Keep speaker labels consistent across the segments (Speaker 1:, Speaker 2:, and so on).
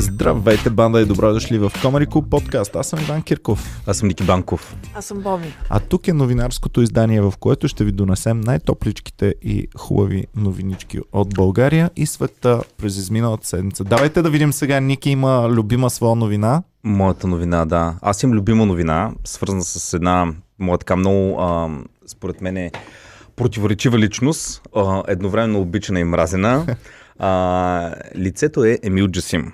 Speaker 1: Здравейте, банда и добро дошли в Comedy Club подкаст. Аз съм Иван Кирков.
Speaker 2: Аз съм Ники Банков.
Speaker 3: Аз съм Боми.
Speaker 1: А тук е новинарското издание, в което ще ви донесем най-топличките и хубави новинички от България и света през изминалата седмица. Давайте да видим сега, Ники има любима своя новина.
Speaker 2: Моята новина, да. Аз имам любима новина, свързана с една моя така много, а, според мен, е противоречива личност, а, едновременно обичана и мразена. А, лицето е Емил Джасим.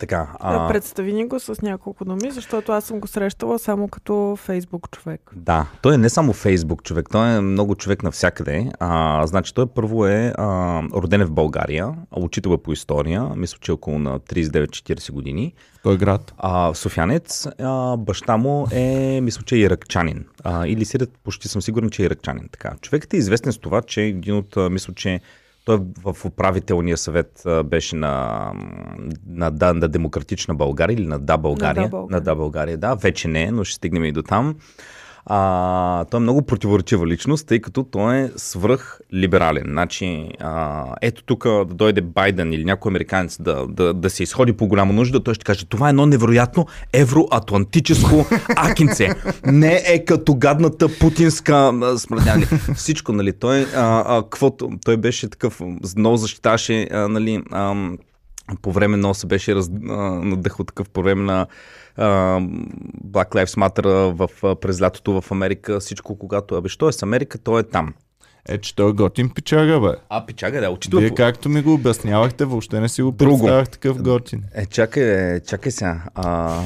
Speaker 2: Така.
Speaker 3: А...
Speaker 2: А,
Speaker 3: Е, Представи ни го с няколко думи, защото аз съм го срещала само като Фейсбук човек.
Speaker 2: Да, той е не само Фейсбук човек, той е много човек навсякъде. А, значи той първо е а, роден е в България, учител е по история, мисля, че е около на 39-40 години.
Speaker 1: В кой град?
Speaker 2: А, Софянец, а, баща му е, мисля, че е иракчанин. А, или сирът, почти съм сигурен, че е иракчанин. Така. Човекът е известен с това, че е един от, а, мисля, че той в в управителния съвет а, беше на, на, да, на Демократична България или на Да България.
Speaker 3: Да, България.
Speaker 2: На Да България, да. Вече не, е, но ще стигнем и до там. А, той е много противоречива личност, тъй като той е свръхлиберален. Значи, а, ето тук да дойде Байден или някой американец да, да, да се изходи по голяма нужда, той ще каже, това е едно невероятно евроатлантическо акинце. Не е като гадната путинска смъртня. Всичко, нали, той, а, а, квото, той беше такъв, много защитаваше, а, нали, ам, по време на се беше раз, а, надъхал такъв по време на а, Black Lives Matter а, в, а, през лятото в Америка. Всичко, когато е беше, той е с Америка, той е там.
Speaker 1: Е, че той е готин пичага, бе.
Speaker 2: А, печага, да, очите.
Speaker 1: Вие както ми го обяснявахте, въобще не си го
Speaker 2: Друго.
Speaker 1: представях такъв готин.
Speaker 2: Е, чакай, е, чакай сега. А...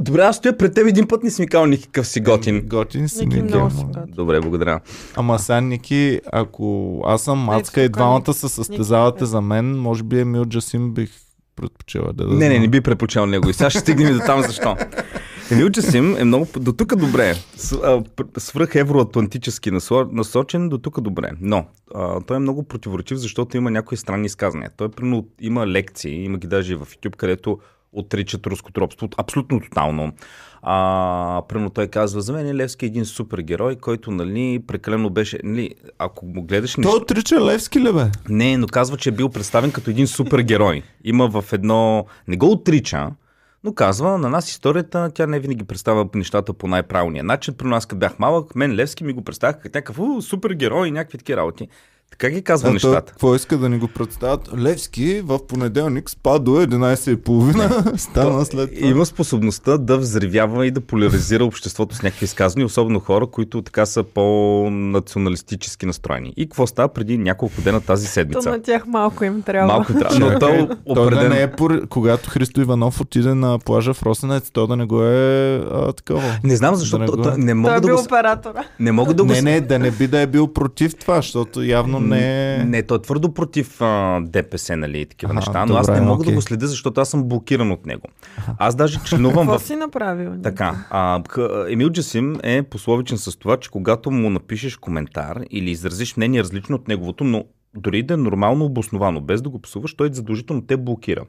Speaker 2: Добре, аз стоя пред теб един път не си ми казал никакъв си готин.
Speaker 1: Готин си,
Speaker 3: Ники
Speaker 1: Ники.
Speaker 3: много
Speaker 1: ама-
Speaker 3: си готин.
Speaker 2: Добре, благодаря.
Speaker 1: Ама сега, Ники, ако аз съм мацка и
Speaker 3: тук, е
Speaker 1: двамата
Speaker 3: Ники. е.
Speaker 1: се състезавате за мен, може би Емил Джасим бих предпочела да
Speaker 2: Не, не,
Speaker 1: знам.
Speaker 2: не би препочел него и сега ще стигнем и до там защо. Емил Джасим е много... До тук добре. С- а, пр- Свръх евроатлантически насо- насочен, до тук добре. Но а, той е много противоречив, защото има някои странни изказвания. Той примерно има лекции, има ги даже и в YouTube, където отричат руското робство. Абсолютно тотално. А, примерно той казва, за мен е Левски един супергерой, който нали, прекалено беше... Нали, ако му гледаш...
Speaker 1: Той отрича Левски ли бе?
Speaker 2: Не, но казва, че е бил представен като един супергерой. Има в едно... Не го отрича, но казва, на нас историята, тя не винаги представя нещата по най-правилния начин. При нас, като бях малък, мен Левски ми го представяха като някакъв «У, супергерой и някакви такива работи. Така ги
Speaker 1: А
Speaker 2: казва
Speaker 1: той
Speaker 2: нещата.
Speaker 1: какво иска да ни го представят? Левски в понеделник спа до 11.30, стана след това.
Speaker 2: Има способността да взривява и да поляризира обществото с някакви изказвания, особено хора, които така са по-националистически настроени. И какво става преди няколко дена тази
Speaker 3: То
Speaker 2: седмица?
Speaker 3: на тях малко им трябва.
Speaker 2: Малко трябва. Но
Speaker 1: Чакай,
Speaker 2: то
Speaker 1: Той да
Speaker 2: определено...
Speaker 1: не е, пор... когато Христо Иванов отиде на плажа в Росенец, то да не го е а, такова.
Speaker 2: Не знам защо.
Speaker 1: Да не
Speaker 2: то-
Speaker 1: го-
Speaker 2: то- Не
Speaker 3: Той
Speaker 2: мога
Speaker 3: е
Speaker 2: да
Speaker 3: бил
Speaker 2: го...
Speaker 3: оператора.
Speaker 2: Не мога да го
Speaker 1: Не, не, да не би да е бил против това, защото явно не е...
Speaker 2: Не, той е твърдо против а, ДПС, нали, и такива
Speaker 1: Аха,
Speaker 2: неща, но аз
Speaker 1: добре,
Speaker 2: не мога
Speaker 1: окей.
Speaker 2: да го следя, защото аз съм блокиран от него. Аз даже членувам
Speaker 3: Какво
Speaker 2: в...
Speaker 3: си направил?
Speaker 2: Така, а, к- Емил Джасим е пословичен с това, че когато му напишеш коментар или изразиш мнение различно от неговото, но дори да е нормално обосновано, без да го псуваш, той задължително те блокира.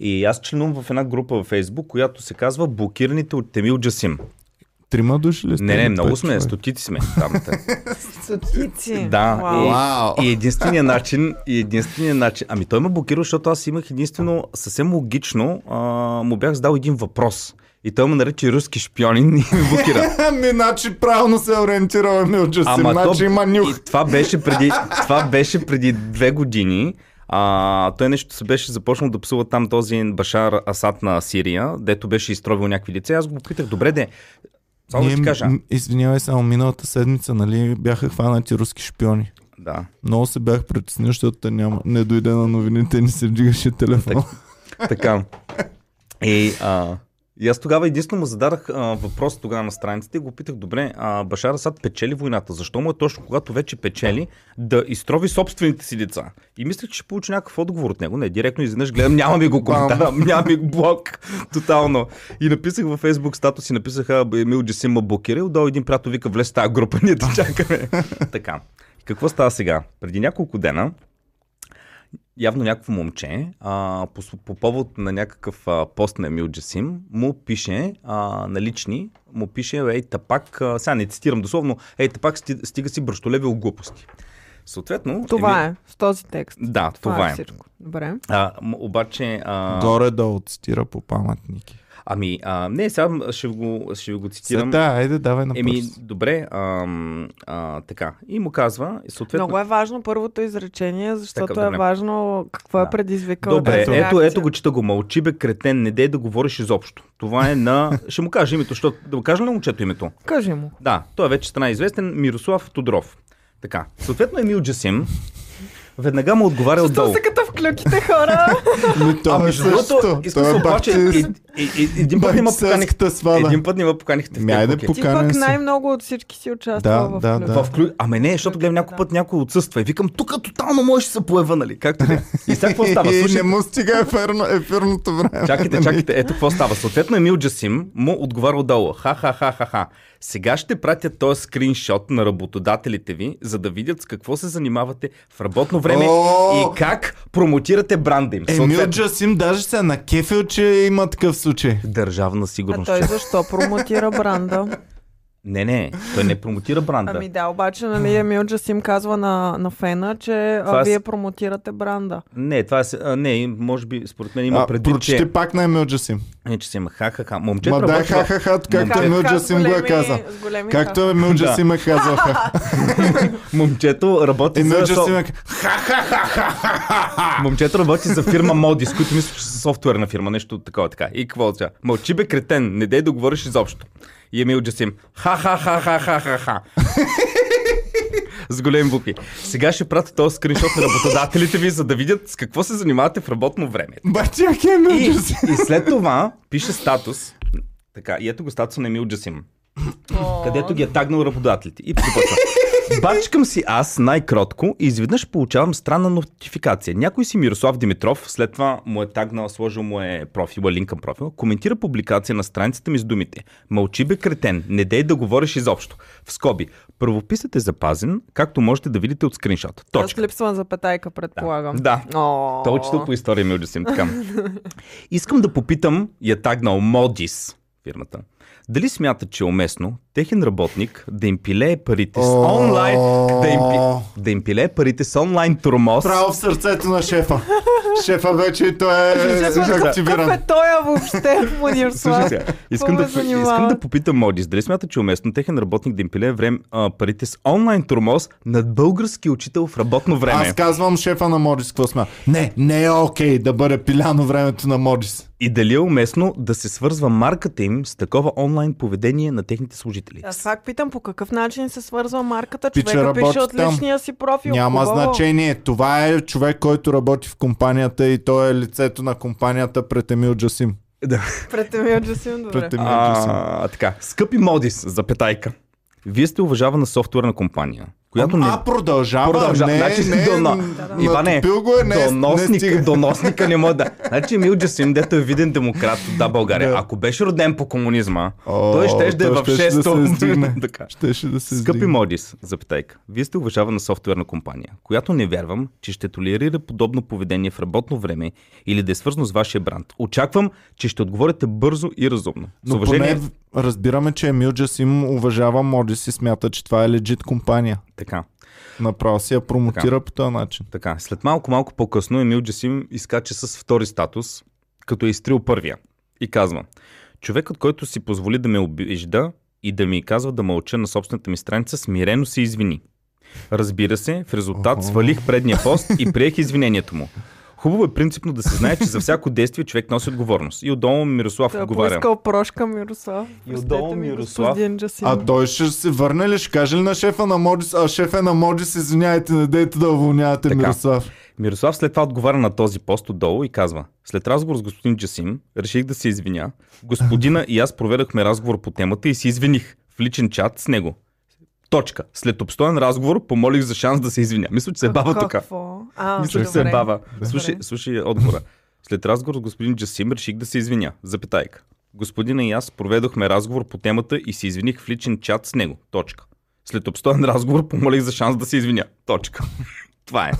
Speaker 2: И аз членувам в една група във Фейсбук, която се казва Блокираните от Емил Джасим.
Speaker 1: Трима души ли сте?
Speaker 2: Не, не,
Speaker 1: Или
Speaker 2: много
Speaker 1: пет
Speaker 2: сме,
Speaker 1: човека?
Speaker 2: стотици сме там.
Speaker 3: Стотици.
Speaker 2: Да,
Speaker 3: Вау.
Speaker 2: и,
Speaker 1: Вау.
Speaker 2: и единствения начин, и единствения начин. Ами той ме блокира, защото аз имах единствено съвсем логично а, му бях задал един въпрос. И той ме нарече руски шпионин и ме блокира.
Speaker 1: Ами, значи правилно се ориентираме Емил Джасим,
Speaker 2: Ама
Speaker 1: значи
Speaker 2: то,
Speaker 1: има нюх.
Speaker 2: И това, беше преди, това беше преди две години. А, той нещо се беше започнал да псува там този Башар Асад на Сирия, дето беше изтровил някакви лица. Аз го питах, добре де, само да
Speaker 1: Ние,
Speaker 2: ти кажа.
Speaker 1: м- Извинявай, само миналата седмица, нали, бяха хванати руски шпиони.
Speaker 2: Да.
Speaker 1: Много се бях притеснил, защото те няма. Не дойде на новините, не се вдигаше телефон.
Speaker 2: Така. И, а, и аз тогава единствено му зададах а, въпрос тогава на страниците и го питах, добре, а, Башар Асад печели войната. Защо му е точно когато вече печели да изтрови собствените си деца? И мислех, че ще получи някакъв отговор от него. Не, директно изведнъж гледам, няма ми го коментар, няма ми го блок, тотално. И написах във Facebook статус и написаха, «Бе, Емил Джесим ма блокирал, долу един приятел вика, влез в тази група, ние те чакаме. така. Какво става сега? Преди няколко дена явно някакво момче а, по, с- по повод на някакъв а, пост на Емил Джасим му пише а, на лични, му пише ей тапак, а, сега не цитирам дословно, ей тапак сти- стига си бръщолевил глупости. Съответно...
Speaker 3: Това е, с този текст.
Speaker 2: Да, това,
Speaker 3: Това е
Speaker 2: е.
Speaker 3: всичко. Добре.
Speaker 2: А, м- обаче... А,
Speaker 1: Горе-долу цитира по паметники.
Speaker 2: Ами, а, не, сега ще го, ще го цитирам.
Speaker 1: Цвета, айде, давай на
Speaker 2: Еми,
Speaker 1: Еми...
Speaker 2: добре, ам, а, така. И му казва, и съответно...
Speaker 3: Много е важно първото изречение, защото
Speaker 2: Така,
Speaker 3: е
Speaker 2: добре.
Speaker 3: важно какво е
Speaker 2: Да.
Speaker 3: предизвикало.
Speaker 2: Добре,
Speaker 3: тази
Speaker 1: да.
Speaker 2: ето,
Speaker 3: реакция.
Speaker 2: ето го чета го. Мълчи бе, кретен, не дей да говориш изобщо. Това е на... Ще му кажа името, защото... Да му кажа ли на момчето името?
Speaker 3: Кажи му.
Speaker 2: Да, той е вече стана известен Мирослав Тодоров. Така, съответно Емил Джасим веднага му отговаря
Speaker 3: Що
Speaker 2: отдолу.
Speaker 3: се като в клюките хора?
Speaker 1: Ми, то е
Speaker 2: между другото,
Speaker 1: същото.
Speaker 2: ами, искам
Speaker 1: То
Speaker 2: се
Speaker 1: е
Speaker 2: обаче, и,
Speaker 1: бахти-
Speaker 2: и, и, един път не ме поканихте.
Speaker 1: бахтисърската свада.
Speaker 2: Един път не ме поканихте в
Speaker 1: Ми, Ами, айде,
Speaker 2: Тейпокет.
Speaker 1: пок-
Speaker 3: Ти
Speaker 1: Поканен
Speaker 3: пък
Speaker 1: си.
Speaker 3: най-много от всички си участвал
Speaker 1: Да,
Speaker 3: в
Speaker 1: да,
Speaker 3: клюките.
Speaker 1: да.
Speaker 2: в клю... Ами не, защото гледам някой път някой отсъства и викам, тук тотално може да се поява, нали? Както да. е. И сега какво става?
Speaker 1: И
Speaker 2: Слушай,
Speaker 1: не му стига ефирно, ефирното време.
Speaker 2: Чакайте,
Speaker 1: нали?
Speaker 2: чакайте, ето какво става. Съответно Емил Джасим му отговаря отдолу. Ха-ха-ха-ха-ха. Сега ще пратя този скриншот на работодателите ви, за да видят с какво се занимавате в работно време
Speaker 1: О!
Speaker 2: и как промотирате бранда им.
Speaker 1: Емил
Speaker 2: Съответно,
Speaker 1: Джасим даже се е накефил, че има такъв случай.
Speaker 2: Държавна
Speaker 3: А
Speaker 2: сигурност.
Speaker 3: той
Speaker 2: човек.
Speaker 3: защо промотира бранда?
Speaker 2: Не, не, той не промотира бранда.
Speaker 3: Ами да, обаче, нали, Емил Джасим казва на, на фена, че а,
Speaker 2: Това е с-
Speaker 3: вие промотирате бранда.
Speaker 2: Не, това е, с- а, не, може би, според мен има
Speaker 1: А,
Speaker 2: предвид,
Speaker 1: прочети
Speaker 2: че,
Speaker 1: пак на Емил Джасим.
Speaker 2: не, че си има ха-ха-ха. Момчето
Speaker 1: Ма да,
Speaker 2: работи в-
Speaker 1: ха-ха-ха, както
Speaker 2: Момче-
Speaker 1: Емил
Speaker 3: Как с
Speaker 1: Джасим го е
Speaker 3: големи-
Speaker 1: казал.
Speaker 3: с големи
Speaker 1: Както
Speaker 3: ха.
Speaker 1: Емил Джасим е казал ха.
Speaker 2: Момчето работи
Speaker 1: Емил
Speaker 2: за...
Speaker 1: Джасим
Speaker 2: со-
Speaker 1: е казал.
Speaker 2: Момчето работи за фирма Модис, които мисля, че са софтуерна фирма, нещо такова така. И какво сега? Мълчи бе, кретен, не дей да говориш изобщо. И Емил Джасим. Ха-ха-ха-ха-ха-ха-ха. С големи букви. Сега ще пратя този скриншот на работодателите ви, за да видят с какво се занимавате в работно време.
Speaker 1: Бати, як е Емил
Speaker 2: И,
Speaker 1: Джасим.
Speaker 2: и след това пише статус. Така, и ето го статуса на Емил Джасим. Където ги е тагнал работодателите. И започва. Бачкам си аз най-кротко и изведнъж получавам странна нотификация. Някой си Мирослав Димитров, след това му е тагнал, сложил му е профила, линк към профила, коментира публикация на страницата ми с думите. Мълчи бе кретен, не дей да говориш изобщо. В скоби, правописът е запазен, както можете да видите от скриншот.
Speaker 3: Аз
Speaker 2: Точка.
Speaker 3: липсвам запетайка, предполагам.
Speaker 2: Да.
Speaker 3: О,
Speaker 2: Той е учител по история ми Джасим. Така. Искам да попитам, я тагнал Модис, фирмата. Дали смятат, че е уместно техен работник да им пилее парите с
Speaker 1: О.
Speaker 2: онлайн, да им, пи- да им пилее парите с онлайн тормоз?
Speaker 1: Право в сърцето на шефа. Шефа вече и той е
Speaker 3: Шефът, какъв-
Speaker 1: активиран.
Speaker 3: Какъв е той въобще, Мунирслав?
Speaker 2: Слушай сега, искам,
Speaker 3: ме
Speaker 2: да, искам
Speaker 3: занимава?
Speaker 2: да попитам Модис, дали смята, че е уместно техен работник да им пилее време, а, парите с онлайн тормоз над български учител в работно време?
Speaker 1: Аз казвам шефа на Морис, какво сме? Не, не е окей да бъде пиляно времето на Морис.
Speaker 2: И дали е уместно да се свързва марката им с такова онлайн поведение на техните служители?
Speaker 3: Аз пак питам по какъв начин се свързва марката.
Speaker 1: Пича,
Speaker 3: Човека пише
Speaker 1: работи
Speaker 3: от
Speaker 1: там.
Speaker 3: личния си профил.
Speaker 1: Няма
Speaker 3: Хубаво.
Speaker 1: значение. Това е човек, който работи в компанията и той е лицето на компанията пред Емил Джасим.
Speaker 2: Да.
Speaker 3: Пред Емил Джасим, добре.
Speaker 1: Пред Емил Джасим.
Speaker 2: А, така. Скъпи Модис, запетайка. Вие сте уважавана софтуерна компания, която не...
Speaker 1: А, продължава.
Speaker 2: Продължа.
Speaker 1: Не,
Speaker 2: значи,
Speaker 1: не,
Speaker 2: доно... Иване,
Speaker 1: натопил го е, не, не
Speaker 2: доносник,
Speaker 1: стига.
Speaker 2: доносника не може да... Значи Емил Джасим, дето е виден демократ от да България,
Speaker 1: Да.
Speaker 2: ако беше роден по комунизма,
Speaker 1: О,
Speaker 2: той ще да е
Speaker 1: той
Speaker 2: в
Speaker 1: щеше да
Speaker 2: 6
Speaker 1: се издигне.
Speaker 2: така.
Speaker 1: Щеше да се
Speaker 2: Скъпи
Speaker 1: издигне.
Speaker 2: Модис, запитайка, вие сте уважавана софтуерна компания, която не вярвам, че ще толерира подобно поведение в работно време или да е свързано с вашия бранд. Очаквам, че ще отговорите бързо и разумно. С
Speaker 1: Но
Speaker 2: уважение-
Speaker 1: поне разбираме, че Емил Джасим уважава Морис и смята, че това е легит компания.
Speaker 2: Така,
Speaker 1: Направо си я промотира по този начин.
Speaker 2: така. След малко-малко по-късно Емил Джасим изкача с втори статус, като е изтрил първия. И казва, човекът, който си позволи да ме обижда и да ми казва да мълча на собствената ми страница, смирено се извини. Разбира се, в резултат
Speaker 1: Охо.
Speaker 2: свалих предния пост и приех извинението му. Хубаво е принципно да се знае, че за всяко действие човек носи отговорност. И отдолу Мирослав
Speaker 3: Той е
Speaker 2: отговаря.
Speaker 3: поискал прошка Мирослав.
Speaker 2: И отдолу
Speaker 3: Простете ми,
Speaker 2: Мирослав.
Speaker 3: господин Джасим.
Speaker 1: А той ще се върне ли? Ще каже ли на шефа на Морис? А шефа на Морис, извиняйте, не дейте да уволнявате
Speaker 2: Така.
Speaker 1: Мирослав.
Speaker 2: Мирослав след това отговаря на този пост отдолу и казва След разговор с господин Джасим, реших да се извиня. Господина и аз проведахме разговор по темата и се извиних в личен чат с него. Точка. След обстоен разговор помолих за шанс да се извиня. Мисля, че се бава тук.
Speaker 3: Какво? А,
Speaker 2: Мисля, че се
Speaker 3: добре.
Speaker 2: бава.
Speaker 3: Добре.
Speaker 2: Слушай, слушай отговора. След разговор с господин Джасим реших да се извиня. Запитайка. Господина и аз проведохме разговор по темата и се извиних в личен чат с него. Точка. След обстоен разговор помолих за шанс да се извиня. Точка. Това е.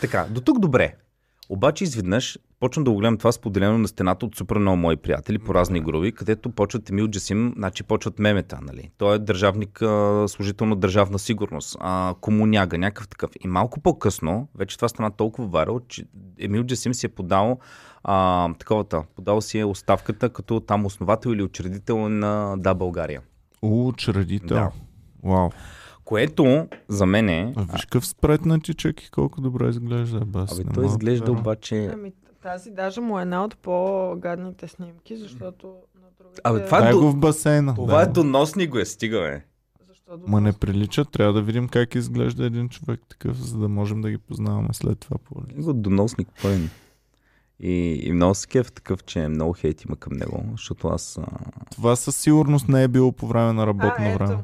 Speaker 2: така, до тук добре. Обаче изведнъж почна да го гледам това споделено на стената от супер много мои приятели по разни групи, където почват Емил Джасим, значи почват мемета, нали? Той е държавник, а, служител на държавна сигурност, а, комуняга, някакъв такъв. И малко по-късно, вече това стана толкова варил, че Емил Джасим си е подал а, таковата, подал си е оставката като там основател или учредител на Да България.
Speaker 1: Учредител.
Speaker 2: Да.
Speaker 1: Вау.
Speaker 2: Което за мен е...
Speaker 1: А Виж какъв спретнати чек и колко добре изглежда. Бас,
Speaker 2: Абе,
Speaker 1: не
Speaker 2: той
Speaker 1: мога да
Speaker 2: изглежда
Speaker 1: повярвам.
Speaker 2: обаче...
Speaker 3: Ами, тази даже му е една от по-гадните снимки, защото на другите...
Speaker 2: Абе, това е
Speaker 1: Дай
Speaker 2: до-
Speaker 1: го в басейна.
Speaker 2: Това
Speaker 1: да.
Speaker 2: е доносни го е, стига, бе.
Speaker 3: Защо
Speaker 1: Ма не прилича, трябва да видим как изглежда един човек такъв, за да можем да ги познаваме след това по улица.
Speaker 2: Него доносник пълен. И, и много се кеф такъв, че много хейт има към него, защото аз... А...
Speaker 1: Това със сигурност не е било по време на работно
Speaker 3: а,
Speaker 1: време.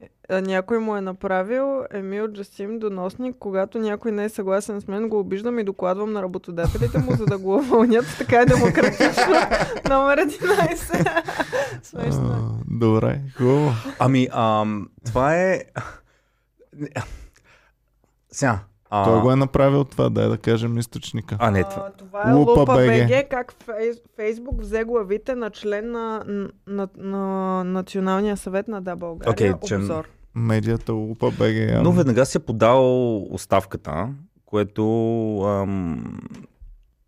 Speaker 3: ето. А, Някой му е направил Емил Джасим доносник, когато някой не е съгласен с мен, го обиждам и докладвам на работодателите му, за да го уволнят. Така е демократично. Номер 11. Смешно. е.
Speaker 1: А, добре, хубаво.
Speaker 2: Ами, ам, това е... Сега. А...
Speaker 1: Той го е направил това, дай да кажем източника.
Speaker 2: а не, това...
Speaker 3: А, това е
Speaker 1: Лупа
Speaker 3: Лупа
Speaker 1: БГ.
Speaker 3: БГ, как Фейс- Фейсбук взе главите на член на, на, на, на Националния съвет на Да България.
Speaker 2: Окей, че-
Speaker 3: обзор.
Speaker 1: Медията Лупа БГ. явно.
Speaker 2: Но веднага си е подал оставката, което... Ам...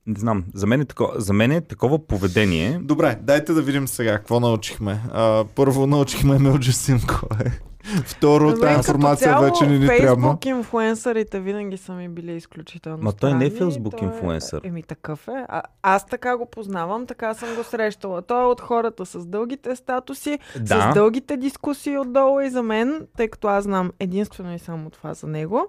Speaker 2: Не знам, за мен, е тако... за мен е такова поведение...
Speaker 1: Добре, дайте да видим сега какво научихме. А, първо научихме Емил Джасим кой е. Второ,
Speaker 3: Ами,
Speaker 1: тази
Speaker 3: като
Speaker 1: информация
Speaker 3: цяло,
Speaker 1: вече не ни
Speaker 3: Facebook
Speaker 1: трябва.
Speaker 3: инфлуенсърите винаги са ми били изключително
Speaker 2: Ма той не е
Speaker 3: странни.
Speaker 2: Facebook
Speaker 3: Той е-
Speaker 2: инфлуенсър.
Speaker 3: Еми такъв е. А, аз така го познавам, така съм го срещала. Той е от хората с дългите статуси,
Speaker 2: Да.
Speaker 3: с дългите дискусии отдолу и за мен, тъй като аз знам единствено и само това за него.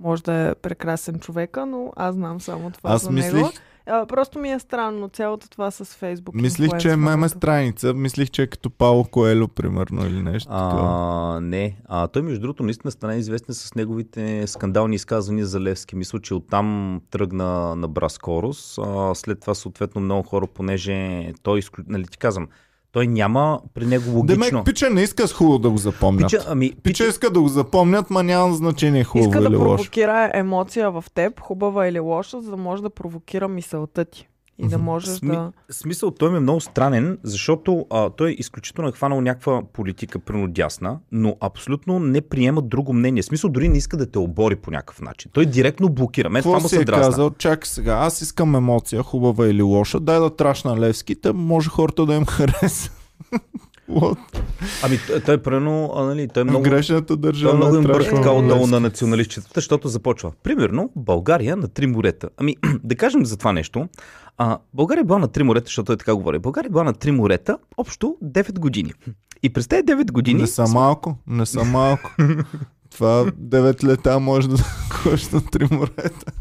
Speaker 3: Може да е прекрасен човека, но аз знам само това
Speaker 1: Аз
Speaker 3: за
Speaker 1: мислих,
Speaker 3: него. А, просто ми е странно цялото това с Фейсбук.
Speaker 1: мислих, че е меме страница, мислих, че е като Пао Коело, примерно, или нещо такова.
Speaker 2: А, не. А, той, между другото, наистина стана известен с неговите скандални изказвания за Левски. Мисля, че оттам тръгна на Браскорус. А, след това, съответно, много хора, понеже той, изклю... нали ти казвам, той няма при него
Speaker 1: Демек,
Speaker 2: логично.
Speaker 1: пича не иска с хубаво да го запомнят.
Speaker 2: Пича,
Speaker 1: Пича, е-
Speaker 2: ами,
Speaker 1: пича иска да го запомнят, ма няма значение хубаво
Speaker 3: Иска да
Speaker 1: или е лошо.
Speaker 3: провокира емоция в теб, хубава или лоша, за да може да провокира мисълта ти. И да можеш
Speaker 2: Сми-
Speaker 3: да...
Speaker 2: смисъл, той ми е много странен, защото а, той изключително е хванал някаква политика, прино дясна, но абсолютно не приема друго мнение. В Смисъл, дори не иска да те обори по някакъв начин. Той директно блокира. Мен това
Speaker 1: Какво
Speaker 2: му
Speaker 1: си
Speaker 2: се
Speaker 1: е
Speaker 2: дразна.
Speaker 1: казал? Чакай сега, аз искам емоция, хубава или лоша, дай да трашна Левските, може хората да им хареса. What?
Speaker 2: Ами т- той примерно, а, нали, той
Speaker 1: В
Speaker 2: много,
Speaker 1: грешната
Speaker 2: той
Speaker 1: държава
Speaker 2: Е,
Speaker 1: е
Speaker 2: много им бърка
Speaker 1: трашна
Speaker 2: така отдолу
Speaker 1: Левски.
Speaker 2: на националистчетата, защото започва. Примерно, България на три морета. Ами, да кажем за това нещо. А, България била на три морета, защото той така говори. България била на три морета общо 9 години. И през тези 9 години...
Speaker 1: Не са малко, не са малко. Това 9 лета може да кош на три морета.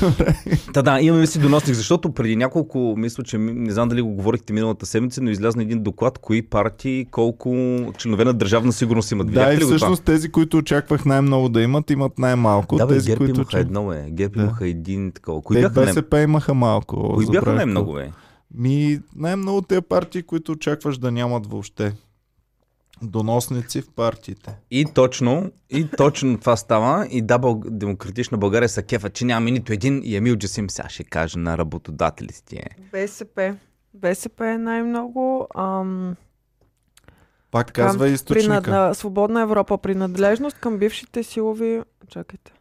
Speaker 1: Добре.
Speaker 2: Та да, имаме си доносник, защото преди няколко, мисля, че ми- не знам дали го говорихте миналата седмица, но излязна един доклад, кои партии, колко членове на държавна сигурност имат.
Speaker 1: Да,
Speaker 2: Видяхте
Speaker 1: и
Speaker 2: ли го това?
Speaker 1: всъщност тези, които очаквах най-много да имат, имат най-малко.
Speaker 2: да, бе,
Speaker 1: тези,
Speaker 2: ГЕРБ
Speaker 1: които
Speaker 2: имаха
Speaker 1: очаквах-
Speaker 2: едно, е. ГЕРБ
Speaker 1: Да.
Speaker 2: имаха един такова. Кои
Speaker 1: Те
Speaker 2: бяха, най-
Speaker 1: БСП имаха малко.
Speaker 2: кои бяха
Speaker 1: забравих
Speaker 2: най-много,
Speaker 1: какво.
Speaker 2: бе?
Speaker 1: Ми, най-много те партии, които очакваш да нямат въобще. Доносници в партиите.
Speaker 2: И точно, и точно това става. И да, Бълг... Демократична България са кефа, че няма нито един. И Емил Джасим сега ще каже на работодателите.
Speaker 3: БСП. БСП е най-много. Ам,
Speaker 1: Пак казва
Speaker 3: при
Speaker 1: източника.
Speaker 3: над, на Свободна Европа принадлежност към бившите силови... Чакайте.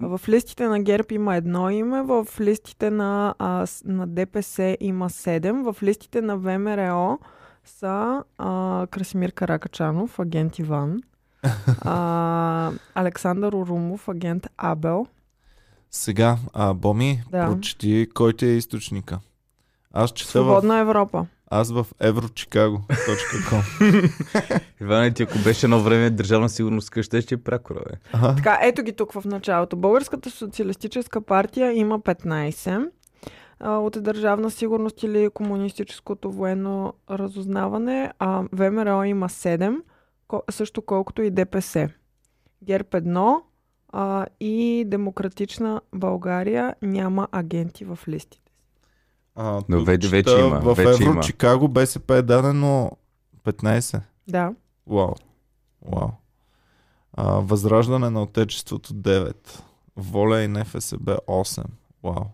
Speaker 3: В листите на ГЕРБ има едно име, в листите на, а, с- на ДПС има седем, в листите на ВМРО са а, Красимир Каракачанов, агент Иван, а, Александър Орумов, агент Абел.
Speaker 1: Сега, а, Боми,
Speaker 3: Да.
Speaker 1: прочети кой ти е източника. Аз чета в
Speaker 3: Свободна Европа.
Speaker 1: Аз в eurochicago.com.
Speaker 2: Иване, ти ако беше едно време държавна сигурност къща, ще е прякора, бе.
Speaker 1: Аха.
Speaker 3: Така, ето ги тук в началото. Българската социалистическа партия има 15 а, от Държавна сигурност или комунистическото военно разузнаване. А, ВМРО има 7, ко- също колкото и ДПС. ГЕРБ 1 а, и Демократична България няма агенти в листите.
Speaker 1: А,
Speaker 2: Но
Speaker 1: тук
Speaker 2: вече- вече
Speaker 1: чета
Speaker 2: има,
Speaker 1: В
Speaker 2: вече има.
Speaker 1: Еврочикаго БСП е дадено 15.
Speaker 3: Да.
Speaker 1: Вау. Вау. А, възраждане на Отечеството 9. Воля и НФСБ 8. Вау.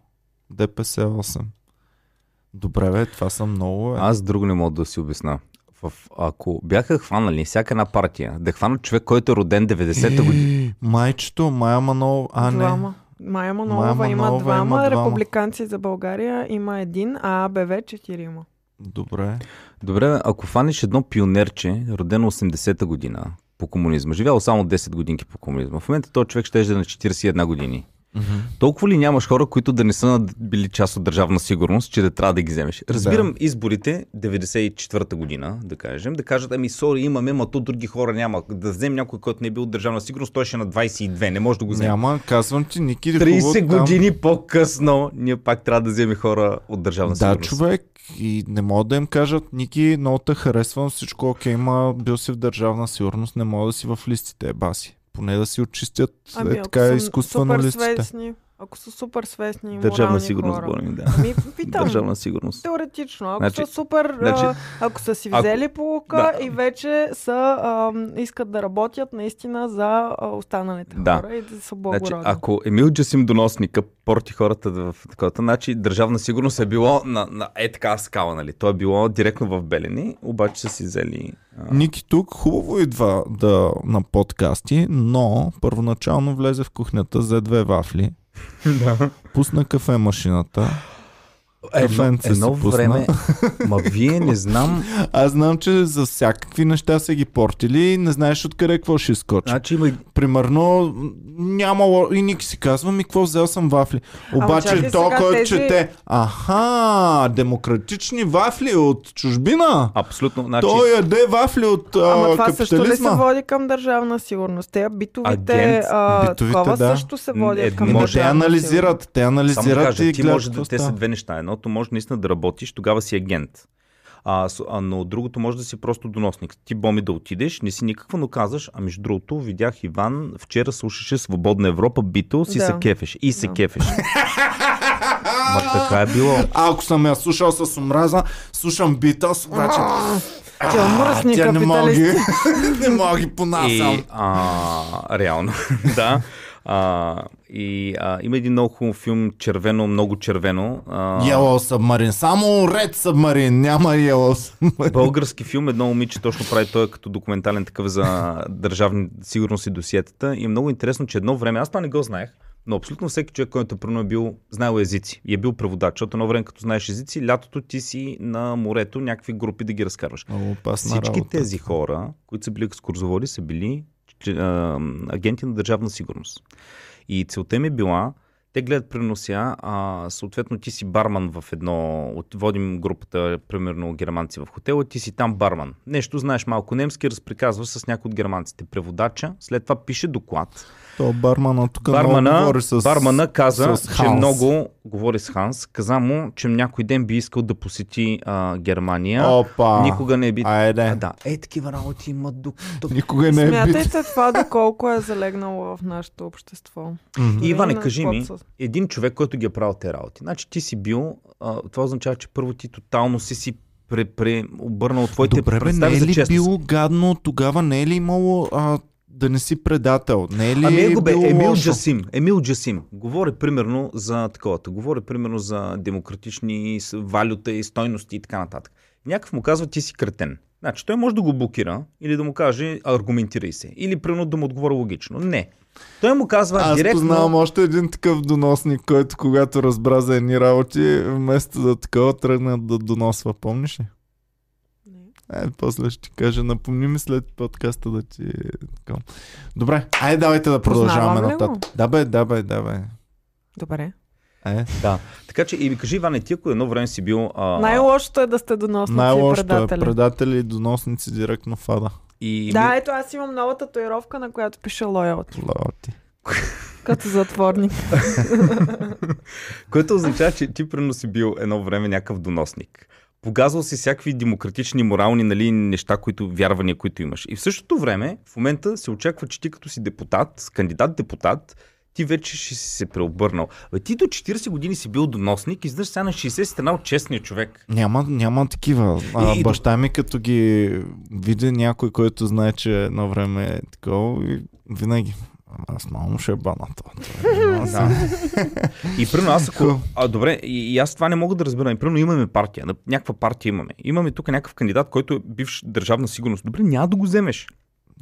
Speaker 1: ДПС 8. Добре, бе, това са много. Бе.
Speaker 2: Аз друго не мога да си обясна. В, ако бяха хванали всяка една партия, да хванат човек, който е роден 90-та година.
Speaker 1: Е, Майчето, Майя Манол, а не.
Speaker 3: Двама. Майя Манолова
Speaker 1: Манолова
Speaker 3: има
Speaker 1: има
Speaker 3: двама,
Speaker 1: двама.
Speaker 3: републиканци за България има един, а АБВ четирима.
Speaker 1: Добре.
Speaker 2: Добре, бе, ако хванеш едно пионерче, родено 80-та година по комунизма, живял само 10 годинки по комунизма, в момента този човек ще е на 41 години.
Speaker 1: Мгм.
Speaker 2: Толкова ли нямаш хора, които да не са над- били част от държавна сигурност, че да трябва да ги вземеш? Разбирам изборите 94-та година, да кажем, да кажат, ами сори, имаме, ма то други хора няма. Да вземем някой, който не е бил от държавна сигурност, той ще е на 22, не може да го вземем.
Speaker 1: Няма, казвам ти, Ники хубаво
Speaker 2: 30
Speaker 1: там-
Speaker 2: години по-късно ние пак трябва да вземем хора от държавна
Speaker 1: Да,
Speaker 2: сигурност.
Speaker 1: човек, и не мога да им кажат, Ники, много те харесвам, всичко окей, ма бил си в държавна сигурност, не мога да си в листите, е баси. Поне да си очистят е, така
Speaker 3: Ами, са
Speaker 1: изкуствено
Speaker 3: супер
Speaker 1: листите.
Speaker 3: свестни, ако са супер свестни и
Speaker 2: Държавна
Speaker 3: морални
Speaker 2: сигурност
Speaker 3: хора.
Speaker 2: говорим, да.
Speaker 3: Ами, питам.
Speaker 2: Държавна сигурност.
Speaker 3: Теоретично, ако
Speaker 2: Значи-
Speaker 3: са супер,
Speaker 2: значи-
Speaker 3: а, ако са си
Speaker 2: ако-
Speaker 3: взели полука
Speaker 2: да.
Speaker 3: и вече са, а, искат да работят наистина за а, останалите
Speaker 2: Да.
Speaker 3: хора и да са
Speaker 2: Значи,
Speaker 3: благородни.
Speaker 2: ако Емил Джасим Доносника порти хората в такова, значи държавна сигурност е било на, на е така скала, нали? То е било директно в Белени, обаче са си взели... А...
Speaker 1: Ники тук хубаво идва да, на подкасти, но първоначално влезе в кухнята за две вафли. Пусна кафе машината. Кафенце си
Speaker 2: едно
Speaker 1: пусна.
Speaker 2: време... Ма вие не знам...
Speaker 1: Аз знам, че за всякакви неща са ги портили и не знаеш откъде какво ще изкочи.
Speaker 2: Значи има... и-
Speaker 1: Примерно, нямало и Ники си казва, ми какво взел съм вафли.
Speaker 3: Ама
Speaker 1: Обаче
Speaker 3: чакай
Speaker 1: то,
Speaker 3: сега,
Speaker 1: който
Speaker 3: тези-
Speaker 1: чете, аха, демократични вафли от чужбина.
Speaker 2: Абсолютно, значи...
Speaker 1: Той яде вафли от
Speaker 3: Ама
Speaker 1: а,
Speaker 3: това също ли се
Speaker 1: капитализма.
Speaker 3: води към държавна сигурност? Те битовите,
Speaker 2: Агент,
Speaker 3: а,
Speaker 1: битовите,
Speaker 3: такова
Speaker 1: да.
Speaker 3: също се
Speaker 2: М,
Speaker 3: водят
Speaker 2: е,
Speaker 3: към
Speaker 1: Еми,
Speaker 2: може-
Speaker 1: те
Speaker 3: държавна сигурност.
Speaker 1: анализират, те
Speaker 2: Само да
Speaker 1: анализират
Speaker 2: кажа,
Speaker 1: и
Speaker 2: ти може да,
Speaker 1: гледат
Speaker 2: те
Speaker 1: какво
Speaker 2: са
Speaker 1: става.
Speaker 2: две неща. Едното може наистина да работиш, тогава си агент. А, с- а, но другото може да си просто доносник. Ти боми да отидеш, не си никаква, но казваш, а между другото, видях Иван, вчера слушаше Свободна Европа, бито, си
Speaker 3: Да.
Speaker 2: се кефеш. И се
Speaker 3: Да.
Speaker 2: кефеш. Ма така е било.
Speaker 1: А, ако съм я слушал с омраза, слушам Битълс, обаче
Speaker 3: Тя е мръсни
Speaker 1: тя не мога ги,
Speaker 3: капиталисти.
Speaker 1: не мога ги
Speaker 2: И,
Speaker 1: понасям.
Speaker 2: а, реално, да. А, и а, има един много хубав филм, червено, много червено. А,
Speaker 1: Yellow Submarine, само Red Submarine, няма Yellow Submarine.
Speaker 2: български филм, едно момиче точно прави той е като документален такъв за държавни сигурност и досиетата. И е много интересно, че едно време, аз това не го знаех, но абсолютно всеки човек, който примерно е бил, знаел езици и е бил преводач, защото едно време, като знаеш езици, лятото ти си на морето, някакви групи да ги разкарваш.
Speaker 1: Много опасна
Speaker 2: Всички
Speaker 1: работа.
Speaker 2: тези хора, които са били екскурзоводи, са били че, а, агенти на държавна сигурност. И целта им е била, те гледат примерно сега, а, съответно ти си барман в едно, от, водим групата, примерно германци в хотела, ти си там барман. Нещо знаеш малко немски, разприказваш с някой от германците. Преводача, след това пише доклад.
Speaker 1: То бармана тук много
Speaker 2: Бармана,
Speaker 1: говори с...
Speaker 2: бармана каза,
Speaker 1: с
Speaker 2: че
Speaker 1: Ханс.
Speaker 2: много говори с Ханс, каза му, че някой ден би искал да посети а, Германия.
Speaker 1: Опа.
Speaker 2: Никога не би
Speaker 1: Айде.
Speaker 2: а, да, е такива работи има дук. тук.
Speaker 1: Никога не е бит.
Speaker 3: Смятайте това доколко е залегнало в нашето общество.
Speaker 1: Мгм.
Speaker 2: И, Иване,
Speaker 3: на
Speaker 2: кажи ми,
Speaker 3: какво са-
Speaker 2: един човек, който ги е правил те работи. Значи ти си бил, а, това означава, че първо ти тотално си си пре, пре, обърнал твоите
Speaker 1: Добре, бе, не
Speaker 2: представи
Speaker 1: е
Speaker 2: за
Speaker 1: ли
Speaker 2: честност.
Speaker 1: било гадно тогава, не е ли имало а, да не си предател? Не е ли
Speaker 2: Ами е го бе,
Speaker 1: било
Speaker 2: Емил
Speaker 1: лошо?
Speaker 2: Джасим. Емил Джасим. Говори примерно за таковата. Говори примерно за демократични с- валюта и стойности и така нататък. Някакъв му казва, ти си кретен. Значи той може да го блокира или да му каже, аргументирай се. Или примерно да му отговори логично. Не. Той му казва
Speaker 1: Аз
Speaker 2: директно...
Speaker 1: познавам още един такъв доносник, който когато разбра за едни работи, вместо да такова тръгна да доносва, помниш ли?
Speaker 3: Не.
Speaker 1: Е, после ще ти кажа, напомни ми след подкаста да ти... така. Добре, айде давайте да продължаваме
Speaker 3: Познавам ли го?
Speaker 1: нататък. Да бе, да бе, да бе.
Speaker 3: Добре.
Speaker 1: Е,
Speaker 2: Да. Така че и ми кажи, Иване, ти ако едно време си бил... А,
Speaker 3: Най-лошото е да сте доносници и
Speaker 1: най-лошото е
Speaker 3: предатели.
Speaker 1: предатели и доносници директно фада.
Speaker 2: и
Speaker 3: Да, ето аз имам нова татуировка, на която пише лоялти.
Speaker 1: Лоти.
Speaker 3: Като затворник.
Speaker 2: Което означава, че ти примерно си бил едно време някакъв доносник. Погазвал си всякакви демократични, морални нали, неща, които, вярвания, които имаш. И в същото време, в момента се очаква, че ти като си депутат, кандидат-депутат, ти вече ще си се преобърнал. Бе, ти до 40 години си бил доносник, издъж сега на 60 си станал честния човек.
Speaker 1: Няма, няма такива. А,
Speaker 2: И- и-
Speaker 1: баща ми като ги види някой, който знае, че едно време е такова, и винаги. Аз малко ще бана това. Това е-
Speaker 2: Да. И примерно аз
Speaker 1: Хубаво.
Speaker 2: ако... А, добре, и, и аз това не мога да разбера. И примерно имаме партия. на- Някаква партия имаме. Имаме тук някакъв кандидат, който е бивш държавна сигурност. Добре, няма да го вземеш.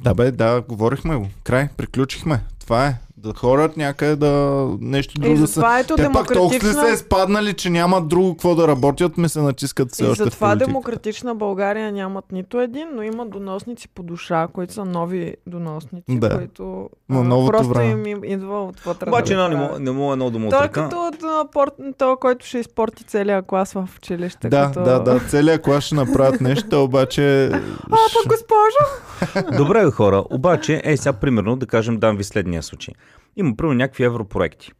Speaker 1: Да бе, да, говорихме го. Край, приключихме. Това е. Да хорат някъде да нещо
Speaker 3: И
Speaker 1: друго да са.
Speaker 3: затова ето
Speaker 1: Те пак толкова
Speaker 3: демократична...
Speaker 1: са се спаднали, че нямат друго какво да работят, ми се натискат все
Speaker 3: И
Speaker 1: още в
Speaker 3: затова
Speaker 1: политиката.
Speaker 3: демократична България нямат нито един, но има доносници по душа, които са нови доносници,
Speaker 1: Да.
Speaker 3: които
Speaker 1: На
Speaker 3: а,
Speaker 1: новото
Speaker 3: просто
Speaker 1: време.
Speaker 3: им им идва отвътре.
Speaker 2: Обаче
Speaker 3: да
Speaker 2: едно не
Speaker 3: го
Speaker 2: мога,
Speaker 3: правят.
Speaker 2: не мога едно да му
Speaker 3: Той е
Speaker 2: отрека.
Speaker 3: като на порт- той, който ще изпорти целия клас в училище.
Speaker 1: Да,
Speaker 3: като...
Speaker 1: да, да, целият клас ще направят нещо, обаче...
Speaker 3: А, пък госпожо!
Speaker 2: Добре, бе, хора, обаче, е, сега примерно да кажем, дам ви следния случай. Има първо някакви европроекти.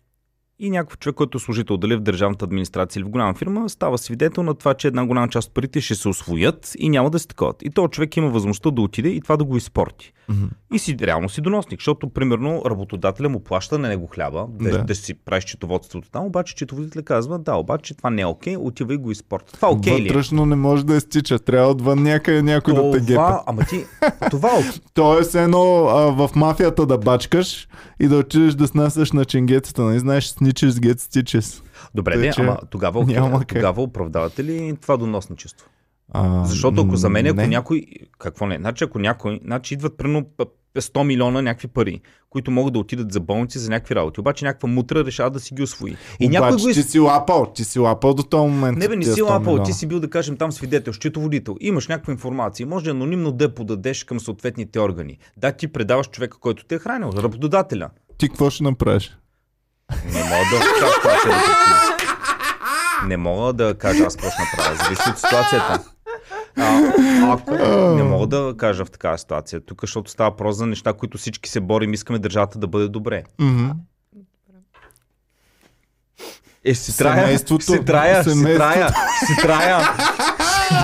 Speaker 2: И някакъв човек, който е служител, дали в държавната администрация или в голяма фирма, става свидетел на това, че една голяма част от парите ще се освоят и няма да се таковат. И този човек има възможността да отиде и това да го изпорти.
Speaker 1: Мгм.
Speaker 2: И си реално си доносник, защото примерно работодателя му плаща на него хляба, да,
Speaker 1: Да.
Speaker 2: да. да си правиш счетоводството там, обаче счетоводителя казва, да, обаче това не е окей, отива и го изпорта. Това окей ли? е?
Speaker 1: Вътрешно не може да изтича, трябва отвън някъде някой да те гепе.
Speaker 2: Това, ама ти, това е окей.
Speaker 1: Тоест едно а, в мафията да бачкаш и да отидеш да снасяш на ченгетата, нали знаеш, сничеш с гет стичес.
Speaker 2: Добре,
Speaker 1: Тъй,
Speaker 2: не,
Speaker 1: че
Speaker 2: ама тогава, окей,
Speaker 1: няма
Speaker 2: а
Speaker 1: как.
Speaker 2: тогава оправдавате ли това доносничество?
Speaker 1: А,
Speaker 2: Защото ако за мен, ако
Speaker 1: не.
Speaker 2: някой... Какво не? Значи ако някой... Значи идват прено 100 милиона някакви пари, които могат да отидат за болници, за някакви работи. Обаче някаква мутра решава да си ги освои. И
Speaker 1: Обаче
Speaker 2: някой го
Speaker 1: ти
Speaker 2: из...
Speaker 1: си лапал, ти си лапал до този момент.
Speaker 2: Не бе, не
Speaker 1: тия
Speaker 2: си
Speaker 1: 100
Speaker 2: лапал,
Speaker 1: милиона.
Speaker 2: ти си бил, да кажем, там свидетел, счетоводител. Имаш някаква информация, може анонимно да я подадеш към съответните органи. Да, ти предаваш човека, който те е хранил, работодателя.
Speaker 1: Ти какво ще направиш?
Speaker 2: Не мога да кажа това, ще различи. Не мога да кажа аз какво ще направя. Зависи от ситуацията. А, ако не мога да кажа в такава ситуация, тук, защото става въпрос за неща, които всички се борим, искаме държавата да бъде добре.
Speaker 1: Мгм.
Speaker 2: Е, си трая,
Speaker 1: Семейството-
Speaker 2: си трая, си
Speaker 1: семейството.
Speaker 2: трая, си трая,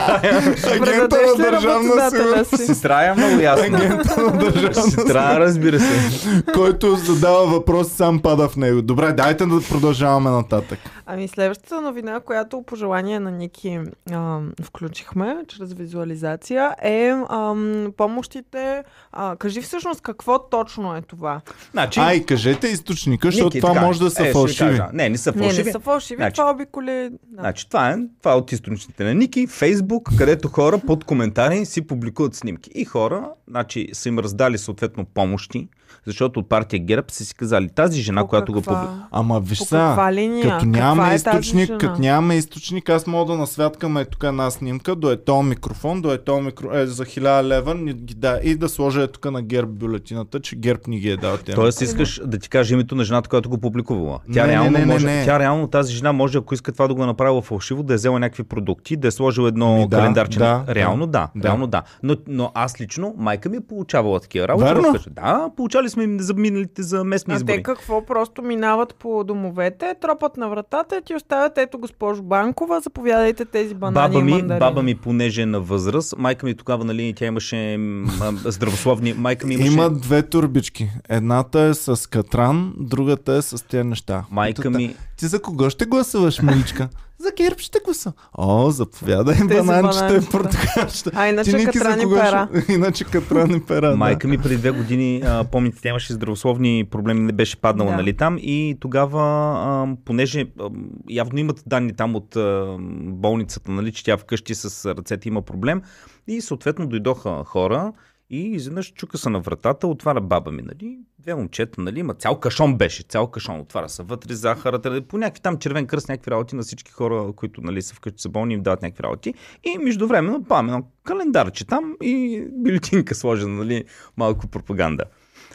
Speaker 1: Агента
Speaker 3: Предадеш
Speaker 1: на
Speaker 3: ли
Speaker 1: държавна
Speaker 3: работодателя
Speaker 1: сигурност.
Speaker 3: си?
Speaker 2: си трая много ясно.
Speaker 1: Агента на държавна
Speaker 2: Си трая, разбира се.
Speaker 1: който задава въпрос, сам пада в него. Добре, дайте да продължаваме нататък.
Speaker 3: Ами следващата новина, която по желание на Ники а, включихме чрез визуализация е а, помощите. А, кажи всъщност какво точно е това?
Speaker 2: Значи,
Speaker 1: Ай, кажете източника, защото
Speaker 2: Ники,
Speaker 1: това
Speaker 2: така,
Speaker 1: може да са
Speaker 2: е, ще ви
Speaker 1: фалшиви.
Speaker 2: кажа. Не, не са
Speaker 3: Не, не
Speaker 2: фалшиви.
Speaker 3: са фалшиви,
Speaker 2: Значи-
Speaker 3: това обиколи... Да.
Speaker 2: Значи, това е, това е от източниците на Ники, Фейсбук, където хора под коментари си публикуват снимки. И хора, значи, са им раздали съответно помощи, защото от партия ГЕРБ са си казали тази жена,
Speaker 3: По
Speaker 2: която
Speaker 3: каква-
Speaker 2: го публикува.
Speaker 1: Ама виж
Speaker 3: По
Speaker 1: са,
Speaker 3: каква линия?
Speaker 1: като
Speaker 3: Каква
Speaker 1: нямаме
Speaker 3: е тази
Speaker 1: източник,
Speaker 3: жена?
Speaker 1: като нямаме източник, аз мога да насвяткам е тук една снимка, до е то микрофон, до е то микро... е, за 1000 лева ни ги да, и да сложа е тук на герб бюлетината, че герб ни ги е дал тя.
Speaker 2: Тоест искаш да ти кажа името на жената, която го публикувала. Тя,
Speaker 1: Не, не,
Speaker 2: реално
Speaker 1: не, не,
Speaker 2: може,
Speaker 1: не.
Speaker 2: тя реално тази жена може, ако иска това да го е направила фалшиво, да е взела някакви продукти, да е сложила едно
Speaker 1: Ми Ами да,
Speaker 2: календарче.
Speaker 1: да,
Speaker 2: реално
Speaker 1: да,
Speaker 2: да,
Speaker 1: да.
Speaker 2: реално да. Но, но аз лично, майка ми е получавала такива работи.
Speaker 1: Верно.
Speaker 2: разкажа. Да, получали сме им за миналите за местни
Speaker 3: А
Speaker 2: избори.
Speaker 3: те какво? Просто минават по домовете, тропат на вратата и ти оставят ето госпожо Банкова, заповядайте тези банани
Speaker 2: Баба
Speaker 3: и
Speaker 2: ми,
Speaker 3: мандарини.
Speaker 2: баба ми, понеже е на възраст, майка ми тогава, нали, тя имаше м, а, здравословни, майка ми имаше...
Speaker 1: Има две турбички. Едната е с катран, другата е с тези неща.
Speaker 2: Майка ми,
Speaker 1: Ти за кого ще гласуваш, миличка? за герб ще гласувам. О, заповядай
Speaker 3: за
Speaker 1: бананчета и
Speaker 3: бананчета.
Speaker 1: портокалчета.
Speaker 3: А иначе
Speaker 1: Ти, Ники, за
Speaker 3: катрани
Speaker 1: кого
Speaker 3: пера.
Speaker 1: ще- Иначе катрани пера. да.
Speaker 2: майка ми преди две години, а, помните, тя имаше здравословни проблеми, не беше паднала,
Speaker 3: Да.
Speaker 2: нали, там. И тогава, а, понеже а, явно имат данни там от а, болницата, нали, че тя вкъщи с ръцете има проблем. И съответно дойдоха хора и изведнъж чука се на вратата, отваря баба ми, нали, две момчета, нали, има цял кашон беше, цял кашон, отваря се вътре захарата, нали, по някакви там червен кръст, някакви работи на всички хора, които, нали, са вкъщи са болни, им дават някакви работи. И междувременно пам едно календарче там и бюлетинка сложена, нали, малко пропаганда.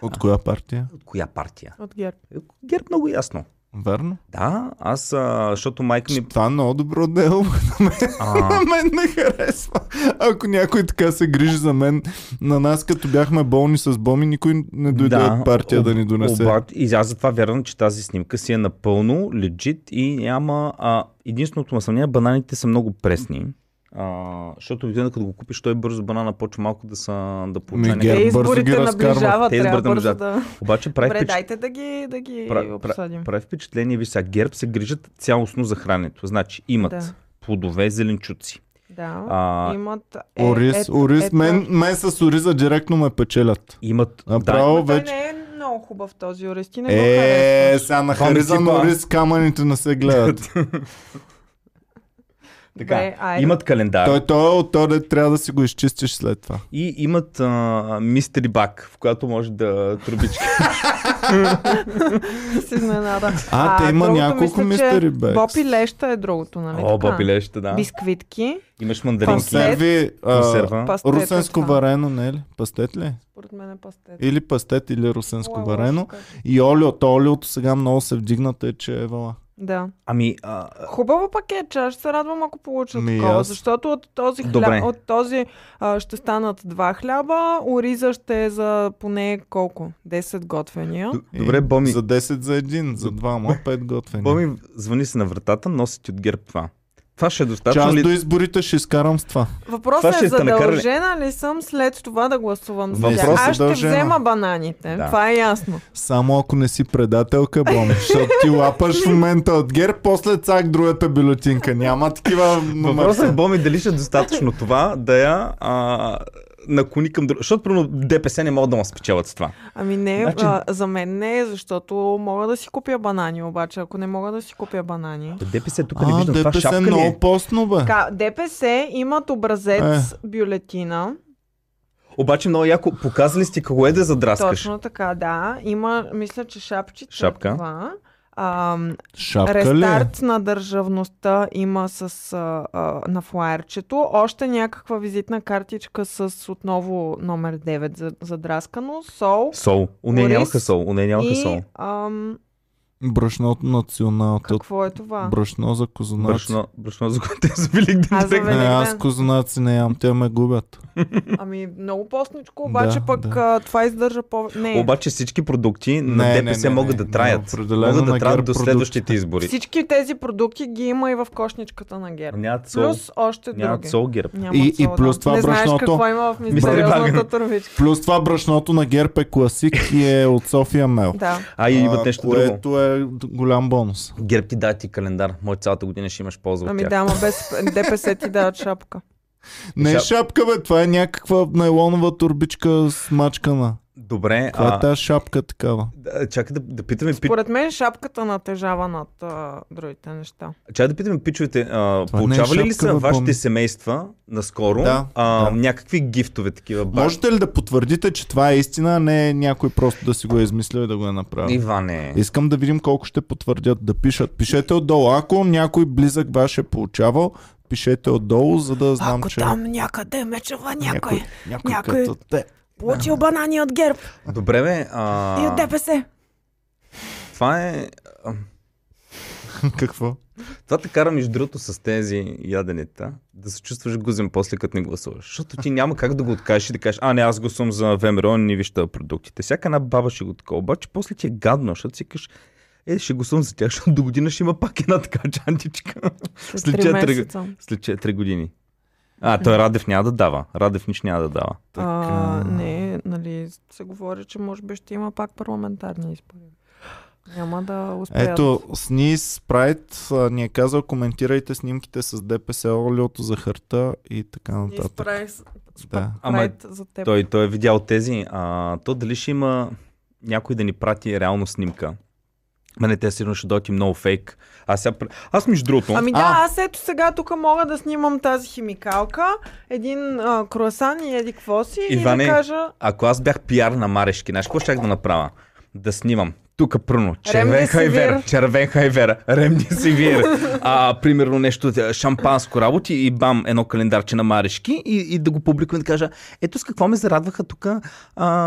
Speaker 1: От коя партия?
Speaker 2: От коя партия?
Speaker 3: От ГЕРБ.
Speaker 2: Герб много ясно.
Speaker 1: Верно.
Speaker 2: Да, аз, а, защото майка ми...
Speaker 1: Това е много добро дело. На мен,
Speaker 2: А,
Speaker 1: на мен не харесва. Ако някой така се грижи за мен, на нас като бяхме болни с боми, никой не дойде от партия да ни донесе.
Speaker 2: Оба, и аз затова вярвам, че тази снимка си е напълно легит и няма... А, единственото ме съмнение, бананите са много пресни. А, защото обикновено като го купиш, той бързо банана почва малко да са да получава
Speaker 1: Ми,
Speaker 3: Те
Speaker 1: Е,
Speaker 2: някакви-
Speaker 1: бързо ги
Speaker 3: изборите
Speaker 1: разкарват.
Speaker 3: наближават,
Speaker 2: Те
Speaker 3: трябва
Speaker 2: изборите
Speaker 3: бързо
Speaker 2: наближават.
Speaker 3: да...
Speaker 2: Обаче прави
Speaker 3: Добре,
Speaker 2: впечатление.
Speaker 3: дайте да ги, да ги
Speaker 2: Пра- пра-
Speaker 3: обсъдим.
Speaker 2: Прави впечатление, ви сега ГЕРБ се грижат цялостно за храненето. Значи имат
Speaker 3: Да.
Speaker 2: плодове, зеленчуци.
Speaker 3: Да,
Speaker 2: А,
Speaker 3: имат... е-
Speaker 1: Ориз,
Speaker 3: ет-
Speaker 1: ориз,
Speaker 3: ет-
Speaker 1: мен, мен с ориза директно ме печелят.
Speaker 2: Имат...
Speaker 1: Направо
Speaker 3: Той
Speaker 1: вече.
Speaker 3: не е много много хубав този юрист. Ти не го
Speaker 1: Е,
Speaker 3: харесваш.
Speaker 1: сега на
Speaker 2: Том
Speaker 1: Хариза
Speaker 2: типа.
Speaker 1: Норис камъните не се гледат.
Speaker 2: Така,
Speaker 3: Бе, айде.
Speaker 2: имат календар Той...
Speaker 1: Той, той е от този, трябва да си го изчистиш след това.
Speaker 2: и имат а, мистери бак, в която може да трубичка.
Speaker 3: С изненада.
Speaker 1: А, те има
Speaker 3: другото
Speaker 1: няколко
Speaker 3: мисля, че
Speaker 1: мистери бекс.
Speaker 3: Боб и леща е другото, нали
Speaker 2: О,
Speaker 3: така?
Speaker 2: бабилеща, да.
Speaker 3: Бисквитки.
Speaker 2: Имаш мандаринки.
Speaker 3: Консерв.
Speaker 1: Консерви, а,
Speaker 2: Консерва.
Speaker 3: Пастет е
Speaker 1: русенско
Speaker 3: това.
Speaker 1: варено, не ли? Пастет ли? е?
Speaker 3: Според мен е пастет.
Speaker 1: Или пастет, или русенско
Speaker 3: Ой,
Speaker 1: варено.
Speaker 3: лошо казах.
Speaker 1: И олиото, олиото сега много се вдигна, тъй че е вала.
Speaker 3: Да.
Speaker 2: Ами, а,
Speaker 3: Хубаво пакет, аз ще се радвам, ако получа
Speaker 1: Ми
Speaker 3: такова,
Speaker 1: аз.
Speaker 3: защото от този,
Speaker 2: Добре.
Speaker 3: хляб, от този а, ще станат два хляба, ориза ще е за поне колко? 10 готвения.
Speaker 2: д-
Speaker 1: И
Speaker 2: добре, Боми,
Speaker 1: За 10 за един, за двама, пет готвени.
Speaker 2: Боми, звъни се на вратата, носи ти от герб това. Това ще е достатъчно
Speaker 1: Част
Speaker 2: ли?
Speaker 1: до изборите ще изкарам с това.
Speaker 2: Това
Speaker 3: Въпросът
Speaker 2: ще
Speaker 3: е
Speaker 2: сте накарали.
Speaker 3: задължена ли съм след това да гласувам за
Speaker 2: Въпрос
Speaker 3: тях?
Speaker 1: е
Speaker 3: Аз ще
Speaker 1: задължена.
Speaker 3: взема бананите,
Speaker 2: Да.
Speaker 3: това е ясно.
Speaker 1: Само ако не си предателка, Боми, защото ти лапаш в момента от гер, после цак другата бюлетинка. Няма такива
Speaker 2: Въпросът е,
Speaker 1: номерца.
Speaker 2: Боми, дали ще е достатъчно това да я а, наклони към друг. Защото, примерно, ДПС не могат да му спечелят с това.
Speaker 3: Ами не,
Speaker 2: Значи-
Speaker 3: значи... а, за мен не, е, защото мога да си купя банани, обаче ако не мога да си купя банани.
Speaker 2: Та ДПС тук не
Speaker 1: А,
Speaker 2: виждам. Това
Speaker 1: ДПС е
Speaker 2: шапка ли е?
Speaker 1: много постно, бе.
Speaker 3: Така, ДПС имат
Speaker 1: Е.
Speaker 3: образец бюлетина.
Speaker 2: Обаче много яко. Показали сте какво е да задраскаш.
Speaker 3: Точно така, да. Има, мисля, че шапчица.
Speaker 2: Шапка.
Speaker 3: е Това. Ам,
Speaker 1: Шапка ли? е?
Speaker 3: рестарт на държавността има с, а, а, на флаерчето. Още някаква визитна картичка с отново номер 9 за- задраскано. Сол.
Speaker 2: Сол. У нея
Speaker 3: Орис
Speaker 2: нямаха сол. У нея нямаха сол.
Speaker 3: И ам,
Speaker 1: Брашно от националната.
Speaker 3: какво е това?
Speaker 1: Брашно за козунаци.
Speaker 2: Брашно, брашно за което е за велик ден.
Speaker 3: А, за
Speaker 2: директно.
Speaker 1: Не, аз
Speaker 3: Великден.
Speaker 1: козунаци не ям, те ме губят.
Speaker 3: Ами много постничко, обаче
Speaker 1: Да,
Speaker 3: пък
Speaker 1: да.
Speaker 3: а, това издържа повече. Не,
Speaker 2: Обаче всички продукти на
Speaker 1: Не, не,
Speaker 2: ДПС
Speaker 1: не,
Speaker 2: могат
Speaker 1: не,
Speaker 2: да траят.
Speaker 1: не, определено
Speaker 2: Могат да
Speaker 1: на
Speaker 2: траят
Speaker 1: ГЕРБ
Speaker 2: до следващите
Speaker 1: продукти.
Speaker 2: избори.
Speaker 3: всички тези продукти ги има и в кошничката на
Speaker 1: Ами,
Speaker 3: ГЕРБ.
Speaker 2: Нямат сол.
Speaker 3: Плюс още
Speaker 2: Нямат
Speaker 3: други.
Speaker 2: сол герб.
Speaker 3: Няма
Speaker 1: И- и
Speaker 3: сол,
Speaker 1: плюс
Speaker 3: да.
Speaker 1: това
Speaker 3: Не знаеш
Speaker 1: брашното-
Speaker 3: какво има в
Speaker 2: Баген.
Speaker 3: мистериозната турбичка.
Speaker 1: Плюс това брашното на ГЕРБ е класик и е от София Мел.
Speaker 3: Да.
Speaker 2: А и имат нещо
Speaker 1: което
Speaker 2: друго.
Speaker 1: е голям бонус.
Speaker 2: Герб ти дай ти календар. Може цялата година ще имаш полза от
Speaker 3: Ами
Speaker 2: тях.
Speaker 3: да, ама без ДПС ти дават шапка.
Speaker 1: Не е
Speaker 2: Шап-
Speaker 1: шапка, бе, това е някаква найлонова турбичка с мачкана.
Speaker 2: Добре.
Speaker 1: Това е
Speaker 2: а,
Speaker 1: тази шапка такава.
Speaker 2: да, чакай да, да питаме, пи,
Speaker 3: Поред мен шапката натежава над а, другите неща.
Speaker 2: чакай да питаме пичовете, а,
Speaker 1: Това не е
Speaker 2: получавали ли
Speaker 1: шапка, бе,
Speaker 2: са
Speaker 1: Боми.
Speaker 2: вашите семейства наскоро
Speaker 1: Да,
Speaker 2: а,
Speaker 1: да.
Speaker 2: някакви гифтове такива? Бар?
Speaker 1: Можете ли да потвърдите, че това е истина, а не някой просто да си го е измислил и да го е направил?
Speaker 2: Иване.
Speaker 1: Искам да видим колко ще потвърдят да пишат. Пишете отдолу. Ако някой близък ваш е получавал, пишете отдолу, за да знам, че...
Speaker 3: някъде ме чува
Speaker 1: някой, някой
Speaker 3: някой-
Speaker 1: като те.
Speaker 3: получил банани от ГЕРБ
Speaker 2: Добре, бе. А,
Speaker 3: ДПС.
Speaker 2: това е... а,
Speaker 1: Какво?
Speaker 2: Това те кара, между другото, с тези яденета, да се чувстваш гузен после, като не гласуваш. Защото ти няма как да го откажеш и да кажеш, а не, аз гласувам за ВМРО, не вижда продуктите. Всяка една баба ще го така. Обаче после ти е гадно, защото си кажеш, е, ще гласувам за тях, защото до година ще има пак една така чантичка. След
Speaker 3: След 3
Speaker 2: четири-
Speaker 3: месеца.
Speaker 2: След 4 години. А, той Радев няма да дава. Радев нищо няма да дава.
Speaker 3: А, не, нали, се говори, че може би ще има пак парламентарни избори. Няма да успеят.
Speaker 1: Ето, Сниз Спрайт а, ни е казал, коментирайте снимките с ДПС, олиото за харта и така
Speaker 3: Ни
Speaker 1: нататък.
Speaker 3: изправи с
Speaker 1: Да.
Speaker 2: Ама
Speaker 3: прайд за теб.
Speaker 2: Той, той е видял тези. А, то дали ще има някой да ни прати реално снимка? Мене те сигурно ще дойти много фейк. Аз, сега... пр- аз между другото...
Speaker 3: Ами да,
Speaker 1: А.
Speaker 3: аз ето сега тук мога да снимам тази химикалка, един а, круасан и еди какво си
Speaker 2: Иване,
Speaker 3: и да кажа
Speaker 2: Ако аз бях пиар на Марешки, знаеш какво щях да направя? Да снимам. Тук пръно. Червен
Speaker 3: Ремдесивир.
Speaker 2: хайвер. Червен хайвер. Ремдесивир. а, примерно нещо, а, шампанско работи и бам, едно календарче на Марешки и, и да го публикувам и да кажа, ето с какво ме зарадваха тук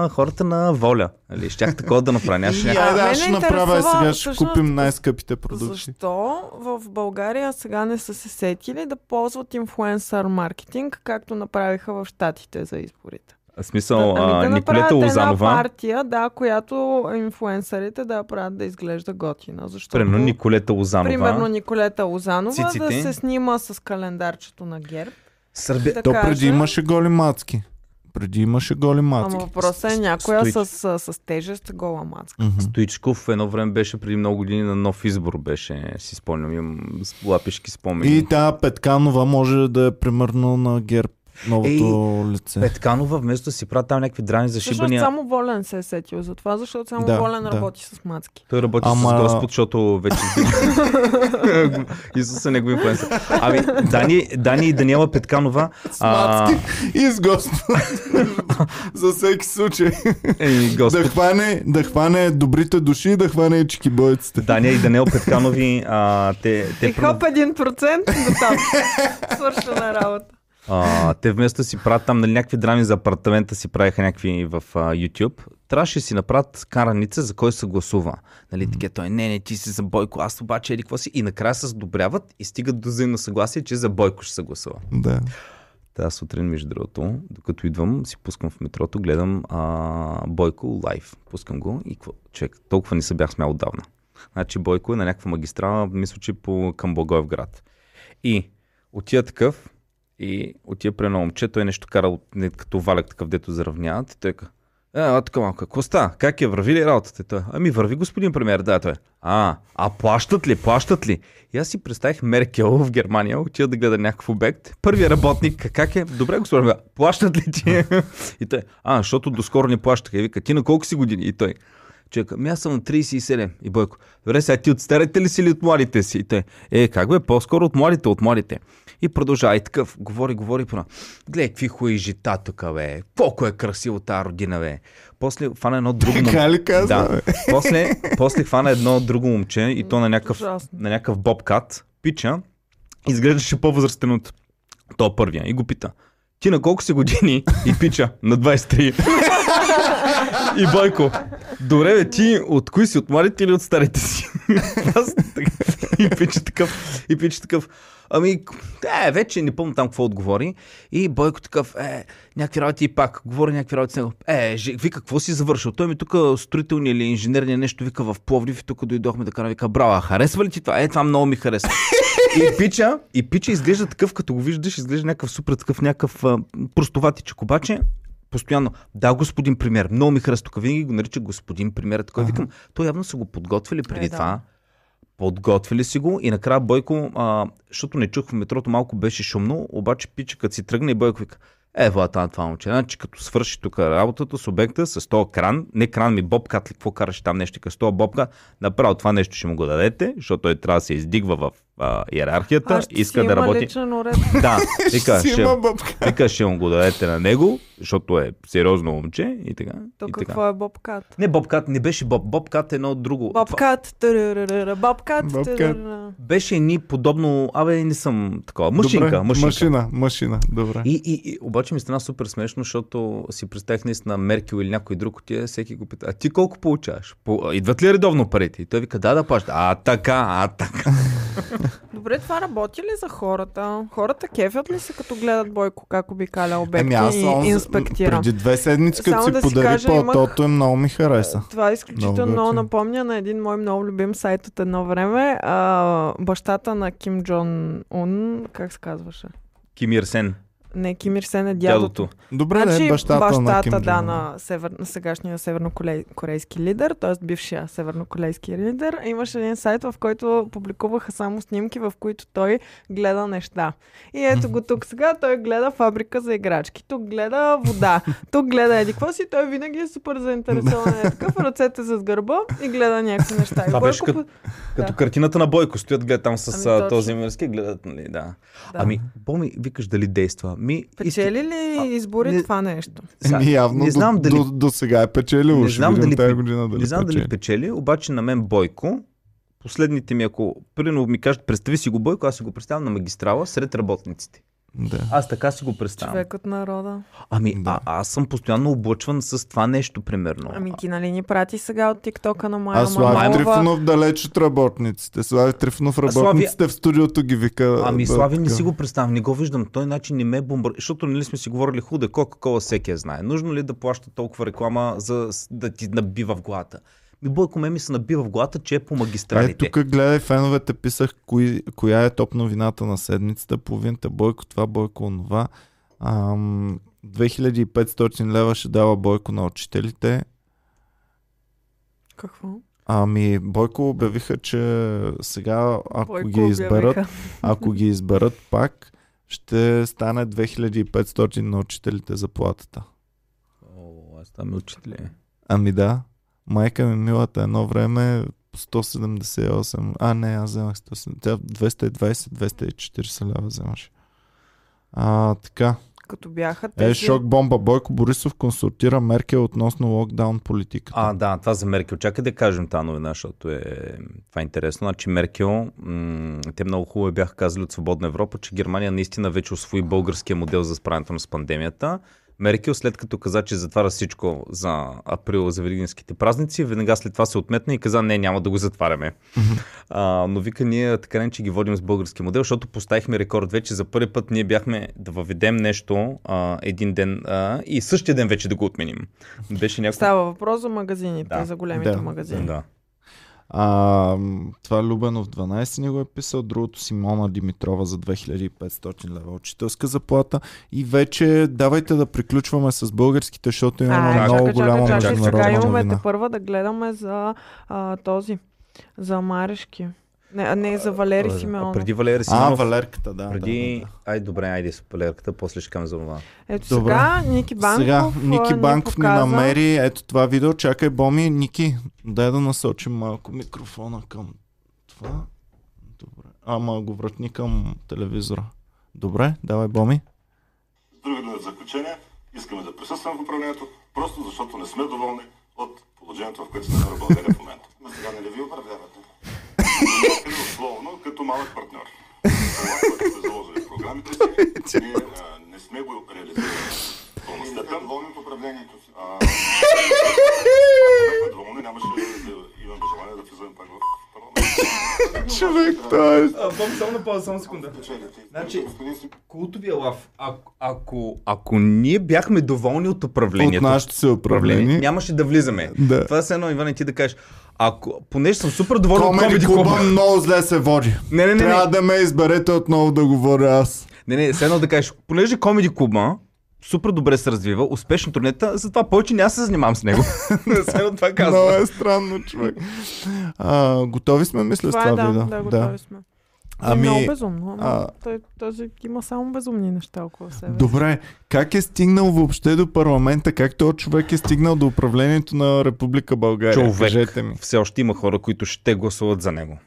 Speaker 2: хората на Воля. Нали, щях такова да направя.
Speaker 1: И,
Speaker 2: Нямаше
Speaker 1: айде,
Speaker 2: някакво-
Speaker 3: А, мен
Speaker 1: Е, аз ще
Speaker 3: ме
Speaker 1: направя
Speaker 3: интересува
Speaker 1: сега, ще
Speaker 3: всъщност-
Speaker 1: купим най-скъпите продукти.
Speaker 3: защо в България сега не са се сетили да ползват инфлуенсър маркетинг, както направиха в Штатите за изборите.
Speaker 2: В Смисъл, а,
Speaker 3: Ами да
Speaker 2: Николета
Speaker 3: направят една
Speaker 2: Лозанова.
Speaker 3: партия, да, която инфлуенсърите да я правят да изглежда готина. Защото,
Speaker 2: Примерно Николета Лозанова.
Speaker 3: примерно Николета Лозанова да
Speaker 2: Циците.
Speaker 3: се снима с календарчето на ГЕРБ.
Speaker 2: Сърбе...
Speaker 3: Да
Speaker 1: То
Speaker 3: кажа,
Speaker 1: преди имаше голи мацки. Преди имаше голи
Speaker 3: Ама
Speaker 1: мацки.
Speaker 3: въпросът
Speaker 2: С-
Speaker 3: е
Speaker 2: с-
Speaker 3: някоя
Speaker 2: стои-
Speaker 3: с, с, с тежест гола мацка.
Speaker 1: Мгм.
Speaker 2: Стоичков едно време беше преди много години на нов избор беше, си спомням, имам с- лапишки спомени.
Speaker 1: И тази Петканова може да е примерно на ГЕРБ новото лице.
Speaker 2: Е, Петканова, вместо да си правят там някакви драми за
Speaker 3: Всъщност
Speaker 2: шибания,
Speaker 3: само Волен се е сетил за това, защото само
Speaker 1: Да,
Speaker 3: Волен
Speaker 1: да.
Speaker 3: работи с мацки.
Speaker 2: той работи
Speaker 1: Ама-
Speaker 2: с Господ, защото вече изби- Исус е негов инфлуенсър. Ами, Дани, Дани и Даниела Петканова... а,
Speaker 1: И с Господ. За всеки случай.
Speaker 2: е, Господ.
Speaker 1: Да хване, да хване добрите души и да хване и чикибойците.
Speaker 2: Дания и Даниел Петканови, а, те,
Speaker 3: И
Speaker 2: те,
Speaker 3: хоп 1% до там. Свършена работа.
Speaker 2: а, те вместо да си правят там нали, някакви драми за апартамента, си правиха някакви в а, YouTube. Трябваше да си направят караница, за кой се гласува. Нали, така, той, не, не, ти си за Бойко, аз обаче, или какво си. И накрая се сдобряват и стигат до взаимно съгласие, че за Бойко ще се гласува.
Speaker 1: Да.
Speaker 2: Тази сутрин, между другото, докато идвам, си пускам в метрото, гледам а, Бойко лайв. Пускам го и какво? Човек, толкова не се бях смял отдавна. Значи Бойко е на някаква магистрала, мисля, че по към Благоев град. И отива такъв и отива при едно момче, той е нещо кара от- не, като валяк такъв, дето заравняват и той ка, е, а, така малко, какво ста? Как е? Върви ли работата? И Той, ами върви, господин премьер, да, той. е. А, а плащат ли? Плащат ли? И аз си представих Меркел в Германия, отида да гледа някакъв обект. Първият работник, как е? Добре, господин премиер, плащат ли ти? И той, а, защото доскоро не плащаха. И вика, ти на колко си години? И той, Човек, ами аз съм на 37. И Бойко, добре, сега ти от старите ли си или от младите си? И той, е, как бе, по-скоро от младите, от младите. И продължава и такъв, говори, говори, пора. Гледай, какви хуи жита тук, бе. Колко е красиво тази родина, бе. После фана едно друго момче.
Speaker 1: Така ли казва,
Speaker 2: Да. После, после хвана едно друго момче и то на някакъв,
Speaker 3: Ужасно.
Speaker 2: на някакъв бобкат, пича, изглеждаше по-възрастен от то първия и го пита. Ти на колко си години? И пича, на 23. и Бойко, добре бе, ти от кои си? От младите или от старите си? Аз така- и пича такъв, и пича такъв. Ами, е, вече не помня там какво отговори. И Бойко такъв, е, някакви работи и пак, говори някакви работи с него. Е, жи- вика, какво си завършил? Той ми тук строителния или инженерния нещо вика в Пловдив и тук дойдохме да караме. Вика, браво, а харесва ли ти това? Е, това много ми харесва. И пича, и пича изглежда такъв, като го виждаш, изглежда някакъв супер, такъв някакъв а, простоватичък. Обаче, постоянно, да, господин премьер, много ми харесва. Тук винаги го нарича господин премьер. Така викам, то явно са го подготвили преди
Speaker 3: Е, да.
Speaker 2: това. Подготвили си го и накрая Бойко, а, защото не чух в метрото, малко беше шумно, обаче пича като си тръгне и Бойко вика, е, вата, това момче. Значи, като свърши тук работата с обекта, с този кран, не кран ми, бобкат ли, какво караш там нещо, като с този бобка, направо това нещо ще му го дадете, защото той трябва да се издигва в а, иерархията,
Speaker 3: Аз ще
Speaker 2: иска
Speaker 3: си
Speaker 2: да
Speaker 3: има
Speaker 2: работи.
Speaker 3: личен уред.
Speaker 2: Да, вика,
Speaker 1: Си
Speaker 2: ще,
Speaker 1: има бабка.
Speaker 2: вика, ще му го дадете на него, защото е сериозно момче и така.
Speaker 3: То
Speaker 2: и така.
Speaker 3: какво е Бобкат?
Speaker 2: Не, Бобкат не беше Боб. Бобкат е едно друго. Това-
Speaker 3: Бобкат, търърърър, Бобкат,
Speaker 1: Бобкат.
Speaker 3: търърърър.
Speaker 2: Беше ни подобно. Абе, не съм такова. Машинка.
Speaker 1: Добре,
Speaker 2: машинка.
Speaker 1: Машина, машина, добре.
Speaker 2: И, и, и, обаче ми стана супер смешно, защото си представих наистина Меркел или някой друг отиде, всеки го пита, а ти колко получаваш? По, а, идват ли редовно парите? И той вика, да, да плаща. А така, а така.
Speaker 3: Добре, това работи ли за хората? Хората кефят ли се като гледат Бойко как обикаля обекти
Speaker 1: само
Speaker 3: и
Speaker 1: за-
Speaker 3: инспектира?
Speaker 1: преди две седмици, като
Speaker 3: Само
Speaker 1: си
Speaker 3: да си
Speaker 1: подари
Speaker 3: кажа, имах-
Speaker 1: платото, им много ми хареса.
Speaker 3: Това е
Speaker 1: Много
Speaker 3: изключително
Speaker 1: готино.
Speaker 3: много напомня на един мой много любим сайт от едно време. А, бащата на Ким Джон Ун, как се казваше?
Speaker 2: Ким Ир Сен,
Speaker 3: Не, Ким Ир Сен е дядото.
Speaker 2: дядото.
Speaker 1: Добре,
Speaker 3: Значи,
Speaker 1: не, бащата, на Ким
Speaker 3: да,
Speaker 1: Джон.
Speaker 3: на, север, на сегашния севернокорейски лидер, т.е. бившия севернокорейски лидер, имаше един сайт, в който публикуваха само снимки, в които той гледа неща. И ето го тук сега, той гледа фабрика за играчки, тук гледа вода, тук гледа еди какво си, той винаги е супер заинтересован. Е такъв, ръцете с гърба и гледа някакви неща. И
Speaker 2: Това беше
Speaker 3: Бойко
Speaker 2: като-
Speaker 3: път-
Speaker 2: Като картината на Бойко, стоят гледат там с
Speaker 3: Ами,
Speaker 2: а,
Speaker 3: точно.
Speaker 2: този мирски, гледат, нали, да.
Speaker 3: Да.
Speaker 2: Ами, Боми, викаш дали действа. Ми, иска-
Speaker 3: Печели ли избори
Speaker 2: не-
Speaker 3: това нещо?
Speaker 2: Са-
Speaker 1: Еми, Ами, явно
Speaker 2: не знам
Speaker 1: до,
Speaker 2: дали
Speaker 1: до, до, сега е печелил.
Speaker 2: Не
Speaker 1: Ще
Speaker 2: знам
Speaker 1: видим
Speaker 2: дали
Speaker 1: тази
Speaker 2: пе-
Speaker 1: година дали
Speaker 2: не знам
Speaker 1: печели.
Speaker 2: дали печели, обаче на мен Бойко, последните ми, ако примерно ми кажат, представи си го Бойко, аз си го представям на магистрала сред работниците.
Speaker 1: Да.
Speaker 2: Аз така си го представям.
Speaker 3: Човекът народа.
Speaker 2: Ами,
Speaker 1: Да.
Speaker 2: а, аз съм постоянно облъчван с това нещо, примерно.
Speaker 3: Ами ти нали ни прати сега от тиктока на Майя
Speaker 1: А Слави
Speaker 3: Манолова?
Speaker 1: Трифонов далеч от работниците. Слави Трифонов
Speaker 2: Слави-
Speaker 1: работниците в студиото ги вика.
Speaker 2: Ами,
Speaker 1: да,
Speaker 2: Слави, не
Speaker 1: така.
Speaker 2: си го представям, не го виждам. Той начин не ме бомбар... Защото нали сме си говорили худа, Кока-Кола всеки я знае. Нужно ли е да плаща толкова реклама, за с- да ти набива в главата? Ми, Бойко ме ми се набива в главата, че е по
Speaker 1: Е,
Speaker 2: магистралите.
Speaker 1: тук гледай, феновете писах кои, коя е топ новината на седмицата. Половината Бойко това, Бойко онова. Ам, 2500 лева ще дава Бойко на учителите.
Speaker 3: Какво?
Speaker 1: Ами, Бойко обявиха, че сега, ако
Speaker 3: Бойко
Speaker 1: ги изберат,
Speaker 3: обявиха.
Speaker 1: ако ги изберат пак, ще стане 2500 на учителите заплатата.
Speaker 2: О, аз там учители.
Speaker 1: Ами да, майка ми милата едно време 178, а не, аз вземах 170, тя 220-240 лева вземаш. А, така.
Speaker 3: Като бяха тези...
Speaker 1: Е, шок бомба. Бойко Борисов консултира Меркел относно локдаун политиката.
Speaker 2: А, да, това за Меркел. Чакай да кажем тази новина, защото е... това е интересно. Значи Меркел, м- те много хубаво бяха казали от Свободна Европа, че Германия наистина вече освои българския модел за справянето с пандемията. Меркел, след като каза, че затваря всичко за април за великденските празници, веднага след това се отметна и каза, не, няма да го затваряме. а, но вика, ние така не, че ги водим с български модел, защото поставихме рекорд вече. За първи път ние бяхме да въведем нещо а, един ден а, и същия ден вече да го отменим. Беше някакво...
Speaker 3: Става въпрос за магазините,
Speaker 2: Да.
Speaker 3: за големите
Speaker 1: Да.
Speaker 3: магазини.
Speaker 2: Да.
Speaker 1: А, м, това Любенов 12 не го е писал, другото Симона Димитрова за 2500 лева учителска заплата. И вече давайте да приключваме с българските, защото имаме
Speaker 3: А,
Speaker 1: много
Speaker 3: чакай,
Speaker 1: голяма
Speaker 3: чакай, чакай, сега
Speaker 1: международна
Speaker 3: имаме те
Speaker 1: новина.
Speaker 3: първа да гледаме за а, този, за Марешки. Не, а не за Валери
Speaker 2: А,
Speaker 3: Симеонов.
Speaker 2: преди Валери
Speaker 1: А,
Speaker 2: Симеонов.
Speaker 1: Валерката, да.
Speaker 2: преди...
Speaker 1: да, да, да.
Speaker 2: Ай, добре, айде с полерката, после ще към за това.
Speaker 3: Ето
Speaker 1: Добре.
Speaker 3: сега Ники Банков
Speaker 1: Сега,
Speaker 3: а,
Speaker 1: Ники
Speaker 3: ни
Speaker 1: Банков ни,
Speaker 3: показа...
Speaker 1: намери ето това видео. Чакай, Боми, Ники, дай да насочим малко микрофона към това. Добре. Ама го вратни към телевизора. Добре, давай, Боми.
Speaker 4: С други думи, в е заключение, искаме да присъстваме в управлението, просто защото не сме доволни от положението, в което се намира България в момента. Ма сега не ли ви управлявате? Някъде условно, като малък партньор. Това, което сме заложили в програмите си, ние а, не сме го реализирали. в пълна степен. доволни от управлението си. Ако доволни, нямаше да имаме желание да влизаме пак в парламент.
Speaker 1: Човек, той е
Speaker 2: Бом, само на пауза, само секунда. Значи-
Speaker 4: господин си
Speaker 2: Култовия лав. Ако, ако, ако ние бяхме доволни от
Speaker 1: от
Speaker 2: управлението,
Speaker 1: нашето си управление.
Speaker 2: управление, нямаше да влизаме.
Speaker 1: Да.
Speaker 2: Това е все едно, Иване, ти да кажеш, ако, понеже съм супер доволен от
Speaker 1: Комеди
Speaker 2: Comedy
Speaker 1: клуба
Speaker 2: Club-а-
Speaker 1: много зле се води.
Speaker 2: Не, не, не,
Speaker 1: Трябва
Speaker 2: не,
Speaker 1: да ме изберете отново да говоря аз.
Speaker 2: не, не, все едно да кажеш, понеже комеди клуба супер добре се развива, успешно турнета, затова повече няма да се занимавам с него. все едно това
Speaker 1: Много
Speaker 2: казва.
Speaker 1: е странно, човек. А, готови сме, мисля, с
Speaker 3: Това е,
Speaker 1: това
Speaker 3: да,
Speaker 1: видео.
Speaker 3: да, готови сме. Ами... Е много
Speaker 1: Ами,
Speaker 3: безумно. Ама
Speaker 1: а-
Speaker 3: Той, този има само безумни неща около себе. си.
Speaker 1: добре, как е стигнал въобще до парламента? Как този човек е стигнал до управлението на Република България?
Speaker 2: Човек,
Speaker 1: Кажете ми.
Speaker 2: все още има хора, които ще гласуват за него.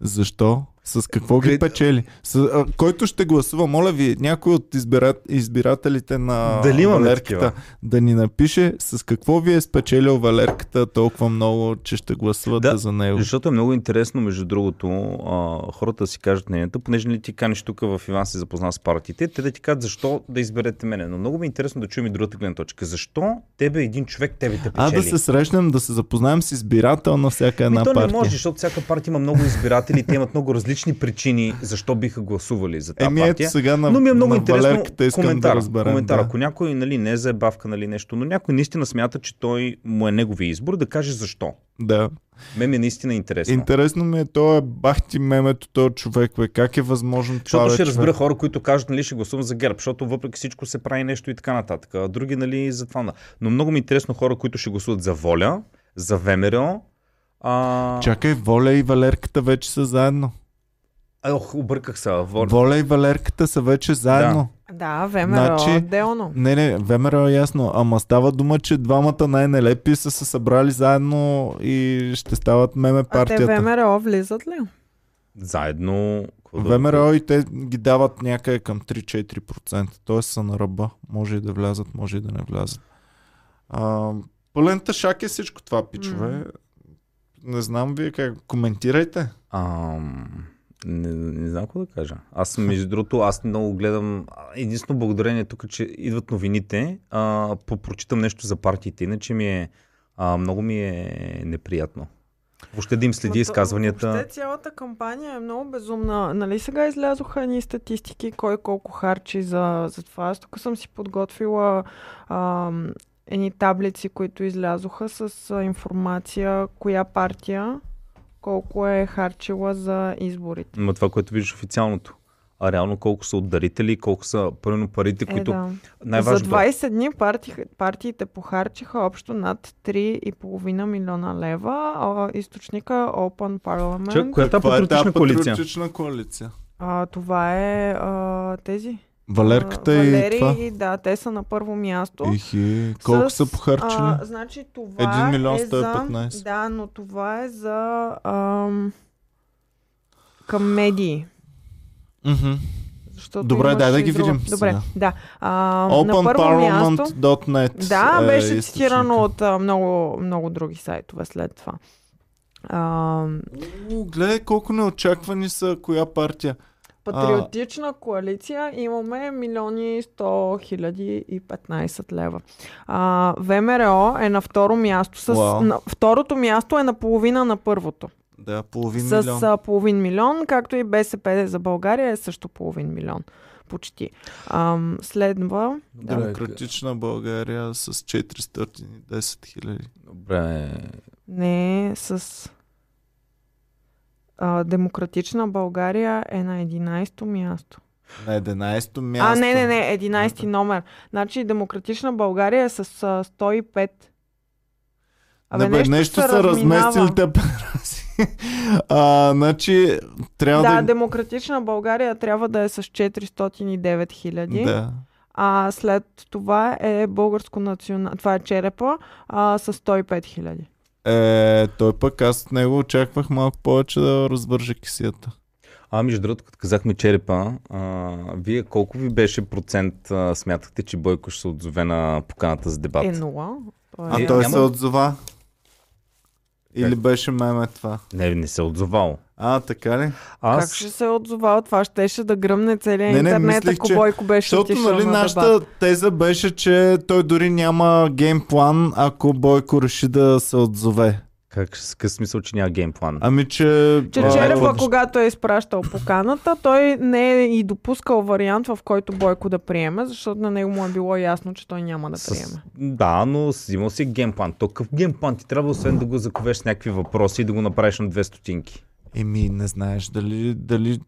Speaker 1: Защо? С какво ги
Speaker 2: Глед-
Speaker 1: печели? С, а, който ще гласува, моля ви, някой от избира... избирателите на
Speaker 2: Дали имаме
Speaker 1: Валерката
Speaker 2: такива?
Speaker 1: да ни напише с какво ви е спечелил Валерката толкова много, че ще гласувате
Speaker 2: Да,
Speaker 1: за него.
Speaker 2: Защото е много интересно, между другото, а, хората да си кажат мненията, понеже ли ти каниш тук в Иван се запозна с партиите, те да ти кажат защо да изберете мене. Но много ми е интересно да чуем и другата гледна точка. Защо тебе един човек тебе те
Speaker 1: А
Speaker 2: печели?
Speaker 1: да се срещнем, да се запознаем с избирател на всяка
Speaker 2: Ми,
Speaker 1: една
Speaker 2: то не
Speaker 1: партия.
Speaker 2: може, защото всяка партия има много избиратели, те имат много различни причини защо биха гласували за тази
Speaker 1: Еми ето
Speaker 2: партия.
Speaker 1: сега на,
Speaker 2: Но ми е много
Speaker 1: на
Speaker 2: интересно
Speaker 1: Валерката искам
Speaker 2: коментар,
Speaker 1: да разберем.
Speaker 2: коментар.
Speaker 1: да.
Speaker 2: Ако някой нали, не е заебавка, нали, нещо, но някой наистина смята, че той му е неговия избор, да каже защо.
Speaker 1: да.
Speaker 2: Ме ми е наистина интересно.
Speaker 1: Интересно ми е, то е бахти мемето, то човек, бе. Как е възможно това,
Speaker 2: Защото ще
Speaker 1: бе,
Speaker 2: разбера
Speaker 1: човек?
Speaker 2: хора, които кажат, нали, ще гласувам за ГЕРБ, защото въпреки всичко се прави нещо и така нататък. А Други, нали, за това. на- Но много ми е интересно хора, които ще гласуват за Воля, за ВМРО. А...
Speaker 1: Чакай, Воля и Валерката вече са заедно.
Speaker 2: Ох, обърках се. Воля.
Speaker 1: Воля и Валерката са вече заедно.
Speaker 3: Да, ВМРО
Speaker 1: Значи-
Speaker 3: значи... отделно.
Speaker 1: Не, не, ВМРО е ясно, ама става дума, че двамата най-нелепи са се събрали заедно и ще стават меме
Speaker 3: А те
Speaker 1: партията.
Speaker 3: ВМРО влизат ли?
Speaker 2: Заедно. какво да-
Speaker 1: ВМРО и те ги дават някъде към 3-4%. Т.е. са на ръба. Може и да влязат, може и да не влязат. А, пълен тъшак е всичко това, пичове.
Speaker 3: М.
Speaker 1: Не знам вие как. Коментирайте.
Speaker 2: Ам... Не, не знам какво да кажа. Аз, между другото, аз много гледам. а, Единствено благодарение тук, че идват новините, а, попрочитам нещо за партиите. Иначе ми е. А, много ми е неприятно. Въобще да им следи
Speaker 3: Ма то-
Speaker 2: изказванията.
Speaker 3: Въобще цялата кампания е много безумна. Нали сега излязоха едни статистики, кой колко харчи за, за това. Аз тук съм си подготвила ам, едни таблици, които излязоха с а, информация коя партия колко е харчила за изборите.
Speaker 2: Ма това, което виждаш официалното. А реално колко са от дарители, колко са примерно парите,
Speaker 3: Е,
Speaker 2: които
Speaker 3: да. За
Speaker 2: най-важното.
Speaker 3: 20 дни парти, партиите похарчиха общо над 3,5 милиона лева. А, източника е Open Parliament.
Speaker 2: Чак, коя е та
Speaker 1: Каква
Speaker 2: патриотична
Speaker 1: тая
Speaker 2: коалиция?
Speaker 1: патриотична коалиция?
Speaker 3: А, това е а, тези
Speaker 1: Валерката
Speaker 3: а,
Speaker 1: и
Speaker 3: Валери,
Speaker 1: това.
Speaker 3: и да, те са на първо място.
Speaker 1: Ихи, колко
Speaker 3: С,
Speaker 1: са похарчили?
Speaker 3: А, значи това
Speaker 1: 1 милион
Speaker 3: е
Speaker 1: 115.
Speaker 3: за... Да, но това е за... Ам, към медии.
Speaker 1: Мгм.
Speaker 3: Защото
Speaker 1: Добре,
Speaker 3: имаш
Speaker 1: дай да
Speaker 3: и
Speaker 1: ги
Speaker 3: друга-
Speaker 1: видим
Speaker 3: Добре,
Speaker 1: сега.
Speaker 3: да. А, на първо място...
Speaker 1: OpenParliament.net
Speaker 3: Да,
Speaker 1: е
Speaker 3: беше
Speaker 1: източника.
Speaker 3: цитирано от а, много, много други сайтове след това. А,
Speaker 1: О, гледай колко неочаквани са коя партия.
Speaker 3: патриотична коалиция имаме милиони 100 хиляди и 15 лева. А, ВМРО е на второ място. С,
Speaker 1: Уау.
Speaker 3: на, второто място е на половина на първото.
Speaker 1: Да, половин
Speaker 3: с
Speaker 1: милион.
Speaker 3: а, половин милион, както и БСП за България е също половин милион. Почти. Ам, следва... Да.
Speaker 1: Демократична България с 410 хиляди.
Speaker 2: Добре.
Speaker 3: Не, с... А, Демократична България е на 11-то място.
Speaker 1: На 11-то място.
Speaker 3: А, не, не, не, 11-ти номер. Значи Демократична България е с а, 105.
Speaker 1: не, бе, нещо са разместили те пера си. а, значи, трябва
Speaker 3: Да,
Speaker 1: да...
Speaker 3: Демократична България трябва да е с 409 хиляди.
Speaker 1: да.
Speaker 3: А след това е българско национално... Това е черепа а, с 105 хиляди.
Speaker 1: Е, той пък аз от него очаквах малко повече да развържа кисията.
Speaker 2: А между другото, като казахме черепа, а, вие колко ви беше процент а, смятахте, че Бойко ще се отзове на поканата за дебат?
Speaker 3: Е нула. Той
Speaker 1: А
Speaker 2: Е,
Speaker 1: той
Speaker 2: няма-
Speaker 1: се отзова. Или беше меме това?
Speaker 2: Не, не се е отзовал.
Speaker 1: А, така ли?
Speaker 2: Аз...
Speaker 3: Как ще се е отзовал? Това щеше да гръмне целият
Speaker 1: Не, не,
Speaker 3: интернет,
Speaker 1: мислех,
Speaker 3: ако
Speaker 1: че-
Speaker 3: Бойко беше
Speaker 1: Защото
Speaker 3: отишъл
Speaker 1: нали,
Speaker 3: на
Speaker 1: нашата
Speaker 3: дебат.
Speaker 1: теза беше, че той дори няма геймплан, ако Бойко реши да се отзове.
Speaker 2: Как ще какъв смисъл, че няма геймплан? А...
Speaker 1: Ами, че...
Speaker 3: Че
Speaker 1: а,
Speaker 3: Черепа,
Speaker 1: какво-
Speaker 3: когато е изпращал поканата, той не е и допускал вариант, в който Бойко да приеме, защото на него му е било ясно, че той няма да
Speaker 2: С...
Speaker 3: приеме.
Speaker 2: Да, но си взимал си геймплан. То какъв геймплан ти трябва, освен да го заковеш с някакви въпроси и да го направиш на две стотинки?
Speaker 1: Еми, не знаеш дали, дали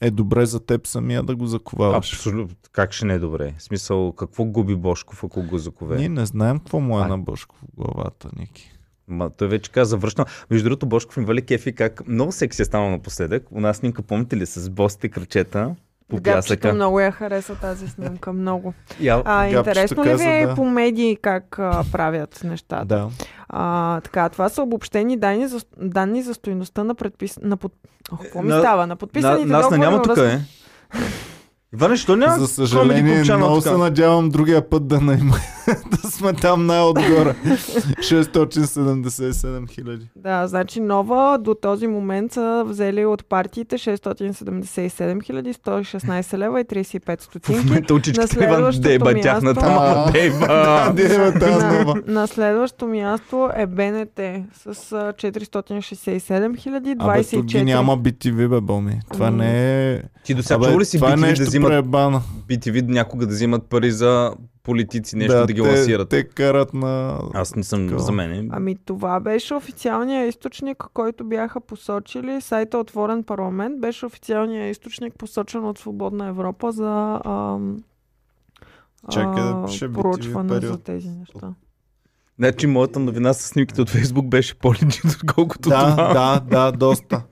Speaker 1: е добре за теб самия да го заковаваш.
Speaker 2: Абсолютно. Как ще не е добре? В смисъл, какво губи Бошков, ако го закове?
Speaker 1: Ние не знаем какво му е
Speaker 2: А.
Speaker 1: на Бошков в главата, Ники.
Speaker 2: Ма, той вече каза, връщам. Между другото, Бошков ми вали кефи как много секси е станал напоследък. У нас снимка, помните ли, с босите кръчета по
Speaker 3: Габчето
Speaker 2: пясъка.
Speaker 3: много я хареса тази снимка, много.
Speaker 2: Я...
Speaker 3: А,
Speaker 1: Габчето
Speaker 3: интересно ли ви
Speaker 1: каза,
Speaker 3: е
Speaker 1: да.
Speaker 3: по медии как а, правят нещата?
Speaker 1: Да.
Speaker 3: А, така, това са обобщени данни за, данни за стоиността на предпис... На под... Ох, какво ми
Speaker 2: На-
Speaker 3: става? На подписаните
Speaker 2: На, нас не
Speaker 3: договори
Speaker 2: няма
Speaker 3: във
Speaker 2: тук,
Speaker 3: връзка-
Speaker 2: е. Иване, що няма?
Speaker 1: За
Speaker 2: Comedy
Speaker 1: съжаление,
Speaker 2: Club Channel
Speaker 1: много
Speaker 2: тука?
Speaker 1: се надявам другия път да, не... да сме там най-отгоре. 677 хиляди.
Speaker 3: Да, значи нова до този момент са взели от партиите 677 116 лева и 35
Speaker 2: В
Speaker 3: стотинки.
Speaker 2: момента
Speaker 3: На
Speaker 2: учичката Иван
Speaker 3: следващото
Speaker 2: дейба
Speaker 3: място-
Speaker 2: тяхната
Speaker 1: А.
Speaker 2: мама дейба.
Speaker 1: Диве тази е нова.
Speaker 3: на, на следващо място е БНТ с а, 467
Speaker 1: Абе, тук ги
Speaker 3: 024.
Speaker 1: няма BTV, бе, Боми. Това
Speaker 3: М.
Speaker 1: не е...
Speaker 2: Ти до сега
Speaker 1: Абе,
Speaker 2: чувал ли си
Speaker 1: това е
Speaker 2: BTV
Speaker 1: нещо
Speaker 2: да взимат,
Speaker 1: преебано.
Speaker 2: BTV някога да взимат пари за политици, нещо да, ги
Speaker 1: те,
Speaker 2: лансират?
Speaker 1: Те карат на...
Speaker 2: Аз не съм
Speaker 1: Такова.
Speaker 2: за мен.
Speaker 3: Ами това беше официалният източник, който бяха посочили. Сайта Отворен парламент беше официалният източник, посочен от Свободна Европа за ам,
Speaker 1: Чакай да
Speaker 3: а,
Speaker 1: пише BTV
Speaker 3: проучване за
Speaker 1: период.
Speaker 3: тези неща.
Speaker 2: Значи моята новина с снимките от Фейсбук беше по-легит, отколкото
Speaker 1: Да,
Speaker 2: това.
Speaker 1: да, да, доста.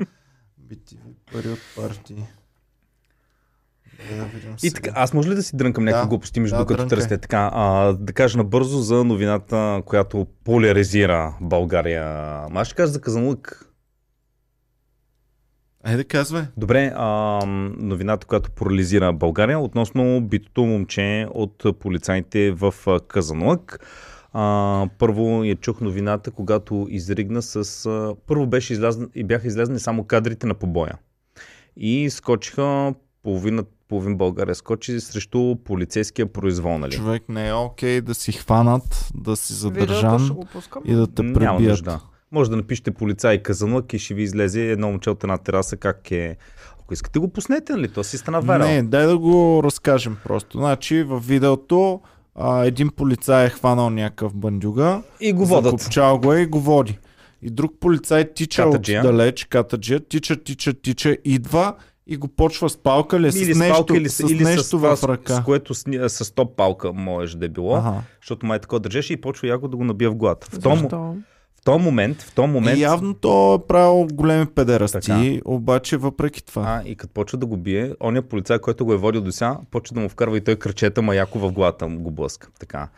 Speaker 1: BTV, пари от партии. Да, да видим
Speaker 2: И
Speaker 1: сега.
Speaker 2: така, аз може ли да си дрънкам някакви
Speaker 1: Да,
Speaker 2: глупости, между
Speaker 1: да,
Speaker 2: докато
Speaker 1: дрънкай.
Speaker 2: тръсте така? А, да кажа набързо за новината, която поляризира България. Ма ще кажа за Казанлък.
Speaker 1: Айде Е, казвай.
Speaker 2: Добре, а, новината, която поляризира България, относно битото момче от полицайите в а, Казанлък. А, първо я чух новината, когато изригна с... А, първо беше излязна, и бяха излезни само кадрите на побоя. И скочиха половина, половин България скочи срещу полицейския произвол, нали?
Speaker 1: Човек не е окей да си хванат, да си
Speaker 3: Видеото ще
Speaker 1: задържан
Speaker 3: го пускам.
Speaker 1: и да те
Speaker 2: Няма
Speaker 1: пребият.
Speaker 2: нужда. Може да напишете полицай Казанлък и ще ви излезе едно момче от една тераса как е... Ако искате го пуснете, нали? То си стана вайрал.
Speaker 1: Не, дай да го разкажем просто. Значи в видеото а, един полицай е хванал някакъв бандюга,
Speaker 2: И го водят.
Speaker 1: закопчал го е и го води. И друг полицай тича
Speaker 2: Катаджия.
Speaker 1: отдалеч, катаджия, тича, тича, тича, идва и го почва с палка ли,
Speaker 2: Или
Speaker 1: с
Speaker 2: с
Speaker 1: нещо,
Speaker 2: палка, или
Speaker 1: с,
Speaker 2: с, или
Speaker 1: нещо
Speaker 2: с това,
Speaker 1: в ръка.
Speaker 2: С, с което с, с топ палка можеш да е било, ага.
Speaker 1: Ага.
Speaker 2: защото май така държеше и почва яко да го набия в главата. В, том,
Speaker 3: Защо?
Speaker 2: в този момент, в този момент...
Speaker 1: И явно то е правил големи педерасти,
Speaker 2: Така.
Speaker 1: обаче въпреки това.
Speaker 2: А, и като почва да го бие, оня полицай, който го е водил до сега, почва да му вкарва и той кръчета маяко в главата му, го блъска. Така.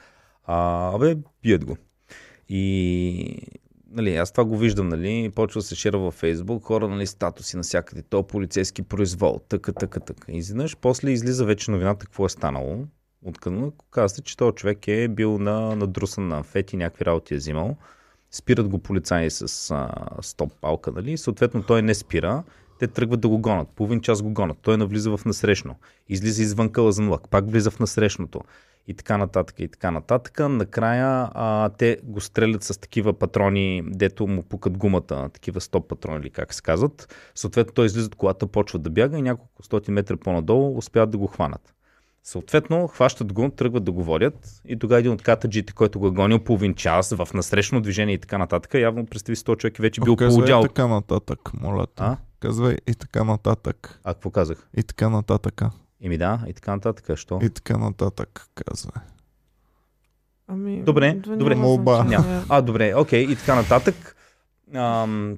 Speaker 2: А, абе, бият го. И нали, аз това го виждам, нали, почва да се шера във Фейсбук, хора, нали, статуси навсякъде, то полицейски произвол, така, така, така. И изведнъж, после излиза вече новината, какво е станало. Откъдно, казва се, че този човек е бил на, надрусан на фети, някакви работи е взимал. Спират го полицаи с а, стоп палка, нали? Съответно, той не спира. Те тръгват да го гонат. Половин час го гонат. Той навлиза в насрещно. Излиза извън къла за млък. Пак влиза в насрещното. И така нататък, и така нататък. Накрая а, те го стрелят с такива патрони, дето му пукат гумата, такива стоп патрони или как се казват. Съответно, той излиза от колата, почва да бяга и няколко стоти метра по-надолу успяват да го хванат. Съответно, хващат го, тръгват да го водят и тогава един от катаджите, който го е гонил половин час в насрещно движение и така нататък, явно представи си, този човек е вече бил
Speaker 1: Казвай
Speaker 2: полудял.
Speaker 1: така нататък, моля те.
Speaker 2: А?
Speaker 1: Казвай и така нататък.
Speaker 2: а какво казах?
Speaker 1: И така нататък.
Speaker 2: Еми да, и така нататък. Що?
Speaker 1: И така нататък, казвай.
Speaker 3: Ами,
Speaker 2: Добре,
Speaker 3: да
Speaker 2: добре.
Speaker 3: няма
Speaker 1: Молба.
Speaker 3: значение.
Speaker 2: Няма. А, добре, окей, и така нататък. Ам,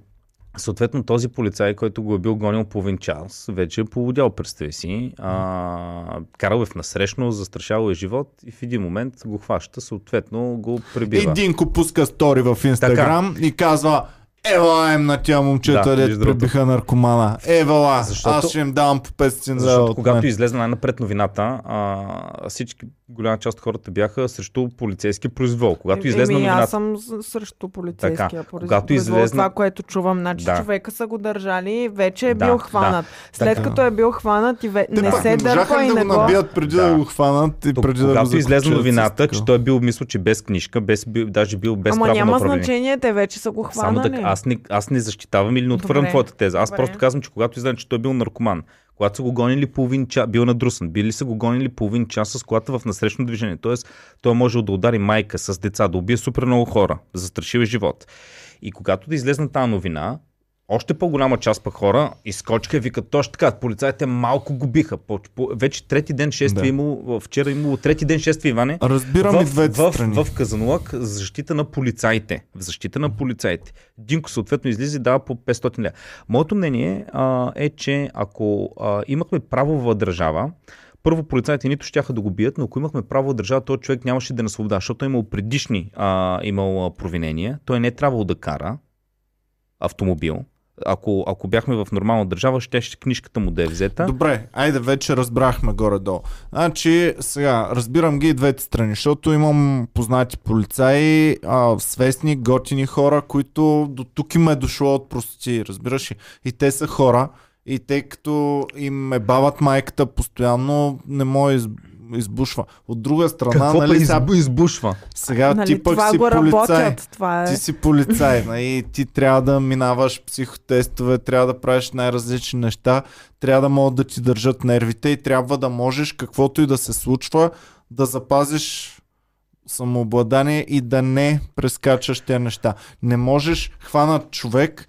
Speaker 2: съответно, този полицай, който го е бил гонил половин час, вече е полудял, представи си. А, карал е в насрещно, застрашавал е живот и в един момент го хваща, съответно го прибива.
Speaker 1: И Динко пуска стори в Инстаграм и казва Ева им на тя момчета,
Speaker 2: Да,
Speaker 1: да,
Speaker 2: между
Speaker 1: дето прибиха наркомана. Евала,
Speaker 2: Защото-
Speaker 1: аз ще им давам по 500 за
Speaker 2: Защото
Speaker 1: от
Speaker 2: когато
Speaker 1: мен.
Speaker 2: излезе най-напред новината, а, всички, голяма част от хората бяха срещу полицейски произвол. Когато излезе
Speaker 3: Е, Еми,
Speaker 2: новината,
Speaker 3: аз съм с- срещу полицейския
Speaker 2: Така,
Speaker 3: произвол.
Speaker 2: когато излезна-
Speaker 3: Това, което чувам, значи
Speaker 2: Да.
Speaker 3: човека са го държали и вече е
Speaker 2: Да,
Speaker 3: бил
Speaker 2: да.
Speaker 3: хванат. След
Speaker 1: Така.
Speaker 3: като е бил хванат и ве...
Speaker 1: Те
Speaker 3: не
Speaker 1: пак
Speaker 3: се
Speaker 1: можаха
Speaker 3: дърпа
Speaker 1: ли
Speaker 3: и
Speaker 1: да
Speaker 3: не
Speaker 1: го
Speaker 3: го...
Speaker 1: набият преди да,
Speaker 2: Да.
Speaker 1: го хванат и
Speaker 2: Тук,
Speaker 1: преди да го
Speaker 2: когато излезе
Speaker 1: заключат с
Speaker 2: новината,
Speaker 1: такова.
Speaker 2: че той е бил, мисля, че без книжка, без, бил- даже бил без
Speaker 3: Ама
Speaker 2: право на
Speaker 3: няма
Speaker 2: управление.
Speaker 3: значение, те вече са го хванали.
Speaker 2: Само така, аз не, аз не защитавам или не отвървам
Speaker 3: Добре.
Speaker 2: твоята теза. Аз
Speaker 3: Добре.
Speaker 2: просто казвам, че когато излезе, че той е бил наркоман, когато са го гонили половин час, бил надрусан, били са го гонили половин час с колата в насрещно движение. Тоест, той е можел да удари майка с деца, да убие супер много хора, застрашил е живот. И когато да излезна тази новина, още по-голяма част пък хора изкочиха и викат точно така, полицаите малко го биха. По- по- вече трети ден шествие
Speaker 1: Да.
Speaker 2: да. имало, вчера имало трети ден шествие, Иване.
Speaker 1: Разбирам и
Speaker 2: в,
Speaker 1: двете
Speaker 2: в,
Speaker 1: страни.
Speaker 2: в, в Казанлък в защита на полицаите. В защита на полицаите. Динко съответно излиза и дава по 500 ля. Моето мнение а, е, че ако а, имахме правова държава, първо полицаите нито щяха да го бият, но ако имахме право държава, този човек нямаше да е на свобода, защото е имал предишни а, имал а, провинения. Той не е трябвало да кара автомобил. Ако, ако бяхме в нормална държава, ще книжката му да е взета.
Speaker 1: Добре, айде вече разбрахме горе-долу. Значи, сега, разбирам ги и двете страни, защото имам познати полицаи, а, свестни, готини хора, които до тук им е дошло от простоти, разбираш ли? И те са хора, и те като им е бават майката постоянно, не може из... избушва. От друга страна,
Speaker 2: Какво
Speaker 1: нали,
Speaker 2: нали,
Speaker 1: сега,
Speaker 2: избушва?
Speaker 1: сега ти
Speaker 3: нали,
Speaker 1: пък
Speaker 3: това
Speaker 1: си
Speaker 3: го
Speaker 1: полицай.
Speaker 3: работят, това е.
Speaker 1: Ти си полицай, нали? ти трябва да минаваш психотестове, трябва да правиш най-различни неща, трябва да могат да ти държат нервите и трябва да можеш, каквото и да се случва, да запазиш самообладание и да не прескачаш тези неща. Не можеш хванат човек,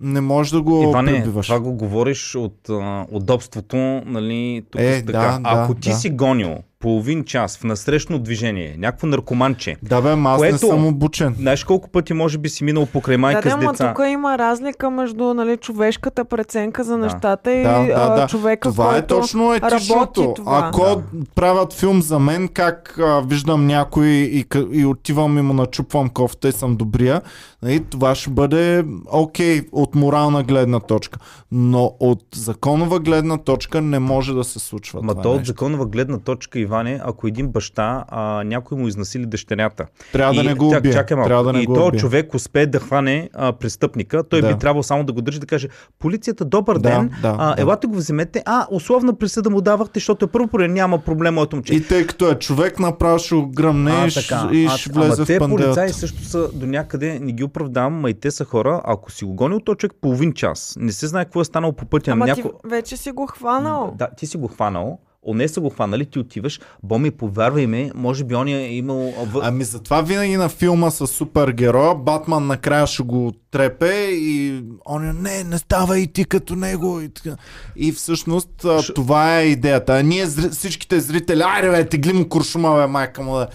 Speaker 1: не можеш да го
Speaker 2: Иване,
Speaker 1: прибиваш.
Speaker 2: това го говориш от а, удобството, нали, тук
Speaker 1: Е,
Speaker 2: е, така.
Speaker 1: да, да,
Speaker 2: Ако ти
Speaker 1: да.
Speaker 2: си гонил половин час в насрещно движение, някакво наркоманче,
Speaker 1: Да бе, ма аз не
Speaker 2: което-
Speaker 1: съм обучен.
Speaker 2: знаеш колко пъти може би си минал покрай майка
Speaker 3: да,
Speaker 2: с
Speaker 3: да, ама
Speaker 2: деца?
Speaker 3: тук е- има разлика между нали, човешката преценка за
Speaker 2: Да.
Speaker 3: нещата и
Speaker 1: Да, да,
Speaker 3: а,
Speaker 1: да.
Speaker 3: човека,
Speaker 1: Това е
Speaker 3: който...
Speaker 1: точно етичното.
Speaker 3: работи това.
Speaker 1: Ако да. правят филм за мен, как а, виждам някой и, къ- и отивам и му начупвам кофта и съм добрия, и това ще бъде окей от морална гледна точка. Но от законова гледна точка не може да се случва
Speaker 2: Ма
Speaker 1: това
Speaker 2: то от
Speaker 1: нещо.
Speaker 2: законова гледна точка, Иване, ако един баща, а, някой му изнасили дъщерята.
Speaker 1: Трябва да не го
Speaker 2: чак-
Speaker 1: убие.
Speaker 2: Чакай малко.
Speaker 1: Трябва да не
Speaker 2: и
Speaker 1: го
Speaker 2: то
Speaker 1: убие.
Speaker 2: човек успее да хване а, престъпника, той
Speaker 1: Да.
Speaker 2: да. би трябвало само да го държи да каже, полицията, добър
Speaker 1: Да,
Speaker 2: ден,
Speaker 1: да,
Speaker 2: а,
Speaker 1: да.
Speaker 2: елате го вземете, а, условна присъда му давахте, защото е първо, поне няма проблем, моето момче.
Speaker 1: И тъй като е човек, направо ще го гръмне и ще, и ще влезе
Speaker 2: ама
Speaker 1: в
Speaker 2: те
Speaker 1: пандеята.
Speaker 2: полицаи също са до някъде, не ги оправдавам, ма и те са хора, ако си го гонил то човек половин час, не се знае какво е станало по пътя
Speaker 3: Ама
Speaker 2: на
Speaker 3: ти
Speaker 2: някой...
Speaker 3: вече си го хванал.
Speaker 2: Да, ти си го хванал, Оне са го хванали, ти отиваш, боми, повярвай ми, може би он е имал... а, в-
Speaker 1: Ами затова винаги на филма с супергероя Батман накрая ще го трепе и он е, не, не става и ти като него. И, така. и всъщност а, това е идеята. А ние зри- всичките зрители, айде бе, тегли му куршума, бе, майка му да.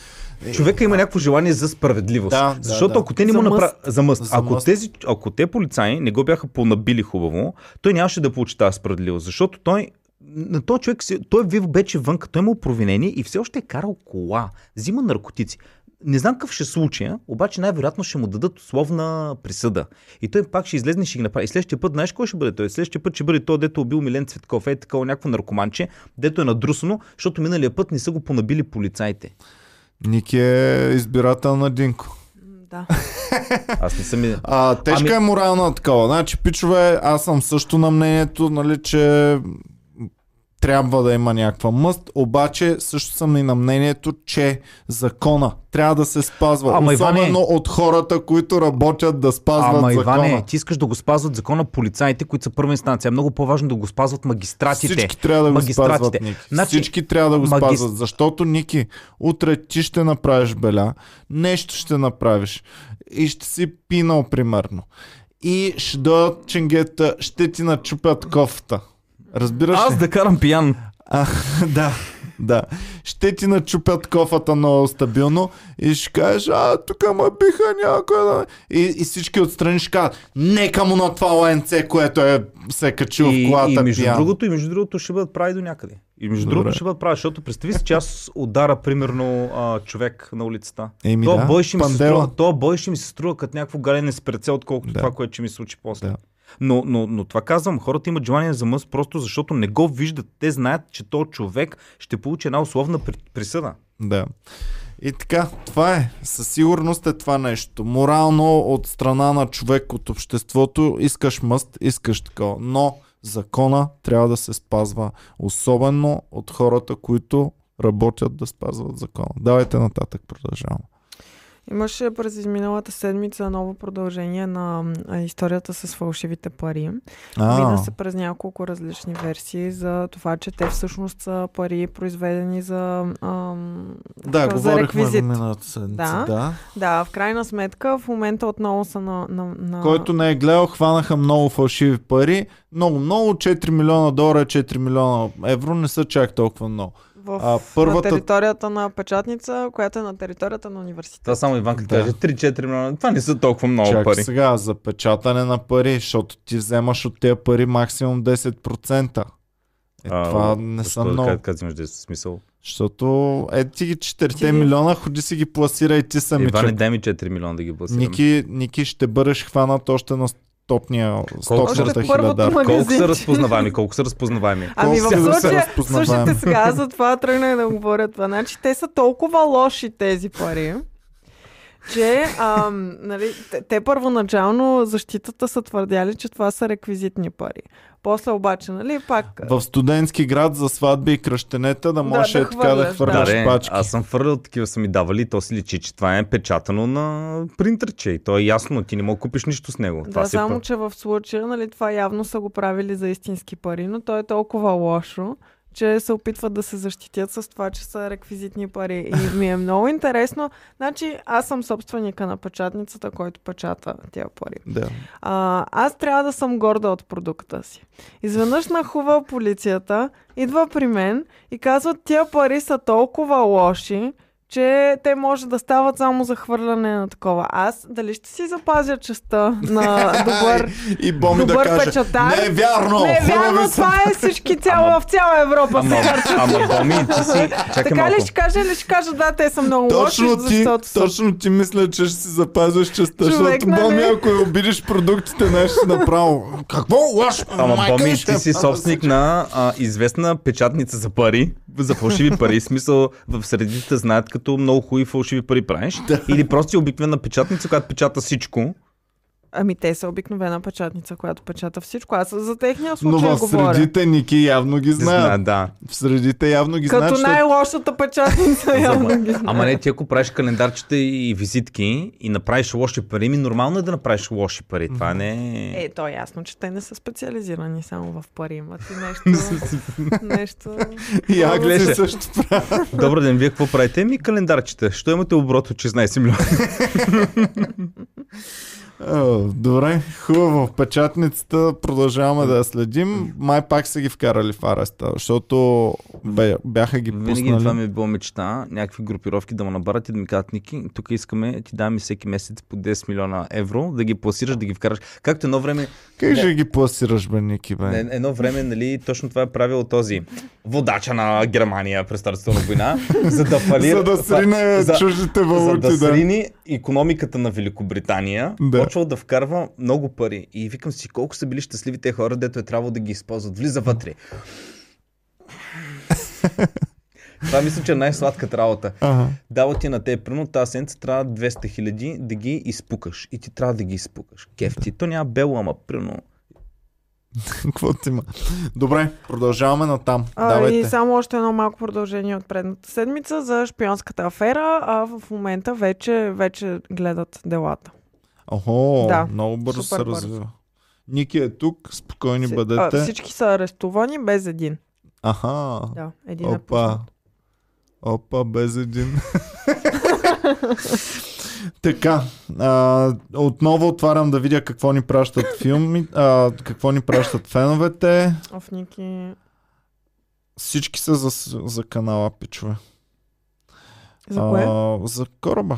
Speaker 2: човека има някакво желание за справедливост.
Speaker 1: Да, да,
Speaker 2: защото
Speaker 1: да.
Speaker 2: ако те не
Speaker 3: За
Speaker 2: му направят
Speaker 3: мъст.
Speaker 2: за мъст,
Speaker 1: За
Speaker 2: ако,
Speaker 1: мъст.
Speaker 2: тези, ако те полицаи не го бяха понабили хубаво, той нямаше да получи тази справедливост, защото той на този човек, си- той вив вече вън, като е имал провинение и все още е карал кола, взима наркотици. Не знам какъв ще е случая, обаче най-вероятно ще му дадат условна присъда. И той пак ще излезне и ще ги направи. И следващия път, знаеш кой ще бъде той? Следващия път ще бъде той, дето убил Милен Цветков, е такова някакво наркоманче, дето е надрусано, защото миналия път не са го понабили полицаите.
Speaker 1: Ники е избирател на Динко.
Speaker 3: Да.
Speaker 2: Аз не съм... и-
Speaker 1: А, тежка
Speaker 2: Ами-
Speaker 1: ами... е морална такава. Значи, пичове, аз съм също на мнението, нали, че трябва да има някаква мъст, обаче също съм и на мнението, че закона трябва да се спазва.
Speaker 2: Ама,
Speaker 1: Особено
Speaker 2: Иване-
Speaker 1: от хората, които работят да спазват
Speaker 2: Ама
Speaker 1: закона.
Speaker 2: Иване, ти искаш да го спазват закона полицаите, които са първа инстанция. Много по-важно е да го спазват магистратите.
Speaker 1: Всички трябва да го
Speaker 2: магистратите.
Speaker 1: спазват, Ники.
Speaker 2: Значи,
Speaker 1: Всички трябва да го
Speaker 2: магис-
Speaker 1: спазват, защото, Ники, утре ти ще направиш беля, нещо ще направиш и ще си пинал, примерно. И ще дойдат ченгета, ще ти начупят кофта. Разбираш ли?
Speaker 2: Аз да карам пиян.
Speaker 1: А, да, да. Ще ти начупят кофата много стабилно и ще кажеш, а, тук ме биха някой. Да... И, и всички отстрани ще кажат, нека му на това ленце, което е се е качил
Speaker 2: И,
Speaker 1: в колата
Speaker 2: и, между
Speaker 1: пиян.
Speaker 2: другото, и между другото ще бъдат прави до някъде. И между
Speaker 1: Добре.
Speaker 2: другото ще бъдат прави, защото представи си, че аз удара примерно а, човек на улицата.
Speaker 1: Еми
Speaker 2: то,
Speaker 1: да,
Speaker 2: бой ще ми се
Speaker 1: пандела.
Speaker 2: струва, то бой ще ми се струва като някакво галене с перце, отколкото
Speaker 1: Да.
Speaker 2: това, което ще ми се случи после.
Speaker 1: Да.
Speaker 2: Но, но, но това казвам, хората имат желание за мъз просто защото не го виждат. Те знаят, че то човек ще получи една условна при- присъда.
Speaker 1: Да. И така, това е. Със сигурност е това нещо. Морално от страна на човек от обществото искаш мъст, искаш такова. Но закона трябва да се спазва. Особено от хората, които работят да спазват закона. Давайте нататък, продължаваме.
Speaker 3: Имаше през изминалата седмица ново продължение на м, а, историята с фалшивите пари. Мина
Speaker 1: А,
Speaker 3: се през няколко различни версии за това, че те всъщност са пари, произведени за. Ам...
Speaker 1: да,
Speaker 3: за
Speaker 1: говорихме за
Speaker 3: реквизит.
Speaker 1: миналата седмица.
Speaker 3: Да.
Speaker 1: Да.
Speaker 3: Да, в крайна сметка в момента отново са на. на, на...
Speaker 1: Който не е гледал, хванаха много фалшиви пари. Много, много. 4 милиона долара, 4 милиона евро не са чак толкова много.
Speaker 3: в...
Speaker 1: А,
Speaker 3: първата...
Speaker 1: първата-
Speaker 3: на територията на печатница, която е на територията на университета.
Speaker 2: Това само Иван като
Speaker 1: Да.
Speaker 2: каже 3-4 милиона. Това не са толкова много
Speaker 1: Чакай
Speaker 2: пари.
Speaker 1: сега, за печатане на пари, защото ти вземаш от тези пари максимум 10%. Е,
Speaker 2: А,
Speaker 1: това не
Speaker 2: защо
Speaker 1: са
Speaker 2: да
Speaker 1: много.
Speaker 2: Как, как взимаш да е смисъл?
Speaker 1: Защото е ти ги 4
Speaker 3: Ти-
Speaker 1: милиона, ходи си ги пласирай ти сами.
Speaker 2: Иване, дай ми 4 милиона да ги пласирам.
Speaker 1: Ники, Ники ще бъдеш хванат още на стопния,
Speaker 2: са
Speaker 1: стопната
Speaker 3: Още в първото
Speaker 1: хиляда.
Speaker 2: Колко
Speaker 3: магазинче.
Speaker 2: са разпознаваеми? Колко са разпознаваеми?
Speaker 3: значи- Ами в
Speaker 1: Колко са
Speaker 3: случая,
Speaker 1: разпознаваеми?
Speaker 3: слушайте сега, аз затова тръгнах да говоря това. Значи те са толкова лоши тези пари, че ам, нали, те, те първоначално защитата са твърдяли, че това са реквизитни пари. После обаче, нали, пак...
Speaker 1: В студентски град за сватби и кръщенета да
Speaker 3: Да,
Speaker 1: можеш
Speaker 3: да
Speaker 1: е така да
Speaker 3: хвърляш,
Speaker 2: Да,
Speaker 1: хвърляш
Speaker 2: де,
Speaker 1: пачки.
Speaker 2: аз съм фърлял, такива са ми давали, то си личи, че това е печатано на принтерче и то е ясно, ти не мога да купиш нищо с него. това
Speaker 3: Да,
Speaker 2: си е
Speaker 3: само,
Speaker 2: пъ-
Speaker 3: че в случая, нали, това явно са го правили за истински пари, но то е толкова лошо, че се опитват да се защитят с това, че са реквизитни пари. И ми е много интересно. Значи, аз съм собственика на печатницата, който печата тия пари.
Speaker 1: Да.
Speaker 3: А, аз трябва да съм горда от продукта си. Изведнъж нахува полицията, идва при мен и казва, тия пари са толкова лоши, че те може да стават само за хвърляне на такова. Аз дали ще си запазя честа на добър...
Speaker 1: И Боми да
Speaker 3: Добър
Speaker 1: каже,
Speaker 3: печатар.
Speaker 1: не е вярно,
Speaker 3: Не, вярно,
Speaker 1: хубави са.
Speaker 3: това е всички цяло, в цяла Европа се
Speaker 2: Ама,
Speaker 3: харчат.
Speaker 2: ама Боми, ти си... Чакай
Speaker 3: Така
Speaker 2: малко.
Speaker 3: ли ще кажа или ще кажа, да, те са много
Speaker 1: Точно
Speaker 3: лоши,
Speaker 1: ти,
Speaker 3: защото са
Speaker 1: точно ти мисля, че ще си запазваш честа,
Speaker 3: Човек,
Speaker 1: защото
Speaker 3: нали?
Speaker 1: Боми, ако я обидиш продуктите, нещо ще направо. Какво лош?
Speaker 2: Ама
Speaker 1: майка
Speaker 2: Боми,
Speaker 1: ще
Speaker 2: ти си
Speaker 1: пада
Speaker 2: собственик
Speaker 1: всичко.
Speaker 2: на а, известна печатница за пари, за фалшиви пари. В Смисъл, в средите знаят като много хубави фалшиви пари правиш. Или просто си обикновена печатница, която печата всичко.
Speaker 3: Ами те са обикновена печатница, която печата всичко. Аз за техния
Speaker 1: Но
Speaker 3: случай
Speaker 1: в
Speaker 3: говоря.
Speaker 1: средите Ники явно ги
Speaker 2: Не знае,
Speaker 1: знаят.
Speaker 2: да.
Speaker 1: В средите явно ги знаят.
Speaker 3: Като
Speaker 1: защото-
Speaker 3: най-лошата печатница явно ги знае.
Speaker 2: Ама не, ти ако правиш календарчета и визитки и направиш лоши пари, ми нормално е да направиш лоши пари. Това не е...
Speaker 3: Е, то е ясно, че те не са специализирани само в пари. Имат и нещо... нещо...
Speaker 1: И
Speaker 3: Ама
Speaker 1: акции
Speaker 2: гледай.
Speaker 1: е също правят.
Speaker 2: Добър ден, вие какво правите? Ми календарчета. Що имате оборот от 16 милиона?
Speaker 1: О, Добре, хубаво. В печатницата продължаваме да я следим. Май пак са ги вкарали в ареста, защото бе- бяха ги
Speaker 2: Винаги това
Speaker 1: пуснали.
Speaker 2: ми е било мечта, някакви групировки да ме набарат и да ми кажат, Ники, тук искаме, ти даваме всеки месец по 10 милиона евро, да ги пласираш, да ги вкараш. Както едно време,
Speaker 1: Как ще ги пласираш, бе, Ники, бе?
Speaker 2: Е- Едно време, нали, точно това е правил този водача на Германия през Старството на война, за да фалира.
Speaker 1: За да срине
Speaker 2: за-
Speaker 1: чуждите
Speaker 2: за
Speaker 1: валути,
Speaker 2: да
Speaker 1: да.
Speaker 2: срини економиката на Великобритания,
Speaker 1: Да.
Speaker 2: да. почвал да вкарва много пари. И викам си, колко са били щастливи те хора, дето е трябвало да ги използват. Влиза вътре. Това мисля, че е най-сладката работа.
Speaker 1: Ага.
Speaker 2: Дава ти на те, примерно, тази седмица трябва 200 хиляди да ги изпукаш. И ти трябва да ги изпукаш. Кефти. То няма бело, ама примерно.
Speaker 1: Какво ти има? Добре, продължаваме натам.
Speaker 3: А, и
Speaker 1: Давайте.
Speaker 3: само още едно малко продължение от предната седмица за шпионската афера, а в момента вече, вече гледат делата.
Speaker 1: Охо,
Speaker 3: Да,
Speaker 1: много бързо
Speaker 3: супер
Speaker 1: се
Speaker 3: бързо.
Speaker 1: развива. Ники е тук, спокойни
Speaker 3: Си-
Speaker 1: бъдете.
Speaker 3: А, всички са арестувани без един.
Speaker 1: Аха,
Speaker 3: Да, един е
Speaker 1: опа.
Speaker 3: пуснат.
Speaker 1: Опа, без един. така, а, отново отварям да видя какво ни пращат филми, а, какво ни пращат феновете.
Speaker 3: Оф, Ники.
Speaker 1: Всички са за, за канала, пичове.
Speaker 3: За кое?
Speaker 1: А, за кораба.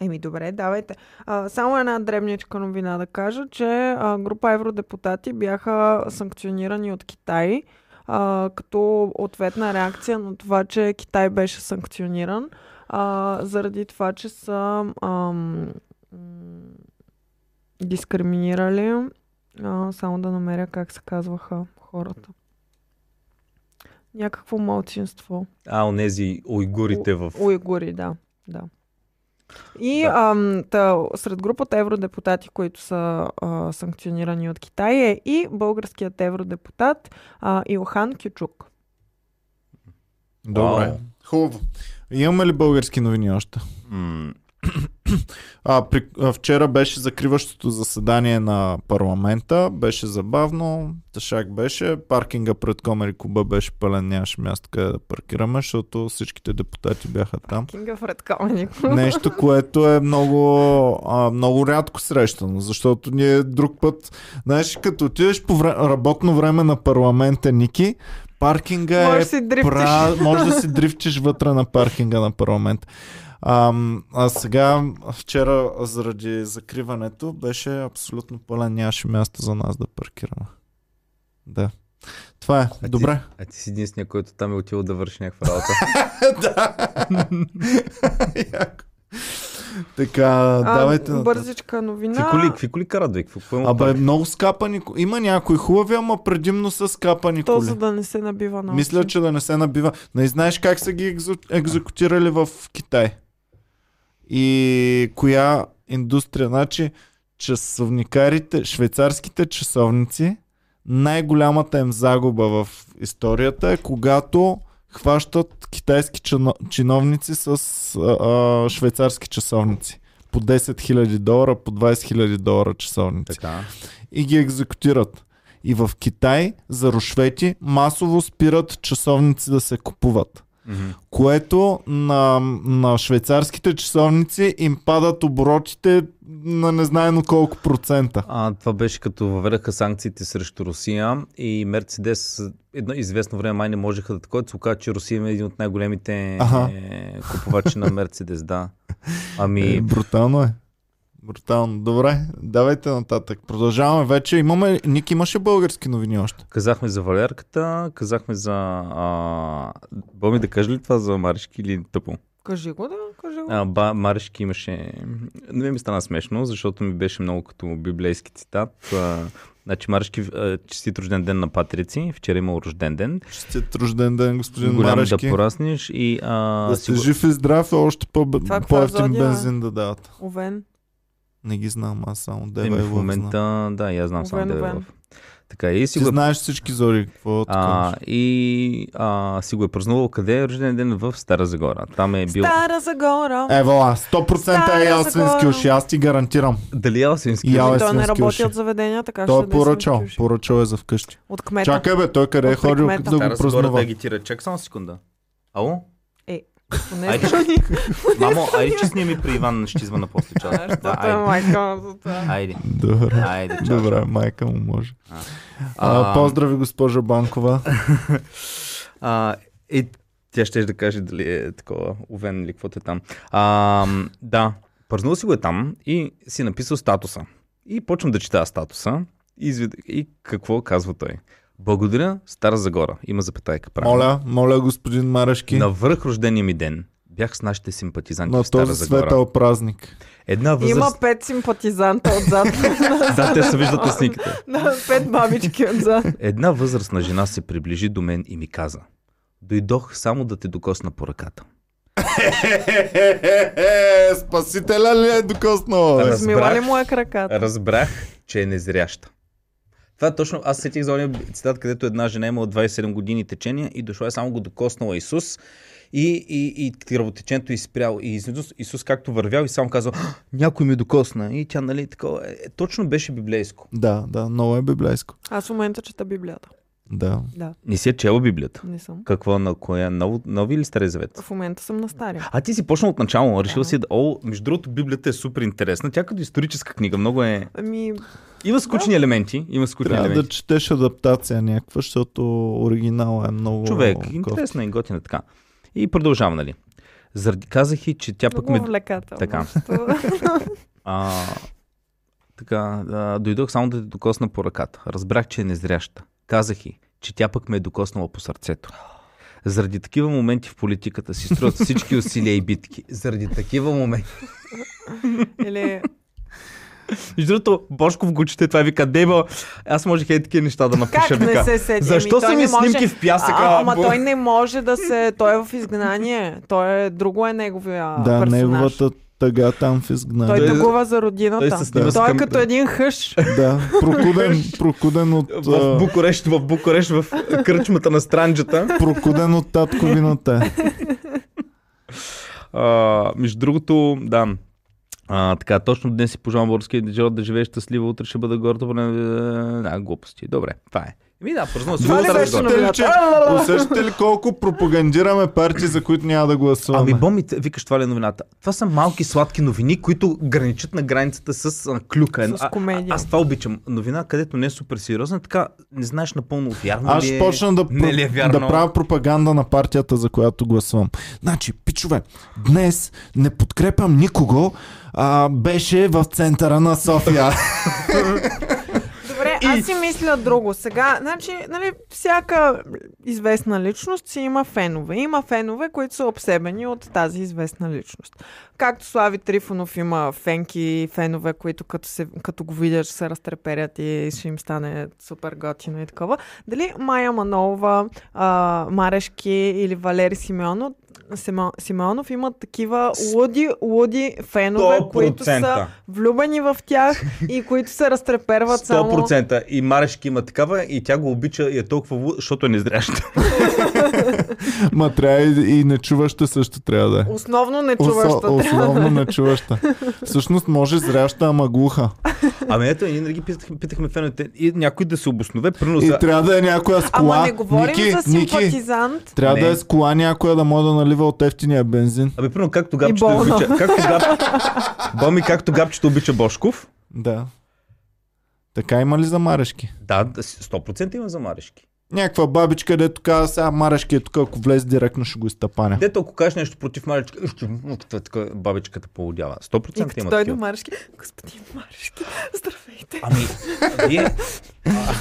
Speaker 3: Еми, добре, давайте. А, само една дребничка новина да кажа, че а, група евродепутати бяха санкционирани от Китай, а, като ответна реакция на това, че Китай беше санкциониран, а, заради това, че са ам, м, дискриминирали, а, само да намеря как се казваха хората. Някакво малцинство.
Speaker 2: А, онези уйгурите в...
Speaker 3: Уйгури, да. да. И
Speaker 2: Да.
Speaker 3: Ам, та, сред групата евродепутати, които са а, санкционирани от Китай, е и българският евродепутат а, Илхан Кючук.
Speaker 1: Добре.
Speaker 2: Вау.
Speaker 1: Хубаво. Имаме ли български новини още?
Speaker 2: М,
Speaker 1: А, при, а, вчера беше закриващото заседание на парламента. Беше забавно. Тъшак беше. Паркинга пред Комери Куба беше пълен. Нямаше място къде да паркираме, защото всичките депутати бяха там.
Speaker 3: Кинга Фред е Калник.
Speaker 1: Нещо, което е много, а, много рядко срещано, защото ние друг път, знаеш, като отидеш по вре, работно време на парламента, Ники, паркинга е
Speaker 3: Може си дрифтиш.
Speaker 1: Пра... Може да си дрифтиш вътре на паркинга на парламент. А, а сега, вчера, заради закриването, беше абсолютно пълен. Нямаше място за нас да паркираме. Да. Това е.
Speaker 2: ти-
Speaker 1: Добре.
Speaker 2: А ти си единствения, който там е отивал да върши някаква работа.
Speaker 1: да. Яко. Така, давайте.
Speaker 3: а,
Speaker 1: нататък.
Speaker 3: бързичка новина.
Speaker 2: Какви коли, какви коли кара, бе? Какво, какво има
Speaker 1: Абе,
Speaker 2: там?
Speaker 1: много скапани. ко- Има някои хубави, ама предимно са скапани
Speaker 3: То,
Speaker 1: коли.
Speaker 3: за да не се набива на
Speaker 1: Мисля,
Speaker 3: очи.
Speaker 1: че да не се набива. Не знаеш как са ги екзо... екзекутирали в Китай. И коя индустрия? Значи, часовникарите, швейцарските часовници, най-голямата им загуба в историята е когато хващат китайски чино- чиновници с а, а, швейцарски часовници. По 10 000 долара, по 20 000 долара часовници
Speaker 2: Така.
Speaker 1: и ги екзекутират. И в Китай за рушвети масово спират часовници да се купуват.
Speaker 2: Мгм.
Speaker 1: Което на, на швейцарските часовници им падат оборотите на незнайно колко процента.
Speaker 2: А, това беше като въведаха санкциите срещу Русия и Мерцедес едно известно време май не можеха да такова. Се оказа, че Русия е един от най-големите
Speaker 1: Аха.
Speaker 2: е, купувачи на Мерцедес, да.
Speaker 1: Е,
Speaker 2: Ами,
Speaker 1: брутално е. Брутално. Добре, давайте нататък. Продължаваме вече. Имаме... Ник, имаше български новини още.
Speaker 2: казахме за Валерката, казахме за... А... Боми, да кажа ли това за Маришки или тъпо?
Speaker 3: Кажи го, да, кажи го.
Speaker 2: А, ба, Маришки имаше... Не ми стана смешно, защото ми беше много като библейски цитат. А, значи Маришки, а, честит рожден ден на Патрици, вчера имал рожден ден.
Speaker 1: Честит рожден ден, господин
Speaker 2: Голям
Speaker 1: Марешки.
Speaker 2: да порасниеш и... А,
Speaker 1: Да сте жив и здрав, и още по-
Speaker 3: Това каква
Speaker 1: по-ефтин
Speaker 3: зодия е?
Speaker 1: бензин да дават.
Speaker 3: Овен.
Speaker 1: Не ги знам, аз само Дева
Speaker 2: Еми,
Speaker 1: и
Speaker 2: в
Speaker 1: Лъв знам.
Speaker 2: момента, да, и аз знам само
Speaker 3: Овен,
Speaker 2: да е
Speaker 3: овен.
Speaker 2: в. Така, и си
Speaker 1: Ти
Speaker 2: го е,
Speaker 1: знаеш всички зори, какво
Speaker 2: а,
Speaker 1: а...
Speaker 2: и а, си го е празнувал къде е рожден ден в Стара Загора. Там е бил...
Speaker 3: Стара Загора.
Speaker 1: Ево, а, 100% е
Speaker 3: Стара
Speaker 1: ялсвински
Speaker 3: Загора.
Speaker 1: уши, аз ти гарантирам.
Speaker 2: Дали е Осински?
Speaker 1: Я-
Speaker 3: Ами,
Speaker 1: е
Speaker 3: той не
Speaker 1: свински уши.
Speaker 3: работи от заведения, така
Speaker 1: Той
Speaker 3: ще
Speaker 1: е
Speaker 3: да
Speaker 1: поръчал,
Speaker 3: свински уши.
Speaker 1: поръчал е за вкъщи.
Speaker 3: От кмета.
Speaker 1: Чакай бе, той къде е
Speaker 3: От
Speaker 1: ходил
Speaker 3: прикмета.
Speaker 1: да го празнува?
Speaker 2: агитира. Чак само секунда. Ало?
Speaker 3: Е. Поне
Speaker 2: Айде,
Speaker 3: са ни-
Speaker 2: Мамо, айде честния ми при Иван Щизма на после час.
Speaker 3: А, Защото
Speaker 2: Да,
Speaker 3: е
Speaker 2: айде.
Speaker 3: майка за това.
Speaker 2: Айде,
Speaker 1: Добре.
Speaker 2: айде, чао.
Speaker 1: Добре, майка му може. А, поздрави, госпожа Банкова.
Speaker 2: А, и тя ще да каже дали е такова овен или каквото е там. А, м, да, пръзнал си го е там и си е написал статуса. И почвам да чета статуса и, извед... и какво казва той. Благодаря, Стара Загора. Има запетайка. правилно.
Speaker 1: Моля, моля, господин Марешки.
Speaker 2: На
Speaker 1: На,
Speaker 2: връх рождения ми ден бях с нашите симпатизанти в Стара
Speaker 1: този
Speaker 2: Загора.
Speaker 1: светъл празник.
Speaker 2: Една възраст...
Speaker 3: Има пет симпатизанта отзад.
Speaker 2: Да, те се виждат на снимките.
Speaker 3: на пет бабички отзад.
Speaker 2: Една възрастна жена се приближи до мен и ми каза Дойдох само да те докосна по ръката.
Speaker 1: Е, спасителя ли е докоснал? бе?
Speaker 2: Разбрах.
Speaker 3: Смила ли му е краката?
Speaker 2: Разбрах, че е незряща. Това точно аз сетих за ония цитат, където една жена е имала 27 години течение и дошла е само го докоснала Исус и, и, и кръвотечението е спряло. И Исус, Исус както вървял и само казал, «А, някой ми докосна. И тя, нали, такова. Е, точно беше библейско.
Speaker 1: Да, да, много е библейско.
Speaker 3: Аз в момента чета Библията.
Speaker 1: Да.
Speaker 3: Да,
Speaker 2: Не си е чела Библията.
Speaker 3: не съм.
Speaker 2: Какво, на коя? Ново, нови или Стари Завет?
Speaker 3: В момента съм на стария.
Speaker 2: А ти си почнал от начало, решил
Speaker 3: Да.
Speaker 2: си да... О, между другото, Библията е супер интересна. Тя като историческа книга много е...
Speaker 3: Ами,
Speaker 2: Има скучни елементи, има скучни
Speaker 1: Трябва да
Speaker 2: елементи.
Speaker 1: четеш адаптация някаква, защото оригинала е много...
Speaker 2: Човек,
Speaker 1: кофти.
Speaker 2: интересна и готина така. И продължавам, нали? Заради казах и, че тя пък
Speaker 3: много
Speaker 2: ме...
Speaker 3: увлекателно.
Speaker 2: Така.
Speaker 3: Що-
Speaker 2: А, така, а, дойдох само да те докосна по ръката. Разбрах, че е незряща. Казах и, че тя пък ме е докоснала по сърцето. Заради такива моменти в политиката си струват всички усилия и битки. Заради такива моменти.
Speaker 3: Или
Speaker 2: Между другото, Бошков го чете, това и вика, Деба, аз можех е такива неща да напиша.
Speaker 3: как не
Speaker 2: вика.
Speaker 3: се седи?
Speaker 2: Защо
Speaker 3: Ами, той
Speaker 2: са
Speaker 3: не
Speaker 2: ми
Speaker 3: може-
Speaker 2: снимки в пясъка?
Speaker 3: А, ама
Speaker 2: Бо-
Speaker 3: той не може да се... Той е в изгнание. Той е... Друго е неговия
Speaker 1: Да,
Speaker 3: персонаж.
Speaker 1: неговата тъга там в изгнание.
Speaker 3: Той
Speaker 2: Той-
Speaker 3: тъгува за родината.
Speaker 2: той се снима с
Speaker 3: той е
Speaker 2: кам-
Speaker 3: като един хъш.
Speaker 1: Да, прокуден, прокуден от...
Speaker 2: в
Speaker 1: а,
Speaker 2: Букурещ, в Букурещ, в кръчмата на странджата.
Speaker 1: Прокуден от татковината. е.
Speaker 2: А, между другото, да. А, така, точно днес си пожелавам българския дежор да живее щастливо, утре ще бъда гордо. Бъде... Да, глупости. Добре, това е. Еми да, празнувам. си
Speaker 3: Това
Speaker 2: го
Speaker 3: ли
Speaker 2: Стара
Speaker 3: беше
Speaker 2: Загора.
Speaker 3: на-
Speaker 1: Усещате ли, че, усещате ли колко пропагандираме партии, за които няма да гласуваме?
Speaker 2: Ами боми, те- викаш това ли е новината? Това са малки сладки новини, които граничат на границата с а, клюка.
Speaker 3: С
Speaker 2: А- а-
Speaker 3: комедия.
Speaker 2: аз това обичам. Новина, където не е супер сериозна, така не знаеш напълно вярно
Speaker 1: Аз
Speaker 2: ли е,
Speaker 1: ще почна да,
Speaker 2: не ли е
Speaker 1: про-
Speaker 2: вярно.
Speaker 1: да правя пропаганда на партията, за която гласувам. Значи, пичове, днес не подкрепям никого, а, беше в центъра на София.
Speaker 3: Добре, аз си мисля друго. Сега, значи, нали, всяка известна личност си има фенове. Има фенове, които са обсебени от тази известна личност. Както Слави Трифонов има фенки, фенове, които като, се, като го видят ще се разтреперят и ще им стане супер готино и такова. Дали Майя Манова, а, Марешки или Валери Симеонов, Симо- Симеонов имат такива луди, луди фенове, които са
Speaker 2: 100%.
Speaker 3: влюбени в тях и които се разтреперват само...
Speaker 2: 100% и Марешки има такава и тя го обича и е толкова лу- защото е незряща.
Speaker 1: Ма трябва и, и нечуваща също трябва да е.
Speaker 3: Основно не
Speaker 1: Осо-
Speaker 3: чуваща. е.
Speaker 1: Основно нечуваща. Всъщност може зряща, ама глуха.
Speaker 2: Ами ето, ние ги питахме, питахме феновете и някой да се обоснове, примерно
Speaker 1: И
Speaker 2: за...
Speaker 1: трябва да е някоя с кола.
Speaker 3: Ама не говорим
Speaker 1: Ники,
Speaker 3: за
Speaker 1: Ники,
Speaker 3: симпатизант.
Speaker 1: трябва
Speaker 2: Не.
Speaker 1: да е с кола някоя да може да налива от ефтиния бензин.
Speaker 2: Абе, примерно, както
Speaker 3: И
Speaker 2: габчето
Speaker 3: болно.
Speaker 2: обича... Както габ... Боми, както габчето обича Бошков.
Speaker 1: Да. Така има ли за марешки?
Speaker 2: Да, да, 100% има за Марешки.
Speaker 1: Някаква бабичка, дето казва, сега марешки е тук, ако влезе директно ще го изтъпаня.
Speaker 2: Дето, ако кажеш нещо против Марешки, «Ах, ти, му, това е така, бабичката полудява. 100%
Speaker 3: И
Speaker 2: има
Speaker 3: той до
Speaker 2: такива.
Speaker 3: Марешки. Господин Марешки, здравейте.
Speaker 2: Ами, вие...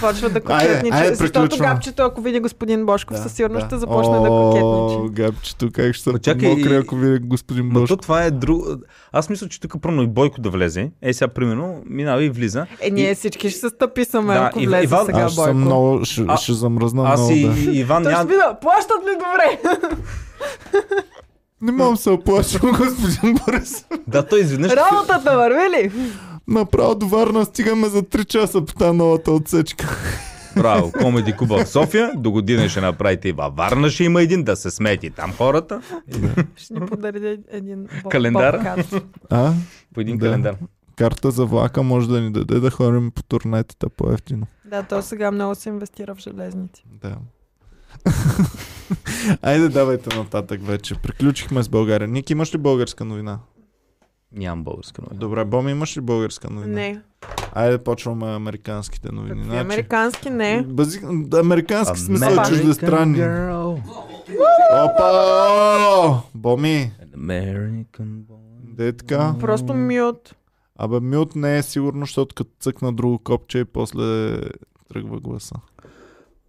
Speaker 3: Почва да
Speaker 1: Айде, айде,
Speaker 3: кокетничи. Защото
Speaker 1: приключваме.
Speaker 3: габчето, ако види господин Бошков, със сигурност ще започне да
Speaker 1: О,
Speaker 3: кокетничи.
Speaker 1: габчето, как ще
Speaker 2: Ма
Speaker 1: се
Speaker 2: чакай,
Speaker 1: мокри,
Speaker 2: и-
Speaker 1: ако види господин
Speaker 2: Но то
Speaker 1: Бошко.
Speaker 2: това е друго... Аз мисля, че тук първо и Бойко да влезе. Е, сега примерно минава и влиза.
Speaker 3: Е, ние всички ще се стъписаме,
Speaker 2: Да,
Speaker 3: ако
Speaker 2: и-
Speaker 3: влезе
Speaker 2: Иван-
Speaker 3: сега
Speaker 1: Аз ще съм
Speaker 3: Бойко.
Speaker 1: много, ще,
Speaker 2: е А-
Speaker 1: ще замръзна
Speaker 2: Аз
Speaker 1: много,
Speaker 2: и,
Speaker 1: да.
Speaker 2: и Иван
Speaker 3: Той ще
Speaker 2: няма...
Speaker 3: вида, плащат ли добре?
Speaker 1: Не мога да се оплашвам, господин Борис.
Speaker 2: Да, той изведнъж...
Speaker 3: Работата върви ли?
Speaker 1: Направо до Варна стигаме за 3 часа по тази новата отсечка.
Speaker 2: Браво, Комеди Куба в София. До година ще направите и във Варна ще има един, да се смети там хората.
Speaker 3: Ще ни подари един боб-
Speaker 2: Календар?
Speaker 3: бобкат.
Speaker 1: А?
Speaker 2: По един
Speaker 1: Да.
Speaker 2: календар.
Speaker 1: Карта за влака може да ни даде да ходим по турнетата по-ефтино.
Speaker 3: Да, то сега много се инвестира в железници.
Speaker 1: Да. Айде, давайте нататък вече. Приключихме с България. Ник, имаш ли българска новина?
Speaker 2: Нямам българска новина.
Speaker 1: Добре, Боми, имаш ли българска новина?
Speaker 3: Не.
Speaker 1: Айде, почваме американските новини.
Speaker 3: Какви
Speaker 1: Значи-
Speaker 3: американски не.
Speaker 1: Бази... да, Американски смисъл е
Speaker 2: American
Speaker 1: чуждестранни.
Speaker 2: girl.
Speaker 1: Опа! Боми!
Speaker 2: American boy.
Speaker 1: Де е така?
Speaker 3: Просто мют.
Speaker 1: Абе, мют не е сигурно, защото като цъкна друго копче и после тръгва гласа.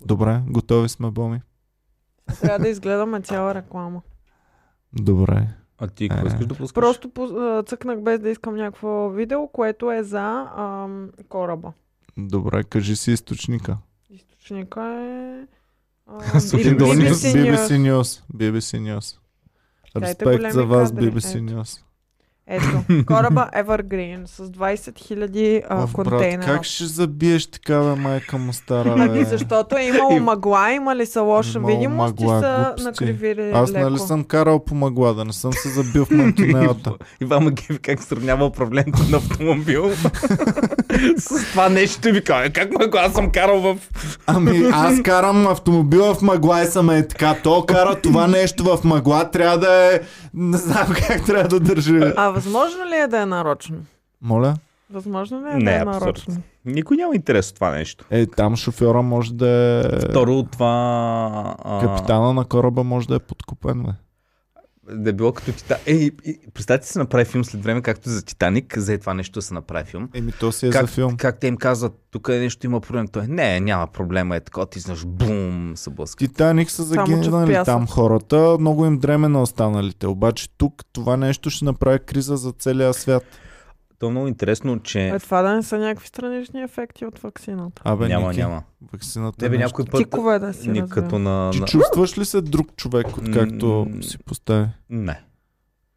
Speaker 1: Добре, готови сме, Боми.
Speaker 3: Трябва да изгледаме цяла реклама.
Speaker 1: Добре.
Speaker 2: А ти какво
Speaker 1: Е.
Speaker 2: искаш да пускаш?
Speaker 3: Просто пус- а, цъкнах без да искам някакво видео, което е за ам, кораба.
Speaker 1: Добре, кажи си източника.
Speaker 3: Източника е... ам,
Speaker 2: Сутрин
Speaker 3: B-
Speaker 2: до
Speaker 3: BBC
Speaker 2: News.
Speaker 3: News.
Speaker 1: BBC News. BBC News.
Speaker 3: Дайте
Speaker 1: Респект за
Speaker 3: големи
Speaker 1: вас,
Speaker 3: кадри,
Speaker 1: BBC
Speaker 3: ето.
Speaker 1: News.
Speaker 3: Ето, кораба Evergreen с 20 000 а,
Speaker 1: Ав,
Speaker 3: контейнера.
Speaker 1: как ще забиеш такава майка му стара,
Speaker 3: Ами
Speaker 1: бе?
Speaker 3: защото е имало
Speaker 2: И-
Speaker 3: мъгла, имали са лоша
Speaker 1: Имало
Speaker 3: видимост и
Speaker 1: мъгла,
Speaker 3: са
Speaker 1: глупости.
Speaker 3: накривили
Speaker 1: Аз
Speaker 3: леко.
Speaker 1: нали съм карал по мъгла, да не съм се забил в мантунелата.
Speaker 2: Иван Магеви как сравнява управлението на автомобил с това нещо и ви кажа, как ме аз съм карал в...
Speaker 1: Ами аз карам автомобила в мъгла и съм е така. То кара това нещо в мъгла, трябва да е... Не знам как трябва да държи.
Speaker 3: А възможно ли е да е нарочно?
Speaker 1: Моля?
Speaker 3: Възможно ли е
Speaker 2: Не,
Speaker 3: да е
Speaker 2: абсурд.
Speaker 3: нарочно?
Speaker 2: Никой няма интерес от това нещо.
Speaker 1: Е, там шофьора може да е...
Speaker 2: Второ, това... а,
Speaker 1: Капитана на кораба може да е подкупен, бе.
Speaker 2: Да е било като Титаник. Ей, и- представете си се направи филм след време, както за Титаник, за е това нещо да се направи филм.
Speaker 1: Еми то си е
Speaker 2: как,
Speaker 1: за филм.
Speaker 2: как те им казват, тук е нещо има проблем. Той, не, няма проблема, е така, ти знаеш, бум, се блъска.
Speaker 1: Титаник са
Speaker 3: Само, че в
Speaker 1: загинали
Speaker 3: пясък.
Speaker 1: там хората, много им дреме на останалите. Обаче тук това нещо ще направи криза за целия свят.
Speaker 2: То е много интересно, че...
Speaker 3: Е, това да не са някакви странични ефекти от вакцината.
Speaker 1: Абе,
Speaker 2: няма,
Speaker 1: Ники,
Speaker 2: няма.
Speaker 1: Вакцината
Speaker 2: Не бе,
Speaker 1: е
Speaker 2: някой път...
Speaker 3: Тикове да си
Speaker 2: ни
Speaker 3: разбира.
Speaker 2: като на...
Speaker 1: Ти
Speaker 2: на...
Speaker 1: чувстваш ли се друг човек, откакто
Speaker 2: М.
Speaker 1: си постави?
Speaker 2: Не.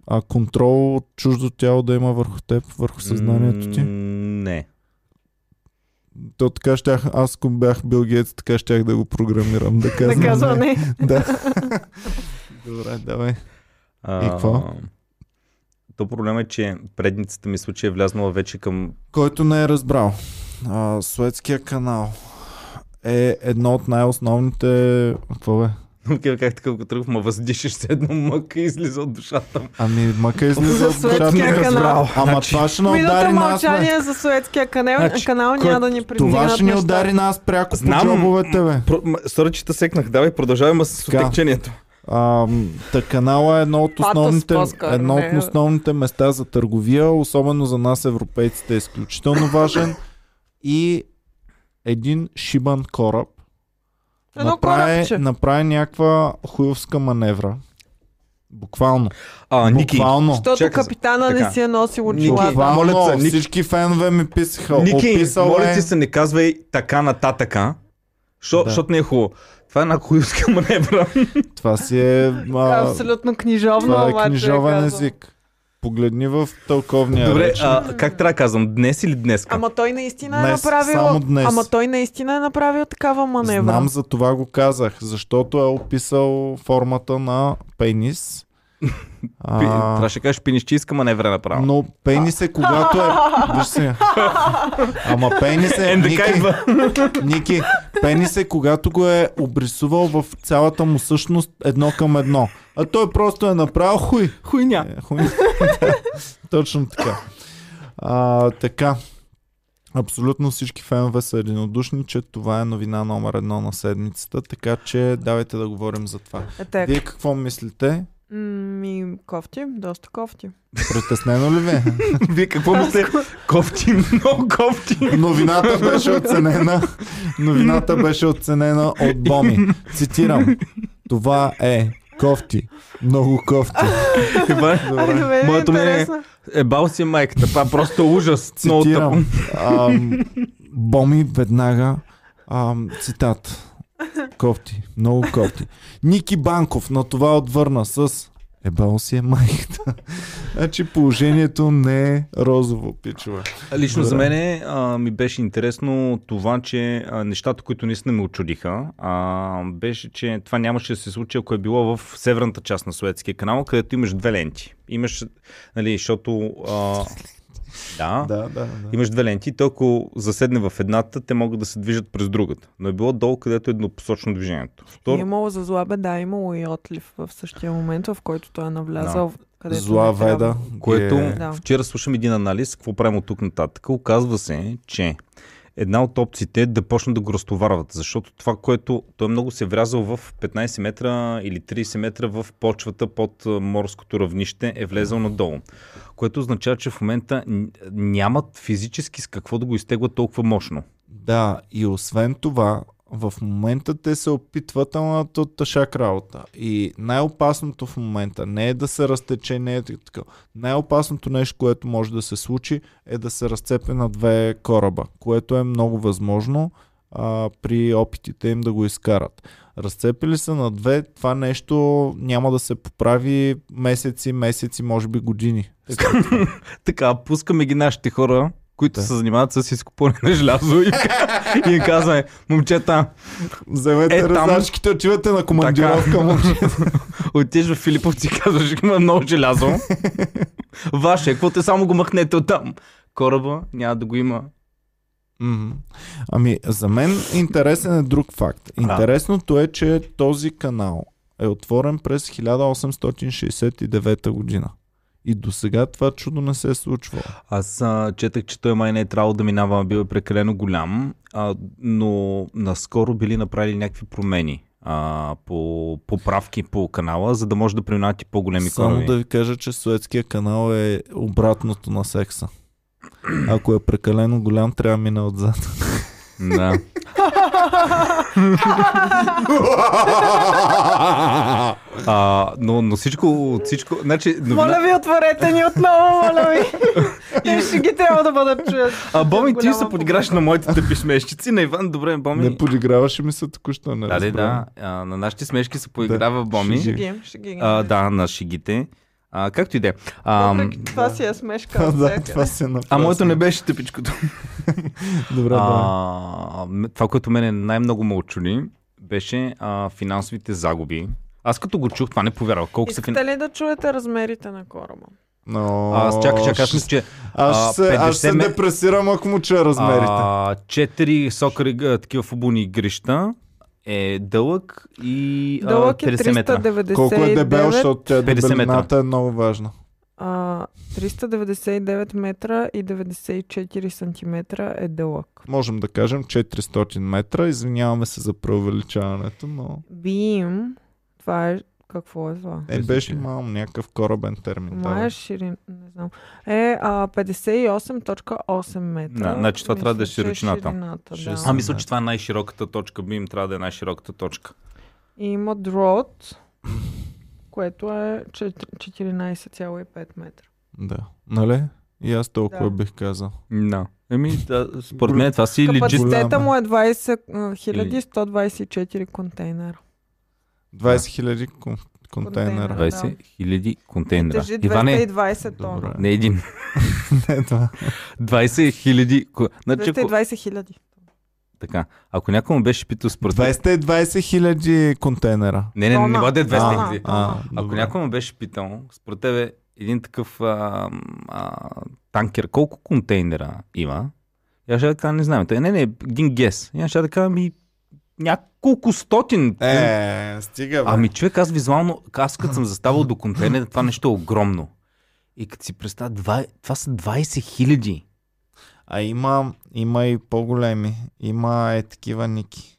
Speaker 1: А контрол от чуждо тяло да има върху теб, върху съзнанието
Speaker 2: М,
Speaker 1: ти?
Speaker 2: Не.
Speaker 1: То така щях, аз ако бях Бил Гейтс, така щях да го програмирам, да
Speaker 3: Да
Speaker 1: казвам.
Speaker 3: казва не.
Speaker 1: Да. Добре, давай.
Speaker 2: А,
Speaker 1: И какво?
Speaker 2: То проблема е, че предницата мисля, че е влязнала вече към...
Speaker 1: Който не е разбрал, а, Суетския канал е едно от най-основните... Какво бе?
Speaker 2: Такива как такъв го тръгва, ма въздишаш се едно мъка и излиза от душата. му.
Speaker 1: Ами, мака излиза от
Speaker 3: Суетския
Speaker 1: душата ми. е
Speaker 3: канал.
Speaker 1: Разбрал. Ама това ще ни
Speaker 3: Минута
Speaker 1: удари нас, бе.
Speaker 3: мълчание за Суетския канал,
Speaker 2: Значи,
Speaker 3: канал няма да ни
Speaker 1: Това
Speaker 3: пристигнат
Speaker 1: ще ни
Speaker 3: неща.
Speaker 1: удари нас пряко по
Speaker 2: Знам.
Speaker 1: джобовете, бе.
Speaker 2: Про... м- Сори, че те секнах. Давай, продължаваме с
Speaker 1: Така.
Speaker 2: отекчението.
Speaker 1: А, та канала е едно от
Speaker 3: Патос
Speaker 1: основните,
Speaker 3: по-скоро,
Speaker 1: едно
Speaker 3: не. е.
Speaker 1: от основните места за търговия, особено за нас европейците е изключително важен. И един шибан кораб
Speaker 3: Едно
Speaker 1: направи,
Speaker 3: корабче.
Speaker 1: направи някаква хуевска маневра. Буквално.
Speaker 2: А, Ники.
Speaker 1: Буквално.
Speaker 3: Защото
Speaker 2: Чакай за-
Speaker 3: капитана не
Speaker 2: така.
Speaker 3: си е носил
Speaker 2: Ники,
Speaker 3: очилата.
Speaker 1: Буквално.
Speaker 2: моля те, Ники.
Speaker 1: Всички фенове ми писаха.
Speaker 2: Ники,
Speaker 1: описал
Speaker 2: моля
Speaker 1: е...
Speaker 2: ти се, не казвай така нататъка, шо-
Speaker 1: Да.
Speaker 2: защото не е хубаво. Това е една хуйска маневра.
Speaker 1: Това си е... А,
Speaker 3: Абсолютно книжовно,
Speaker 1: това е
Speaker 3: обаче
Speaker 1: книжовен
Speaker 3: казвам.
Speaker 1: език. Погледни в тълковния
Speaker 2: Добре,
Speaker 1: реч.
Speaker 2: а, как трябва да казвам? Днес или днеска?
Speaker 3: Ама той наистина е
Speaker 1: Днес,
Speaker 3: направил.
Speaker 1: само днес.
Speaker 3: Ама той наистина е направил такава маневра.
Speaker 1: Знам, за това го казах, защото е описал формата на пенис.
Speaker 2: Пи-
Speaker 1: А,
Speaker 2: Трябваше да кажеш пинищийска маневра направо.
Speaker 1: но пенис е когато е... Виж сега. Ама пенис е...
Speaker 2: НДК
Speaker 1: Ники,
Speaker 2: идва.
Speaker 1: Ники, пенис е когато го е обрисувал в цялата му същност едно към едно. А той просто е направил хуй.
Speaker 2: Хуйня.
Speaker 1: Е, хуй. Да, Точно така. А, така. Абсолютно всички фенове са единодушни, че това е новина номер едно на седмицата, така че давайте да говорим за това.
Speaker 3: Е, так.
Speaker 1: Вие какво мислите?
Speaker 3: М, Ми, кофти, доста кофти.
Speaker 1: Притеснено ли ви? е?
Speaker 2: Вие какво мислите? Кофти, много кофти.
Speaker 1: Новината беше оценена. Новината беше оценена от Боми. Цитирам. Това е кофти. Много кофти.
Speaker 2: Ебе,
Speaker 3: Ай, на мен ми е
Speaker 2: Моето мнение е,
Speaker 3: интересно.
Speaker 2: ебал си майката. Това е просто ужас. Много тъпо.
Speaker 1: Цитирам. Ам, Боми веднага ам, цитат. Кофти. Много кофти. Ники Банков на това отвърна с Ебал си е майката. Значи положението не е розово, пичове.
Speaker 2: Лично
Speaker 1: Добре.
Speaker 2: за мен а, ми беше интересно това, че а, нещата, които наистина ме очудиха, а, беше, че това нямаше да се случи, ако е било в северната част на Суетския канал, където имаш две ленти. Имаш, нали, защото... А, Да. да.
Speaker 1: Да, да, да.
Speaker 2: Имаш две ленти, то ако заседне в едната, те могат да се движат през другата. Но е било долу, където е еднопосочно движението.
Speaker 3: Е
Speaker 2: Второ,
Speaker 3: имало за злабе, да, е имало и отлив в същия момент, в който той е навлязал. където
Speaker 1: Зла
Speaker 3: не е трябва.
Speaker 1: веда.
Speaker 2: Което
Speaker 1: Е...
Speaker 3: Да.
Speaker 2: yeah. вчера слушам един анализ, какво правим от тук нататък. Оказва се, че една от опциите е да почнат да го разтоварват, защото това, което той много се е врязал в 15 метра или 30 метра в почвата под а, морското равнище, е влезал надолу. Което означава, че в момента н- нямат физически с какво да го изтеглят толкова мощно.
Speaker 1: Да, и освен това, в момента те се опитват ама то тъшак работа. И най-опасното в момента не е да се разтече, не е така. Най-опасното нещо, което може да се случи, е да се разцепе на две кораба, което е много възможно а, при опитите им да го изкарат. Разцепили са на две, това нещо няма да се поправи месеци, месеци, може би години.
Speaker 2: Така, пускаме ги нашите хора, които
Speaker 1: Да.
Speaker 2: да. се занимават с изкупване на желязо и, и им казваме, момчета,
Speaker 1: Вземете
Speaker 2: Е,
Speaker 1: е,
Speaker 2: там-
Speaker 1: раздачките, отивате на командировка, момче.
Speaker 2: Отиш в Филиповци и казваш, има много желязо. Ваше, какво те само го махнете оттам? Кораба няма да го има.
Speaker 1: Мгм. Ами, за мен интересен е друг факт. Интересното е, че този канал е отворен през 1869 година. И до сега това чудо не се е случвало.
Speaker 2: Аз а, четах, че той май не е трябвало да минава, бил е прекалено голям, а, но наскоро били направили някакви промени а, по поправки по канала, за да може да преминават и по-големи
Speaker 1: Само
Speaker 2: кораби.
Speaker 1: да ви кажа, че Суетския канал е обратното на секса. Ако е прекалено голям, трябва да мина отзад.
Speaker 2: да. А, но, но всичко, от всичко, значи,
Speaker 3: Моля
Speaker 2: новина...
Speaker 3: ви, отворете ни отново, моля ви. Те ще ги трябва да бъдат чуят.
Speaker 2: А, Боми, ти
Speaker 3: Голяма
Speaker 2: се подиграш на моите тъпи смешчици, на Иван, добре, Боми.
Speaker 1: не подиграваше ми се току-що, не
Speaker 2: Да, да,
Speaker 1: разбирам.
Speaker 2: Ами- да. А, на нашите смешки се поиграва
Speaker 1: Да,
Speaker 2: Боми.
Speaker 1: шиги.
Speaker 3: Ги, ще ги.
Speaker 2: А, да, на шигите. А, както и да е. А,
Speaker 3: Въпреки това си е смешка. от
Speaker 1: да,
Speaker 2: е
Speaker 3: всяка.
Speaker 1: това се направи.
Speaker 2: а моето не беше тъпичкото.
Speaker 1: Добре, да.
Speaker 2: А, м- това, което мене най-много ме очуни, беше а, финансовите загуби. Аз като го чух, това не повярвах. Колко са
Speaker 3: Искате
Speaker 2: финансови.
Speaker 3: ли да чуете размерите на кораба?
Speaker 1: Но...
Speaker 2: Аз чакай, чакай, аз мисля, че.
Speaker 1: Аз ще
Speaker 2: а,
Speaker 1: се, аз
Speaker 2: 50
Speaker 1: ще се
Speaker 2: ме-
Speaker 1: депресирам, ако му чуя размерите.
Speaker 2: А, четири сокари, а, такива футболни игрища е дълъг и а,
Speaker 3: Дълъг е
Speaker 2: 50 метра.
Speaker 3: 399.
Speaker 1: Колко е дебел, защото тя
Speaker 2: 50 метра.
Speaker 1: дебелината е много важна.
Speaker 3: А, 399 метра и 94 сантиметра е дълъг.
Speaker 1: Можем да кажем 400 метра. Извиняваме се за преувеличаването, но
Speaker 3: Бим, това е... Какво е това?
Speaker 1: е, беше малко някакъв корабен термин.
Speaker 3: Май е
Speaker 1: Да,
Speaker 3: ширин, не знам. Е а, 58.8 метра.
Speaker 2: Да, значи това трябва да е
Speaker 3: Мисля, че
Speaker 2: широчината.
Speaker 3: ширината, Ами, да.
Speaker 2: А, мисля, че това е най-широката точка. Би им трябва да е най-широката точка.
Speaker 3: И има дрот, което е чет- 14,5 метра.
Speaker 1: да. Нали? И аз толкова
Speaker 3: Да.
Speaker 1: бих казал.
Speaker 2: Да. Еми,
Speaker 1: Ами,
Speaker 2: да, според мен това си легит.
Speaker 3: Капацитета
Speaker 1: Голяма.
Speaker 3: му е 20 а,
Speaker 2: Или-
Speaker 3: 124 контейнера.
Speaker 1: 20 000 кон-
Speaker 3: Контейнера.
Speaker 1: контейнера.
Speaker 2: 20 хиляди контейнера.
Speaker 3: Е, Тежи
Speaker 2: Иване,
Speaker 3: 220 тона.
Speaker 1: Добре.
Speaker 2: не един.
Speaker 1: Не, това.
Speaker 2: 20 хиляди. ко- Значи, ако,
Speaker 3: 220 хиляди.
Speaker 2: така, ако някому беше питал според мен...
Speaker 1: 20 е 20 хиляди контейнера.
Speaker 2: Не, не, не, не
Speaker 3: Тона.
Speaker 2: бъде 200
Speaker 3: Тона.
Speaker 2: хиляди.
Speaker 1: А,
Speaker 2: Ако
Speaker 1: добре.
Speaker 2: някому беше питал, според тебе, един такъв а, а, танкер, колко контейнера има? Я ще да кажа, не знам. Той, не, не, един гес. Я ще да кажа, ми няколко стотин.
Speaker 1: Е, стига, бе.
Speaker 2: Ами човек, аз визуално, аз като съм заставал до контейнера, това нещо е огромно. И като си представя, два- това са 20 хиляди.
Speaker 1: А има, има и по-големи. Има е такива ники.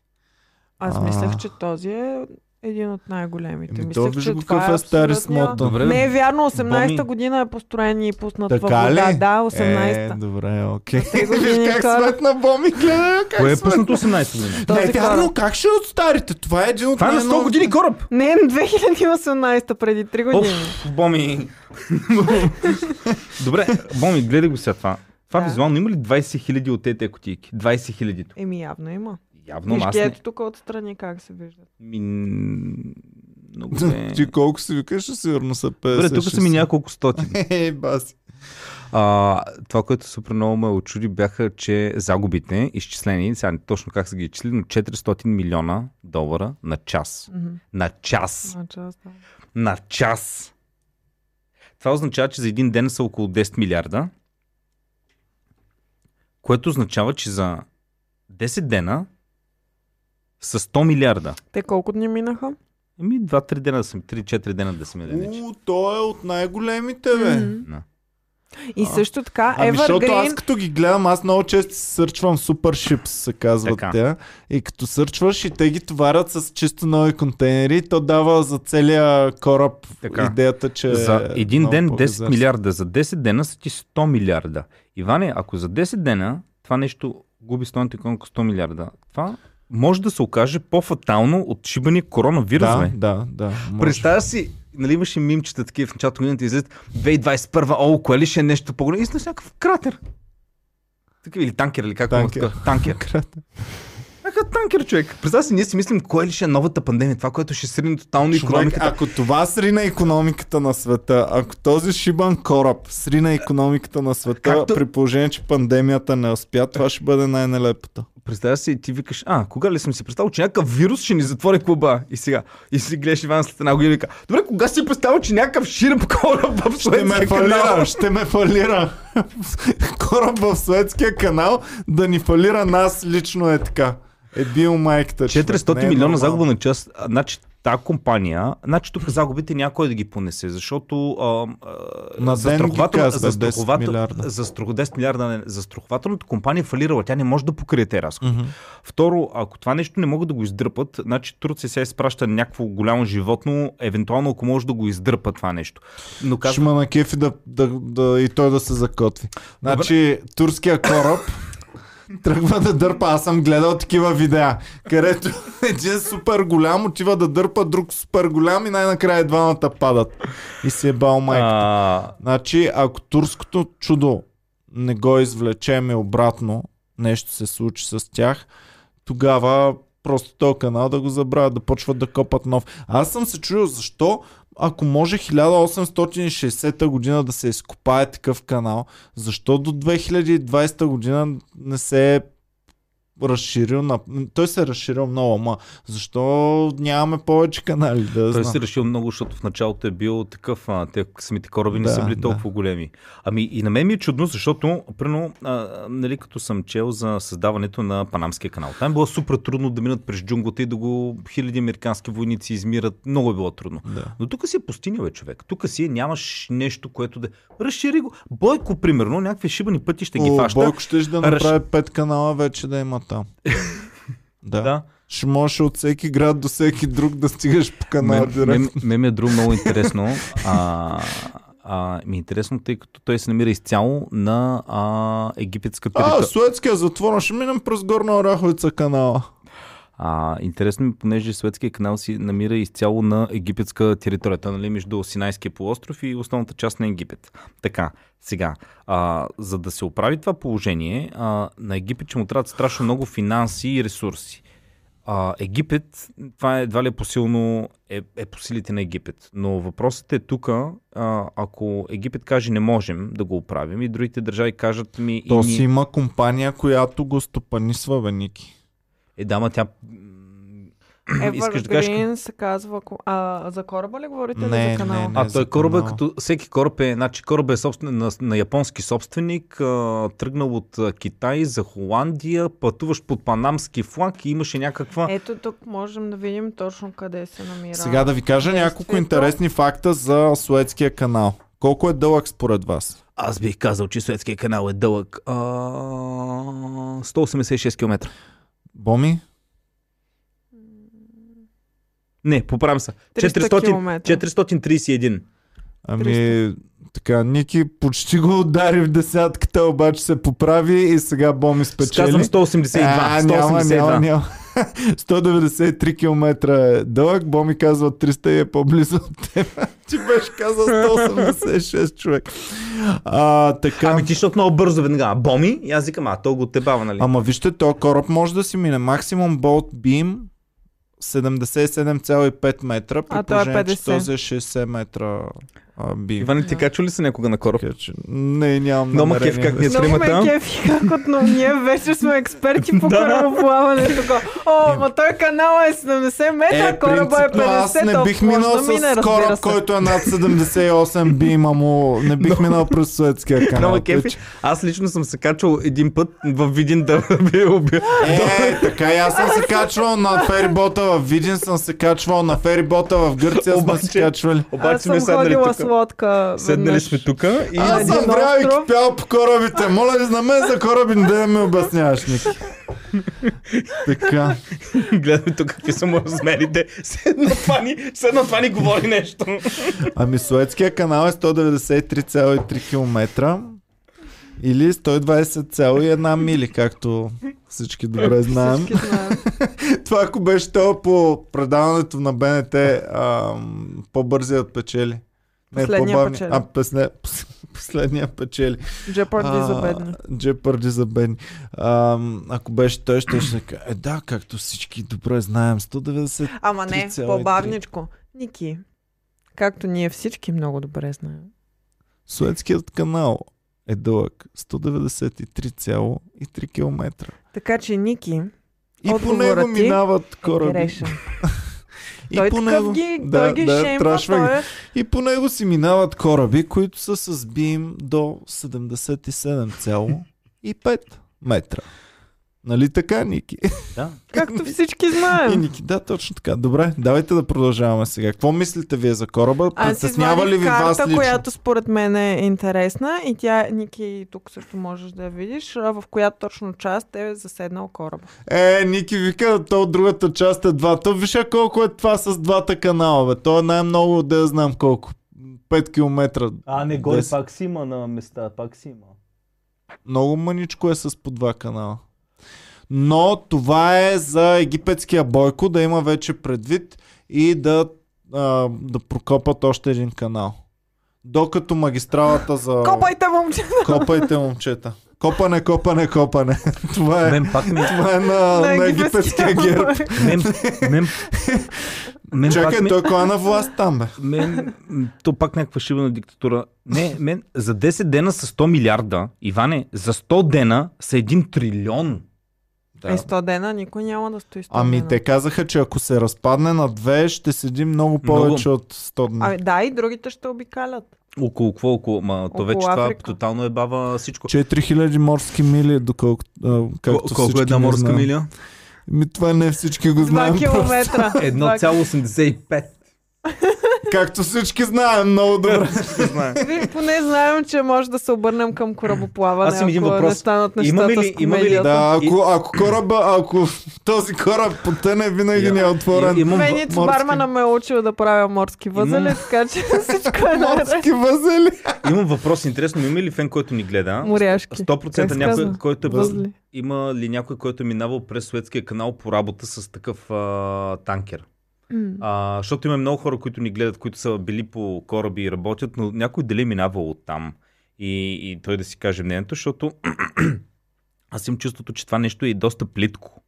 Speaker 3: Аз
Speaker 1: А.
Speaker 3: мислех, че този е един от най-големите.
Speaker 1: Еми, то
Speaker 3: мислех,
Speaker 1: виж
Speaker 3: че
Speaker 1: го
Speaker 3: това
Speaker 1: какъв е стари
Speaker 3: абсолютния-
Speaker 1: смота.
Speaker 2: Добре.
Speaker 3: Не е вярно, 18-та
Speaker 2: Боми.
Speaker 3: година е построен и пуснат във
Speaker 1: Така
Speaker 3: вода.
Speaker 1: ли?
Speaker 3: Да,
Speaker 1: Е,
Speaker 3: 18-та.
Speaker 1: добре, окей.
Speaker 3: три години
Speaker 1: Виж как
Speaker 3: кара.
Speaker 1: светна Боми, гледа как
Speaker 2: Кое е
Speaker 1: светна.
Speaker 2: пуснато 18 години?
Speaker 3: Този
Speaker 1: Не, е вярно, как ще от старите? Това е един от
Speaker 2: Това е на
Speaker 1: най-новите.
Speaker 2: 100 години кораб!
Speaker 3: Не, 2018-та, преди 3 години.
Speaker 2: Оф, Боми! Добре, Боми, гледай го сега това. Това
Speaker 3: Да.
Speaker 2: визуално има ли 20 хиляди от тези кутийки? 20 хиляди.
Speaker 3: Еми, явно има.
Speaker 2: Явно,
Speaker 3: Виж
Speaker 2: ама аз
Speaker 3: ги,
Speaker 2: не...
Speaker 3: ето тук отстрани как се вижда.
Speaker 2: Ми... Много не...
Speaker 1: Ти колко си викаш, сигурно са 50.
Speaker 2: Добре, тук са ми няколко стотин.
Speaker 1: Ей, баси.
Speaker 2: А, това, което супер много ме очуди, бяха, че загубите, изчислени, сега не точно как са ги изчислили, но 400 милиона долара на час.
Speaker 3: Мгм.
Speaker 2: На час!
Speaker 3: Значи, аз да.
Speaker 2: На час! Това означава, че за един ден са около 10 милиарда. Което означава, че за 10 дена с 100 милиарда.
Speaker 3: Те колко дни минаха?
Speaker 2: Еми 2-3 дена да съм, 3-4 дена да сме вече.
Speaker 1: У, той е от най-големите, бе.
Speaker 3: Мгм.
Speaker 2: Да.
Speaker 3: И също така,
Speaker 1: Ами, защото аз
Speaker 3: Evergreen...
Speaker 1: като ги гледам, аз много често си сърчвам Super Ships, се казват
Speaker 2: Така.
Speaker 1: те. И като сърчваш и те ги товарят с чисто нови контейнери, то дава за целия кораб
Speaker 2: Така.
Speaker 1: идеята, че...
Speaker 2: За
Speaker 1: е
Speaker 2: един
Speaker 1: много
Speaker 2: ден 10
Speaker 1: по-безарст.
Speaker 2: милиарда, за 10 дена са ти 100 милиарда. Иване, ако за 10 дена това нещо губи стоеното колко 100 милиарда, това може да се окаже по-фатално от шибани коронавирус,
Speaker 1: Да,
Speaker 2: бе.
Speaker 1: да, да. може.
Speaker 2: Представя си, нали имаше мимчета такива в началото на годината излизат 2021, о, кое ли ще е нещо по-голямо? Излизаш някакъв кратер. Такъв или танкер, или как му
Speaker 1: Танкер.
Speaker 2: казва? Танкер.
Speaker 1: Кратък.
Speaker 2: Някакъв танкер, човек. Представя си, ние си мислим, кое ли ще е новата пандемия, това, което ще срине тотално
Speaker 1: Човек,
Speaker 2: икономиката.
Speaker 1: ако това срина економиката на света, ако този шибан кораб срина економиката на света,
Speaker 2: Както-
Speaker 1: при положение, че пандемията не успя, това ще бъде най-нелепото.
Speaker 2: Представя си, и ти викаш, а, кога ли съм си представил, че някакъв вирус ще ни затвори клуба? И сега, и си гледаш Иван след една година и вика, добре, кога си представил, че някакъв ширп кораб в
Speaker 1: Ще ме
Speaker 2: Суетския канал?
Speaker 1: фалира, ще ме фалира. Кораб в Суетския канал да ни фалира нас лично е така. Е бил майката. човек.
Speaker 2: 400
Speaker 1: Не е
Speaker 2: милиона
Speaker 1: нормално.
Speaker 2: загуба на час. а, Значи тази компания, значи тук загубите някой да ги понесе, защото а, а,
Speaker 1: На ден ги
Speaker 2: застраховател-
Speaker 1: казва, 10
Speaker 2: застраховател-
Speaker 1: милиарда.
Speaker 2: застрах- 10 милиарда. не, Застрахователната компания е фалирала, тя не може да покрие тези разходи.
Speaker 1: Мгм.
Speaker 2: Второ, ако това нещо не могат да го издърпат, значи Турция сега изпраща някакво голямо животно, евентуално ако може да го издърпа това нещо. Но
Speaker 1: Ще
Speaker 2: казва,
Speaker 1: ме на кефи да, да, да, и той да се закотви. Значи, турския кораб тръгва да дърпа. Аз съм гледал такива видеа, където един супер голям отива да дърпа друг супер голям и най-накрая двамата падат. И си е бал майка.
Speaker 2: а,
Speaker 1: Значи, ако турското чудо не го извлечем и обратно, нещо се случи с тях, тогава просто този канал да го забравят, да почват да копат нов. Аз съм се чудил защо, ако може 1860 година да се изкопае такъв канал, защо до 2020 година не се е разширил, на... той се е разширил много, ама защо нямаме повече канали? Да
Speaker 2: Той
Speaker 1: знам.
Speaker 2: си решил много, защото в началото е бил такъв, а, те самите кораби не
Speaker 1: Да,
Speaker 2: са били
Speaker 1: да.
Speaker 2: толкова големи. Ами и на мен ми е чудно, защото, примерно, а, нали, като съм чел за създаването на Панамския канал, там е било супер трудно да минат през джунглата и да го хиляди американски войници измират. Много е било трудно.
Speaker 1: Да.
Speaker 2: Но тук си е пустиня, бе, човек. Тук си е, нямаш нещо, което да... Разшири го. Бойко, примерно, някакви шибани пъти ще ги
Speaker 1: О,
Speaker 2: фаща.
Speaker 1: Бойко ще да
Speaker 2: Раш-
Speaker 1: направи пет канала вече да има там. да.
Speaker 2: Да.
Speaker 1: Ще можеш от всеки град до всеки друг да стигаш по канала
Speaker 2: Мен, мен,
Speaker 1: директно.
Speaker 2: мен ми е друго много интересно. А, а, ми е интересно, тъй като той се намира изцяло на а, египетска
Speaker 1: А,
Speaker 2: територия.
Speaker 1: Суетския затвор, ще минем през Горна Ораховица канала.
Speaker 2: А, интересно ми, понеже Суетския канал си намира изцяло на египетска територия. Той, нали, между Синайския полуостров и основната част на Египет. Така, сега, а, за да се оправи това положение, а, на Египет ще му трябват страшно много финанси и ресурси. А, Египет, това е едва ли е посилно е, е по силите на Египет. Но въпросът е тук, ако Египет каже не можем да го оправим и другите държави кажат ми... и
Speaker 1: То
Speaker 2: ние-
Speaker 1: си има компания, която го стопанисва, бе, Ники.
Speaker 2: Е, да, ма тя...
Speaker 3: Е,
Speaker 2: Искаш да кажеш,
Speaker 3: Evergreen се казва... ко- А, за кораба ли говорите? или
Speaker 1: Не,
Speaker 3: за канала?
Speaker 1: не, не.
Speaker 2: А той
Speaker 1: за
Speaker 2: кораба,
Speaker 1: канала.
Speaker 2: като всеки кораб е, значи кораба е собствен, на, на японски собственик, а, тръгнал от а, Китай за Холандия, пътуваш под панамски флаг и имаше някаква...
Speaker 3: Ето тук можем да видим точно къде се намира.
Speaker 1: Сега да ви кажа няколко
Speaker 3: Действието.
Speaker 1: интересни факта за Суетския канал. Колко е дълъг според вас?
Speaker 2: Аз бих казал, че Суетския канал е дълъг. А, 186 км.
Speaker 1: Боми?
Speaker 2: Не, поправям се.
Speaker 3: 300
Speaker 2: 400,
Speaker 3: километра.
Speaker 2: 431.
Speaker 1: Ами, така, Ники почти го удари в десятката, обаче се поправи и сега Боми спечели.
Speaker 2: Казвам 182.
Speaker 1: А, няма,
Speaker 2: 182.
Speaker 1: няма, няма. 193 км е дълъг, Боми казва 300 и е по-близо от теб. Ти беше казал 186 човек. А, така.
Speaker 2: Ами ти, защото много бързо веднага. Боми? И аз викам, а, то го тебава, нали?
Speaker 1: Ама вижте, то кораб може да си мине. Максимум болт бим 77,5 метра, при
Speaker 3: А той е
Speaker 1: положение, че
Speaker 3: 50.
Speaker 1: този е 60 метра а, би...
Speaker 2: Иван, ти качу ли си някога на кораб?
Speaker 1: Така че Не, нямам
Speaker 2: Много
Speaker 1: намерение
Speaker 2: кеф как
Speaker 1: да
Speaker 2: ни е
Speaker 1: се-
Speaker 2: трима.
Speaker 3: Много ме
Speaker 2: тримата.
Speaker 3: кефи, как отново ние вече сме експерти
Speaker 2: Да,
Speaker 3: по
Speaker 2: да.
Speaker 3: корабоплаване тук. О, ма той канал е 70 метра,
Speaker 1: Е,
Speaker 3: кораба е 50,
Speaker 1: принципно аз не
Speaker 3: то
Speaker 1: бих
Speaker 3: може
Speaker 1: минал
Speaker 3: да
Speaker 1: с
Speaker 3: мине, разбира
Speaker 1: кораб,
Speaker 3: се.
Speaker 1: който е над 78 бима му. Не бих минал през Суетския канал.
Speaker 2: Много кефи.
Speaker 1: тъй че-
Speaker 2: Аз лично съм се качал един път в Видин да би убил.
Speaker 1: Е, така и аз съм се качвал на ферибота в Видин, съм се качвал на ферибота в Гърция, сме се
Speaker 2: Обаче-
Speaker 1: качвали.
Speaker 2: Обаче
Speaker 3: Аз
Speaker 2: сме
Speaker 3: съм
Speaker 2: седнали
Speaker 3: ходила с
Speaker 2: тук.
Speaker 3: лодка.
Speaker 2: Седнали
Speaker 3: веднъж.
Speaker 2: сме тук и
Speaker 1: Аз
Speaker 3: един
Speaker 1: съм правил
Speaker 3: остров.
Speaker 1: и пял по корабите. Моля ви, на мен за кораби не да ми обясняваш, Ники. Така.
Speaker 2: гледаме тук какви са му размерите. Седно това ни, седно това ни говори нещо.
Speaker 1: Ами Суетския канал е 193,3 км или 120,1 мили, както всички добре знаем.
Speaker 3: Всички знаят.
Speaker 1: Това ако беше то по предаването на БНТ, ам, по-бързият печели.
Speaker 3: Последния
Speaker 1: по-бавния.
Speaker 3: печели.
Speaker 1: А, песне, пос- последния печели.
Speaker 3: Джепарди за
Speaker 1: А,
Speaker 3: бедни.
Speaker 1: Джепарди за бедни. Ам, ако беше той, ще ще каже, е да, както всички добре знаем, 190.
Speaker 3: Ама не,
Speaker 1: 3,3.
Speaker 3: по-бавничко. Ники, както ние всички много добре знаем.
Speaker 1: Суетският канал е дълъг 193,3 км.
Speaker 3: Така че Ники
Speaker 1: И по
Speaker 3: Отговорът
Speaker 1: него
Speaker 3: ти
Speaker 1: минават
Speaker 3: е
Speaker 1: кораби.
Speaker 3: грешен.
Speaker 1: И
Speaker 3: Той
Speaker 1: по
Speaker 3: такъв
Speaker 1: него,
Speaker 3: ги,
Speaker 1: да,
Speaker 3: той ги
Speaker 1: да,
Speaker 3: шемва,
Speaker 1: трашва ги.
Speaker 3: той е
Speaker 1: И по него си минават кораби, които са с бим до 77,5 метра. Нали така, Ники?
Speaker 2: Да.
Speaker 3: Както всички
Speaker 1: И
Speaker 3: знаем.
Speaker 1: Ники, да, точно така. Добре, давайте да продължаваме сега. Какво мислите вие за кораба?
Speaker 3: Аз
Speaker 1: Притеснява ли
Speaker 3: извадих
Speaker 1: ви вас
Speaker 3: карта,
Speaker 1: лично?
Speaker 3: която според мен е интересна и тя, Ники, тук също можеш да я видиш, а, в която точно част е заседнал кораба.
Speaker 1: Е, Ники вика, то от другата част е два. То виж колко е това с двата канала, бе. То е най-много, да я знам колко. 5 км.
Speaker 5: А, не, горе
Speaker 1: 10.
Speaker 5: пак си има на места, пак си има.
Speaker 1: Много мъничко е с по два канала. Но това е за египетския бойко да има вече предвид и да, а, да прокопат още един канал. Докато магистралата за...
Speaker 3: Копайте, момчета!
Speaker 1: Копайте, момчета. Копане, копане, копане. Това е,
Speaker 2: Мен пак ми...
Speaker 1: това е на, на египетския герб.
Speaker 2: Мен, мен, мен пак
Speaker 1: Чакай,
Speaker 2: ми...
Speaker 1: той кой е на власт там, бе?
Speaker 2: Мен, м, то пак някаква шибана диктатура. Не, мен за 10 дена са 100 милиарда. Иване, за 100 дена са 1 трилион.
Speaker 3: Е, 100 дена никой няма да стои 100
Speaker 1: Ами
Speaker 3: дена.
Speaker 1: те казаха, че ако се разпадне на две, ще седи много повече от 100 дни.
Speaker 3: Ами да, и другите ще обикалят.
Speaker 2: Около какво? Около, ма, то
Speaker 3: Около
Speaker 2: вече това
Speaker 3: Африка.
Speaker 2: тотално е бава всичко.
Speaker 1: 4000 морски мили, доколкото... а, Както
Speaker 2: Кол- колко
Speaker 1: всички
Speaker 2: е една
Speaker 1: ние
Speaker 2: морска
Speaker 1: знаем.
Speaker 2: миля?
Speaker 1: Ми това не всички го знаем.
Speaker 3: 2
Speaker 1: просто.
Speaker 3: километра. Два
Speaker 2: 1,85.
Speaker 1: Както всички знаем, много добре.
Speaker 3: Ви поне знаем, че може да се обърнем към корабоплаване,
Speaker 2: Аз имам един
Speaker 3: ако не
Speaker 2: въпрос.
Speaker 3: станат
Speaker 2: Имаме
Speaker 3: нещата
Speaker 2: ли-
Speaker 3: с
Speaker 2: имаме ли-
Speaker 3: комедията.
Speaker 1: да, ако, ако кораба, ако този кораб потъне, винаги
Speaker 2: Я-
Speaker 1: ни е отворен.
Speaker 2: И- имам
Speaker 3: Менец
Speaker 1: морски.
Speaker 3: бармана ме е учил да правя морски възели,
Speaker 2: Имам-
Speaker 3: така че всичко е наред.
Speaker 1: Морски възели.
Speaker 2: Имам въпрос, интересно, има ли фен, който ни гледа?
Speaker 3: Моряшки.
Speaker 2: 100%
Speaker 3: Как се
Speaker 2: някой,
Speaker 3: казва?
Speaker 2: който е
Speaker 3: Възли.
Speaker 2: Има ли някой, който е минавал през Суетския канал по работа с такъв а, танкер?
Speaker 3: М.
Speaker 2: А, защото има много хора, които ни гледат, които са били по кораби и работят, но някой дали е минавал от там и, и той да си каже мнението, защото аз имам чувството, че това нещо е доста плитко.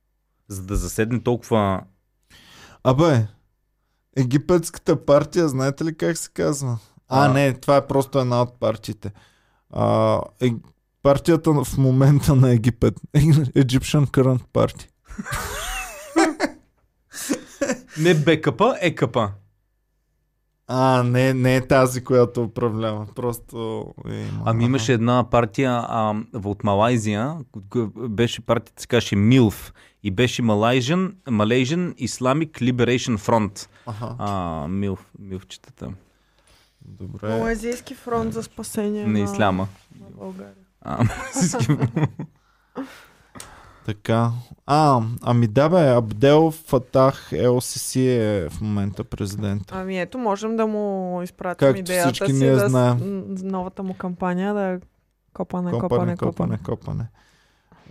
Speaker 2: За да заседне толкова...
Speaker 1: Абе, египетската партия, знаете ли как се казва? А,
Speaker 2: А.
Speaker 1: не, това е просто една от партиите. А, е, партията в момента на Египет. Egyptian Current Party.
Speaker 2: Не бекъпа, е къпа.
Speaker 1: А, не, не е тази, която управлява. Просто... е, Има.
Speaker 2: Ами имаше една партия а, от Малайзия, ко- беше партията, се казваше МИЛФ и беше Malaysian, Malaysian Islamic Liberation Front.
Speaker 1: Аха.
Speaker 2: А, МИЛФ, МИЛФчетата.
Speaker 1: Добре.
Speaker 3: Малайзийски фронт за спасение
Speaker 2: На
Speaker 3: на,
Speaker 2: Исляма.
Speaker 3: на България.
Speaker 2: А, всички-
Speaker 1: Така. А, ами да бе, Абдел Фатах ЛСС е в момента президент.
Speaker 3: Ами ето, можем да му изпратим
Speaker 1: Както
Speaker 3: идеята
Speaker 1: всички
Speaker 3: си
Speaker 1: ние
Speaker 3: да, с-
Speaker 1: знаем.
Speaker 3: м, новата му кампания да е копане,
Speaker 1: Копане,
Speaker 3: копане,
Speaker 1: копане,
Speaker 3: копане.
Speaker 1: копане.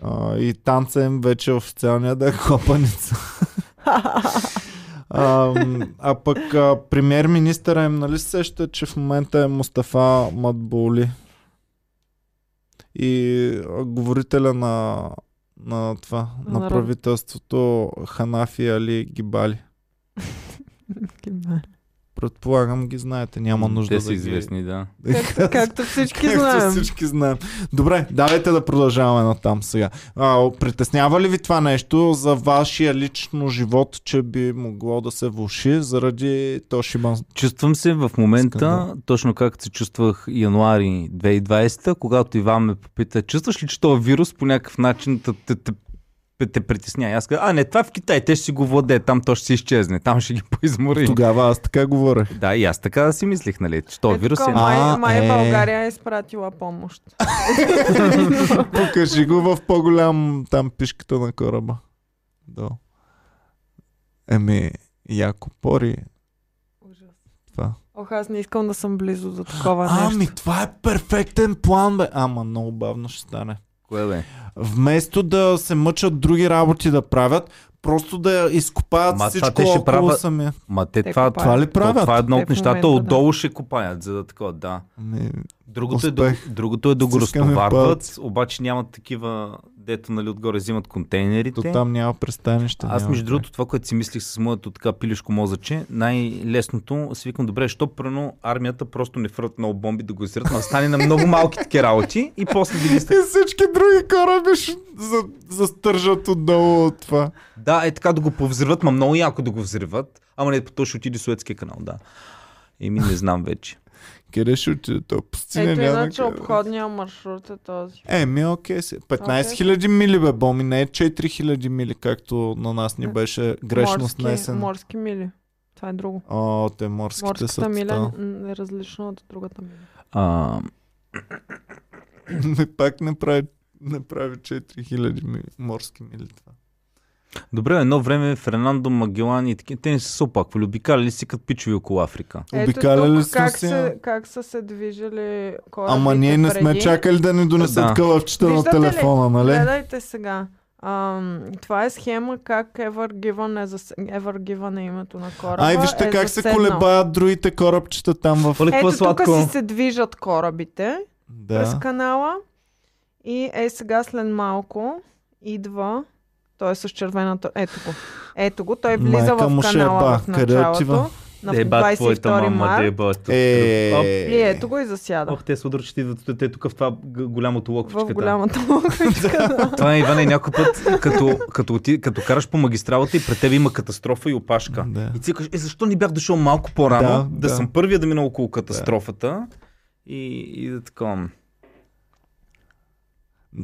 Speaker 1: А, и танца им вече е официалния да е копаница. а, а пък а, премьер-министъра им, нали се сеща, че в момента е Мустафа Мадбули. И а, говорителя на, на това, на,
Speaker 3: Народ.
Speaker 1: правителството Ханафи Али Гибали.
Speaker 3: Кибер.
Speaker 1: Предполагам ги знаете, няма нужда
Speaker 2: Те
Speaker 1: да
Speaker 2: са
Speaker 1: ги-
Speaker 2: известни, да.
Speaker 3: Както, както всички
Speaker 1: Както
Speaker 3: знаем.
Speaker 1: всички знаем. Добре, давайте да продължаваме на там сега. А, притеснява ли ви това нещо за вашия лично живот, че би могло да се влуши заради то ще има...
Speaker 2: Чувствам се в момента,
Speaker 1: Скандал.
Speaker 2: точно както се чувствах януари 2020, когато Иван ме попита, чувстваш ли, че този вирус по някакъв начин те, те, те, те, те притесня? И аз казах, а не, това е в Китай, те ще си го владе, там то ще си изчезне, там ще ги поизмори.
Speaker 1: Тогава аз така говорех.
Speaker 2: Да, и аз така си мислих, нали, че този
Speaker 3: Ето
Speaker 2: вирус е...
Speaker 3: така, май,
Speaker 1: А,
Speaker 3: май
Speaker 1: е.
Speaker 3: България е изпратила помощ.
Speaker 1: Покажи го в по-голям там пишката на кораба. Да. Еми, яко пори това.
Speaker 3: Ох, аз не искам да съм близо до такова нещо.
Speaker 1: Ами, това е перфектен план, бе. Ама, много бавно ще стане.
Speaker 2: Кое бе?
Speaker 1: Вместо да се мъчат други работи да правят, просто да изкопаят
Speaker 2: Ма, това
Speaker 1: всичко
Speaker 2: те ще
Speaker 1: около
Speaker 2: правят-
Speaker 1: самия.
Speaker 2: Ма те,
Speaker 3: Те
Speaker 2: това,
Speaker 3: копаят.
Speaker 1: Това ли правят?
Speaker 2: това е едно
Speaker 3: Те
Speaker 2: от
Speaker 3: в
Speaker 2: нещата,
Speaker 3: момента, да.
Speaker 2: отдолу ще копаят, за да такова, да.
Speaker 1: Ами,
Speaker 2: Другото е, да,
Speaker 1: Успех.
Speaker 2: другото е да го
Speaker 1: Стискаме
Speaker 2: разтоварват,
Speaker 1: палци.
Speaker 2: обаче нямат такива, дето нали, отгоре взимат
Speaker 1: То
Speaker 2: контейнерите.
Speaker 1: там няма пристанище.
Speaker 2: Аз,
Speaker 1: няма
Speaker 2: между
Speaker 1: как.
Speaker 2: другото, това, което си мислих с моето така пилешко мозъче, най-лесното, си викам, добре, що прено армията просто не фрат много бомби да го изрят, но стане на много малки такива работи и после да ги
Speaker 1: И
Speaker 2: сте.
Speaker 1: всички други кораби ще за, застържат отдолу от това.
Speaker 2: Да, е така да го повзриват, ма много яко да го взриват, ама не, то ще отиде Суетския канал, да. Еми, не знам вече.
Speaker 1: Къде ще отиде то? Пустиня
Speaker 3: Ето
Speaker 1: няма
Speaker 3: иначе
Speaker 1: къде.
Speaker 3: обходния маршрут е този.
Speaker 1: Еми, окей си. 15
Speaker 3: Окей.
Speaker 1: 000 мили, бе, Боми, не е 4 000 мили, както на нас ни
Speaker 3: Не.
Speaker 1: беше грешно
Speaker 3: Е, морски,
Speaker 1: снесен.
Speaker 3: морски мили. Това е друго.
Speaker 1: О, те морските са
Speaker 3: Морската
Speaker 1: тотал.
Speaker 3: миля н- е различна от другата миля.
Speaker 2: А,
Speaker 1: Не, пак не прави, не прави 4000 мили, морски мили това.
Speaker 2: добре, едно време Фернандо Магелан и такива, те не са се опаквали, обикаляли си като пичови около Африка.
Speaker 1: Обикаляли
Speaker 3: Ето тук
Speaker 1: сме
Speaker 3: как,
Speaker 1: си,
Speaker 3: се, как са се движили корабите
Speaker 1: Ама ние не сме
Speaker 3: преди.
Speaker 1: чакали да ни донесат
Speaker 2: Да.
Speaker 1: кълъвчета на
Speaker 3: Виждате ли?
Speaker 1: телефона, нали?
Speaker 3: Гледайте сега. Ам, това е схема как Ever Given е, зас... Ever Given е името на кораба.
Speaker 1: Ай, вижте
Speaker 3: е
Speaker 1: как
Speaker 3: заседнал.
Speaker 1: се колебаят другите корабчета там в...
Speaker 2: Оле, какво
Speaker 3: Ето тук
Speaker 2: сладко.
Speaker 3: си се движат корабите през
Speaker 1: Да.
Speaker 3: канала. И е сега след малко идва... Той е с червената... Ето го. Ето го. Той влиза
Speaker 1: Майка му
Speaker 3: в
Speaker 1: ще
Speaker 3: канала
Speaker 1: еба.
Speaker 3: в
Speaker 1: Къде отива?
Speaker 3: началото. На
Speaker 2: Да е бат твоята
Speaker 3: 22
Speaker 2: мама, да е
Speaker 3: март.
Speaker 2: бат.
Speaker 1: Е,
Speaker 3: И ето го и засяда.
Speaker 2: Оп, те се удръчат идват те тук в това г- голямото локвичката.
Speaker 3: В голямата локвичка. да.
Speaker 2: Това е Иване някой път, като, като, ти, като караш по магистралата и пред теб има катастрофа и опашка.
Speaker 1: Да.
Speaker 2: И ти кажеш, е, защо не бях дошъл малко по-рано, да,
Speaker 1: Да,
Speaker 2: да,
Speaker 1: да.
Speaker 2: съм първия да мина около катастрофата и, и да такова.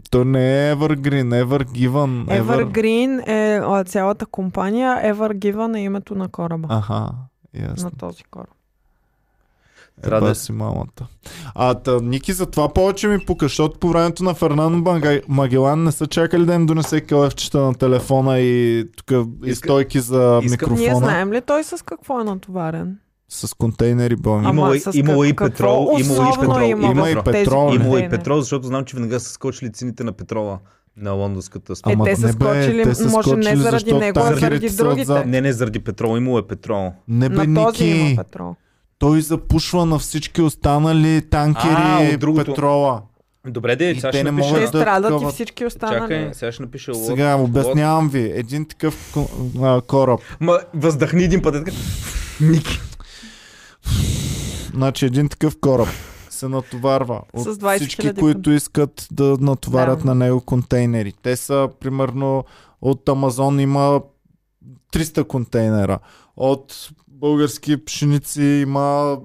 Speaker 1: То не е Evergreen, Ever Given. Ever...
Speaker 3: Evergreen е а, цялата компания. Evergiven е името на кораба.
Speaker 1: Аха, ясно.
Speaker 3: на този кораб.
Speaker 2: Трябва
Speaker 1: Еба
Speaker 2: да-
Speaker 1: си мамата. А, та, Ники, за това повече ми пука, защото по времето на Фернандо Банга- Магелан не са чакали да им донесе кълъвчета на телефона и тук и
Speaker 2: Иска-
Speaker 1: стойки за
Speaker 2: иска-
Speaker 1: микрофона.
Speaker 3: Ние знаем ли той с какво е натоварен?
Speaker 1: С контейнери, ами. Боми.
Speaker 2: Ама- Имало и-
Speaker 3: с
Speaker 2: имало е и
Speaker 3: какво
Speaker 2: петрол, имало и
Speaker 3: основно
Speaker 2: петрол,
Speaker 1: има
Speaker 3: в
Speaker 1: и
Speaker 3: тези
Speaker 1: петрол, не?
Speaker 2: Имало и е
Speaker 3: контейнери?
Speaker 2: петрол, защото знам, че веднага са скочили цените на петрола на лондонската
Speaker 3: Е,
Speaker 2: спорта.
Speaker 3: те са
Speaker 1: не бе,
Speaker 3: скочили,
Speaker 1: те са
Speaker 3: може не
Speaker 1: скочили,
Speaker 3: заради
Speaker 1: защото
Speaker 3: него, а заради
Speaker 1: танкерите са
Speaker 3: другите.
Speaker 1: отзад.
Speaker 2: Не, не, заради петрола, имало е петрол.
Speaker 1: Не бе,
Speaker 3: на този
Speaker 1: Ники,
Speaker 3: има петрол.
Speaker 1: той запушва на всички останали
Speaker 2: А,
Speaker 1: танкери
Speaker 2: от другото.
Speaker 1: петрола.
Speaker 2: Добре, де,
Speaker 1: И
Speaker 2: сега
Speaker 1: те
Speaker 2: ще
Speaker 1: не
Speaker 2: напиша...
Speaker 1: могат
Speaker 3: Те
Speaker 1: да
Speaker 3: страдат и
Speaker 1: такова-
Speaker 3: всички останали.
Speaker 2: Чакай, сега ще напиша лот.
Speaker 1: Сега обяснявам ви. Един такъв ко- а, кораб.
Speaker 2: Ма, въздъхни един път. е така. Ники.
Speaker 1: Значи един такъв кораб се натоварва
Speaker 3: С
Speaker 1: от
Speaker 3: 20
Speaker 1: всички,
Speaker 3: 000
Speaker 1: които искат да натоварят
Speaker 3: Да.
Speaker 1: на него контейнери. Те са примерно от Амазон има 300 контейнера. От български пшеници има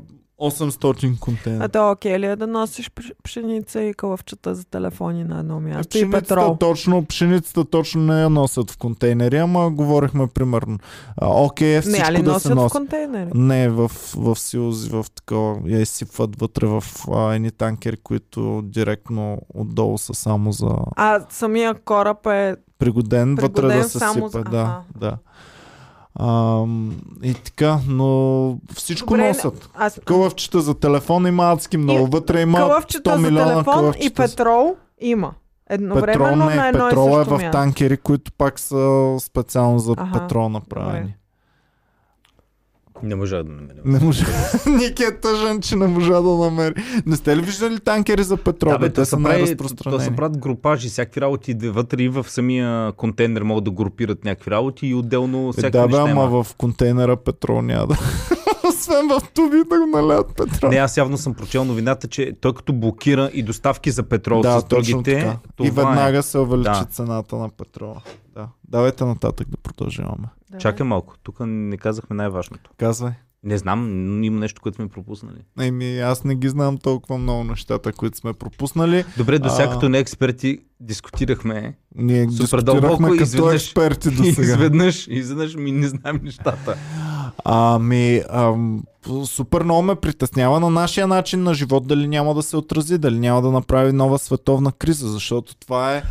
Speaker 1: 800 контейнера.
Speaker 3: А то окей ли е да носиш пш- пшеница и кълъвчета за телефони на едно
Speaker 1: Е,
Speaker 3: място и
Speaker 1: Пшеницата
Speaker 3: петрол?
Speaker 1: точно, пшеницата точно не я носят в контейнери, ама говорихме примерно. а, Окей, е
Speaker 3: Не,
Speaker 1: всичко
Speaker 3: а
Speaker 1: да
Speaker 3: ли
Speaker 1: се
Speaker 3: носят в
Speaker 1: носи.
Speaker 3: контейнери?
Speaker 1: Не, е в, в силози, в такова. Я изсипват вътре в а, едни танкери, които директно отдолу са само за
Speaker 3: А самия кораб е...
Speaker 1: пригоден, вътре
Speaker 3: Пригоден
Speaker 1: да се
Speaker 3: само
Speaker 1: сипе.
Speaker 3: за-
Speaker 1: Да,
Speaker 3: Аха.
Speaker 1: да. Ам, и така, но всичко
Speaker 3: Добре,
Speaker 1: носят.
Speaker 3: Аз...
Speaker 1: Кълъвчета за телефон има адски много.
Speaker 3: И-
Speaker 1: Вътре има 100
Speaker 3: Кълъвчета за
Speaker 1: милиона
Speaker 3: телефон и
Speaker 1: кълъвчета.
Speaker 3: петрол има.
Speaker 1: Петрол
Speaker 3: Едновременно на
Speaker 1: не,
Speaker 3: едно и
Speaker 1: петрол е
Speaker 3: също
Speaker 1: в
Speaker 3: място.
Speaker 1: танкери, които пак са специално за
Speaker 3: Аха,
Speaker 1: петрол направени.
Speaker 3: добре.
Speaker 2: Не можа да намеря.
Speaker 1: Не може. Ники е тъжен, че не можа да намери. Не сте ли виждали танкери за петрол?
Speaker 2: Да, бе,
Speaker 1: бе?
Speaker 2: те
Speaker 1: те са
Speaker 2: се прави, то
Speaker 1: най-разпространени.
Speaker 2: се правят групажи, всякакви работи да вътре и в самия контейнер могат да групират някакви работи и отделно
Speaker 1: Е,
Speaker 2: всяка
Speaker 1: да, бе,
Speaker 2: неща има.
Speaker 1: ама в контейнера петрол няма да. Освен в тубите го налят петрол.
Speaker 2: Не, аз явно съм прочел новината, че той като блокира и доставки за петрол
Speaker 1: да,
Speaker 2: с е.
Speaker 1: точно
Speaker 2: другите,
Speaker 1: така. И веднага се увеличи
Speaker 2: Да.
Speaker 1: цената на петрола. Да. Давайте нататък да продължаваме.
Speaker 3: Да.
Speaker 2: Е... Чакай малко, тук не казахме най-важното.
Speaker 1: Казвай.
Speaker 2: Не знам, но има нещо, което сме пропуснали.
Speaker 1: Еми, аз не ги знам толкова много нещата, които сме пропуснали.
Speaker 2: Добре, до сега
Speaker 1: А.
Speaker 2: като не експерти дискутирахме
Speaker 1: Ние
Speaker 2: Супер
Speaker 1: дискутирахме
Speaker 2: дълбоко,
Speaker 1: като
Speaker 2: изведнъж-
Speaker 1: експерти до
Speaker 2: и
Speaker 1: сега.
Speaker 2: изведнъж, и изведнъж ми не знам нещата.
Speaker 1: Ами, ам, супер много ме притеснява на нашия начин на живот, дали няма да се отрази, дали няма да направи нова световна криза, защото това е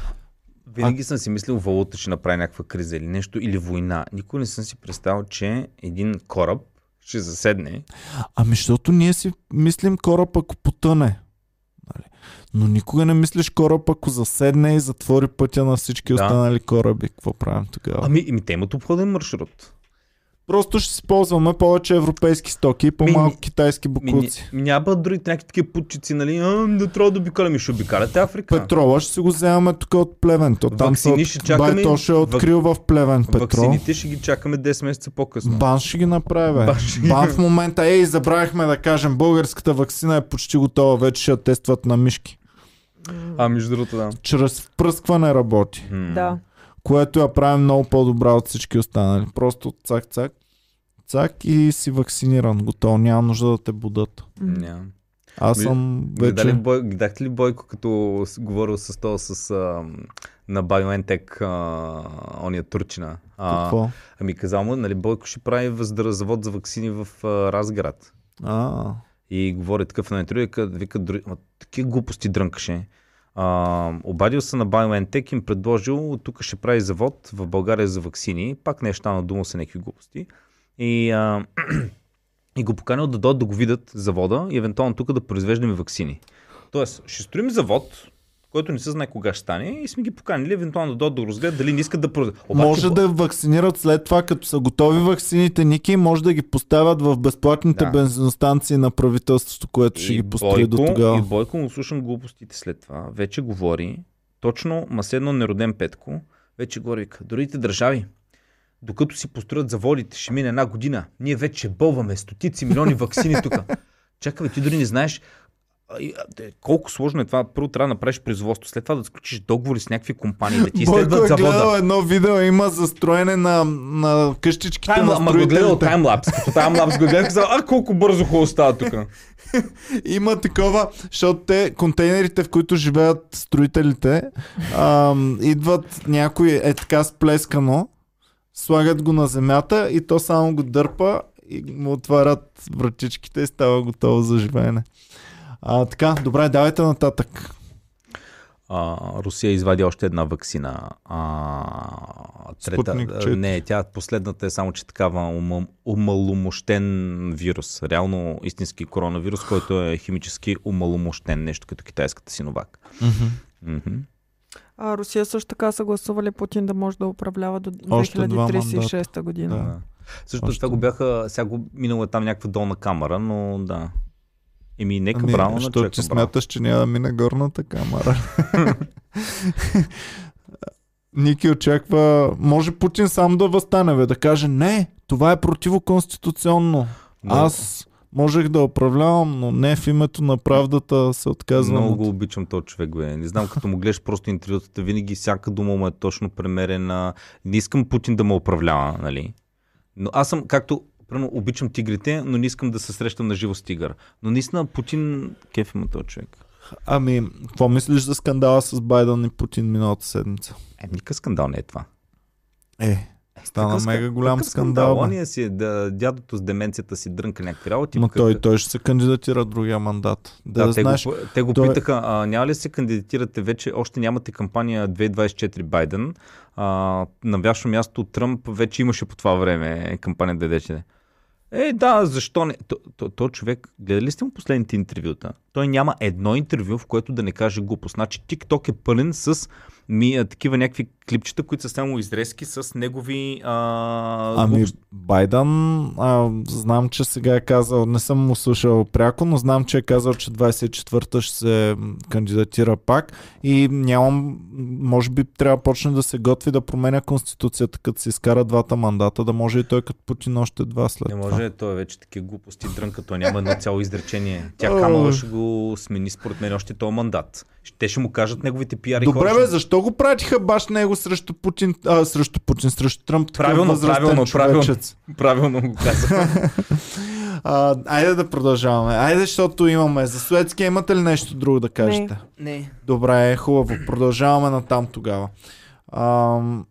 Speaker 2: Винаги съм си мислил валута ще направи някаква криза или нещо, или война. Никой не съм си представил, че един кораб ще заседне.
Speaker 1: Ами, защото ние си мислим кораб, ако потъне. Нали? Но никога не мислиш кораб, ако заседне и затвори пътя на всички
Speaker 2: Да.
Speaker 1: останали кораби. Какво правим тогава? Ами...
Speaker 2: Ами, ами те имат обходен маршрут.
Speaker 1: Просто ще си ползваме повече европейски стоки и
Speaker 2: Ми,
Speaker 1: по-малко
Speaker 2: ми-
Speaker 1: китайски
Speaker 2: Ми, ня-
Speaker 1: бокуци.
Speaker 2: ми няма другите някакви такива путчици, нали? А, не трябва да обикаляме, ще обикаляте Африка.
Speaker 1: Петрола ще си го вземаме тук от Плевен. То там се
Speaker 2: Ваксини ще
Speaker 1: от...
Speaker 2: чакаме.
Speaker 1: Бай, то ще е
Speaker 2: Вак-
Speaker 1: открил в Плевен петрол.
Speaker 2: Ваксините ще ги чакаме 10 месеца по-късно.
Speaker 1: Бан ще ги направи. Бе.
Speaker 2: Бан ще ги-
Speaker 1: Бан в момента, ей, забравихме да кажем, българската вакцина е почти готова, вече ще я тестват на мишки.
Speaker 2: А, между другото, да.
Speaker 1: Чрез впръскване работи.
Speaker 2: М.
Speaker 3: Да.
Speaker 1: което я прави много по-добра от всички останали. Просто цак-цак, цак и си вакциниран, готов. Няма нужда да те будат.
Speaker 2: Няма.
Speaker 1: Аз
Speaker 2: Ми-
Speaker 1: съм вече...
Speaker 2: Гледали бой, гледахте ли Бойко, като с- говорил с то с а, на BioNTech, а, ония турчина? А,
Speaker 1: Какво?
Speaker 2: Ами казал му, нали, Бойко ще прави въздра- завод за вакцини в а, Разград.
Speaker 1: А,
Speaker 2: И говори такъв на интервю, и къд- вика, дори, ама, такива глупости дрънкаше. А, обадил се на BioNTech, им предложил, тук ще прави завод в България за вакцини. Пак неща на дума са някакви глупости. И, а, и го поканил да дойдат да го видят завода и евентуално тук да произвеждаме вакцини. Тоест, ще строим завод, който не се знае кога ще стане и сме ги поканили евентуално да дойдат да го разгледат, дали не искат да произвеждат.
Speaker 1: може да я вакцинират след това, като са готови ваксините, Ники, може да ги поставят в безплатните
Speaker 2: Да.
Speaker 1: да. бензиностанции на правителството, което ще
Speaker 2: И
Speaker 1: ги построи
Speaker 2: Бойко-
Speaker 1: до
Speaker 2: И
Speaker 1: тогава.
Speaker 2: Бойко му слушам глупостите след това. Вече говори, точно маседно нероден Петко, вече говори, вика, другите държави, докато си построят заводите, ще мине една година. Ние вече бълваме стотици милиони вакцини тук. Чакай, бе, ти дори не знаеш а, и, а, те, колко сложно е това. Първо трябва да направиш производство, след това да сключиш договори с някакви компании, да ти
Speaker 1: Бойко
Speaker 2: изследват
Speaker 1: е
Speaker 2: завода.
Speaker 1: гледал едно видео, има застроене на, на къщичките
Speaker 2: Тайм,
Speaker 1: на
Speaker 2: ама го
Speaker 1: строителите.
Speaker 2: гледал таймлапс. Като таймлапс го гледах, казах, а колко бързо хубаво става тук.
Speaker 1: Има такова, защото те, контейнерите, в които живеят строителите, ам, идват някой е така сплескано, слагат го на земята и то само го дърпа и му отварят вратичките и става готово за живеене. А, така, добре, давайте нататък.
Speaker 2: а, Русия извади още една вакцина. А, трета,
Speaker 1: Спутник
Speaker 2: а,
Speaker 1: чет.
Speaker 2: не, тя последната е само, че такава умъм- омаломощен вирус. Реално истински коронавирус, който е химически омаломощен, нещо като китайската синовак. Мгм.
Speaker 3: А Русия също така са гласували Путин да може да управлява до
Speaker 1: Още два
Speaker 3: 2036 година.
Speaker 1: Да.
Speaker 2: Да. Също
Speaker 1: Още.
Speaker 2: това го бяха, сега го минала е там някаква долна камера, но да. Еми, нека
Speaker 1: Ами,
Speaker 2: браво Е, на
Speaker 1: що
Speaker 2: човека.
Speaker 1: ти
Speaker 2: браво.
Speaker 1: смяташ, че няма да мине горната камера? Ники очаква, може Путин сам да възстане, бе, да каже, не, това е противоконституционно.
Speaker 2: Но-
Speaker 1: Аз можех да управлявам, но не в името на правдата се отказвам.
Speaker 2: Много
Speaker 1: Много...
Speaker 2: го обичам този човек, бе. Не знам, като му гледаш просто интервютата, винаги всяка дума му е точно премерена. Не искам Путин да ме управлява, нали? Но аз съм, както, примерно, обичам тигрите, но не искам да се срещам на живо с тигър. Но наистина Путин кефи му този човек.
Speaker 1: Ами, какво мислиш за скандала с Байден и Путин миналата седмица?
Speaker 2: Е, никакъв скандал не е това.
Speaker 1: Е, стана
Speaker 2: Такъв ска-
Speaker 1: мега голям
Speaker 2: такъв
Speaker 1: скандал. бе.
Speaker 2: Ония си, е да, дядото с деменцията си дрънка някакви работи.
Speaker 1: Ма
Speaker 2: пък-
Speaker 1: той, той ще се кандидатира другия мандат. Да,
Speaker 2: Да,
Speaker 1: да
Speaker 2: те,
Speaker 1: знаеш,
Speaker 2: го, те го
Speaker 1: той-
Speaker 2: питаха, а, няма ли се кандидатирате вече, още нямате кампания 2024 Байден, а, на вящо място Тръмп вече имаше по това време кампания 2024. Е, да, защо не? То, то, то човек, гледали сте му последните интервюта? Той няма едно интервю, в което да не каже глупост. Значи TikTok е пълен с ми, а, такива някакви клипчета, които са само изрезки с негови а,
Speaker 1: Ами,
Speaker 2: глупости.
Speaker 1: Байден, а, знам, че сега е казал, не съм му слушал пряко, но знам, че е казал, че 24-та ще се м, кандидатира пак и нямам, може би трябва да почне да се готви да променя конституцията, като се изкара двата мандата, да може и той като Путин още два след
Speaker 2: Не
Speaker 1: Е, това.
Speaker 2: може, той е вече такива глупости дрънка, той няма едно цяло изречение. Тя Камала ще го смени според мен още този мандат. Те ще му кажат неговите пиари
Speaker 1: Добре,
Speaker 2: хора.
Speaker 1: бе,
Speaker 2: ще-
Speaker 1: защо го пратиха баш него срещу Путин, а, срещу Путин, срещу Тръмп? такъв
Speaker 2: Правилно,
Speaker 1: възрастен
Speaker 2: правилно, правилно,
Speaker 1: човечец?
Speaker 2: правилно го казах.
Speaker 1: А, айде да продължаваме. Айде, защото имаме. За Суецкия имате ли нещо друго да кажете?
Speaker 2: Не.
Speaker 1: Добре, е хубаво. Продължаваме на там тогава. Ам,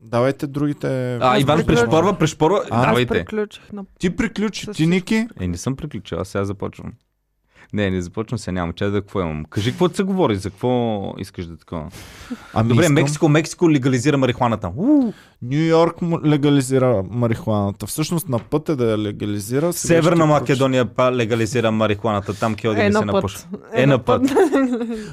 Speaker 1: давайте другите.
Speaker 2: А, Иван
Speaker 3: приключих.
Speaker 2: пришпорва, пришпорва.
Speaker 1: А?
Speaker 3: Аз
Speaker 2: Давайте.
Speaker 3: приключих на
Speaker 1: Ти приключи,
Speaker 3: Със
Speaker 1: ти Ники.
Speaker 2: Е, не съм приключил, аз сега започвам. Не, не започвам сега, нямам чай да какво имам. Кажи какво ти се говори, за какво искаш да е такова.
Speaker 1: Ами
Speaker 2: Добре,
Speaker 1: искам-
Speaker 2: Мексико, Мексико легализира марихуаната. У,
Speaker 1: Нью Йорк му легализира марихуаната. Всъщност на път е да я легализира. Сега ще
Speaker 2: Северна
Speaker 1: прочета.
Speaker 2: Македония па легализира марихуаната, там кеоди
Speaker 3: Е,
Speaker 2: ми
Speaker 3: на
Speaker 2: се
Speaker 3: път.
Speaker 2: напуша. Е, на път.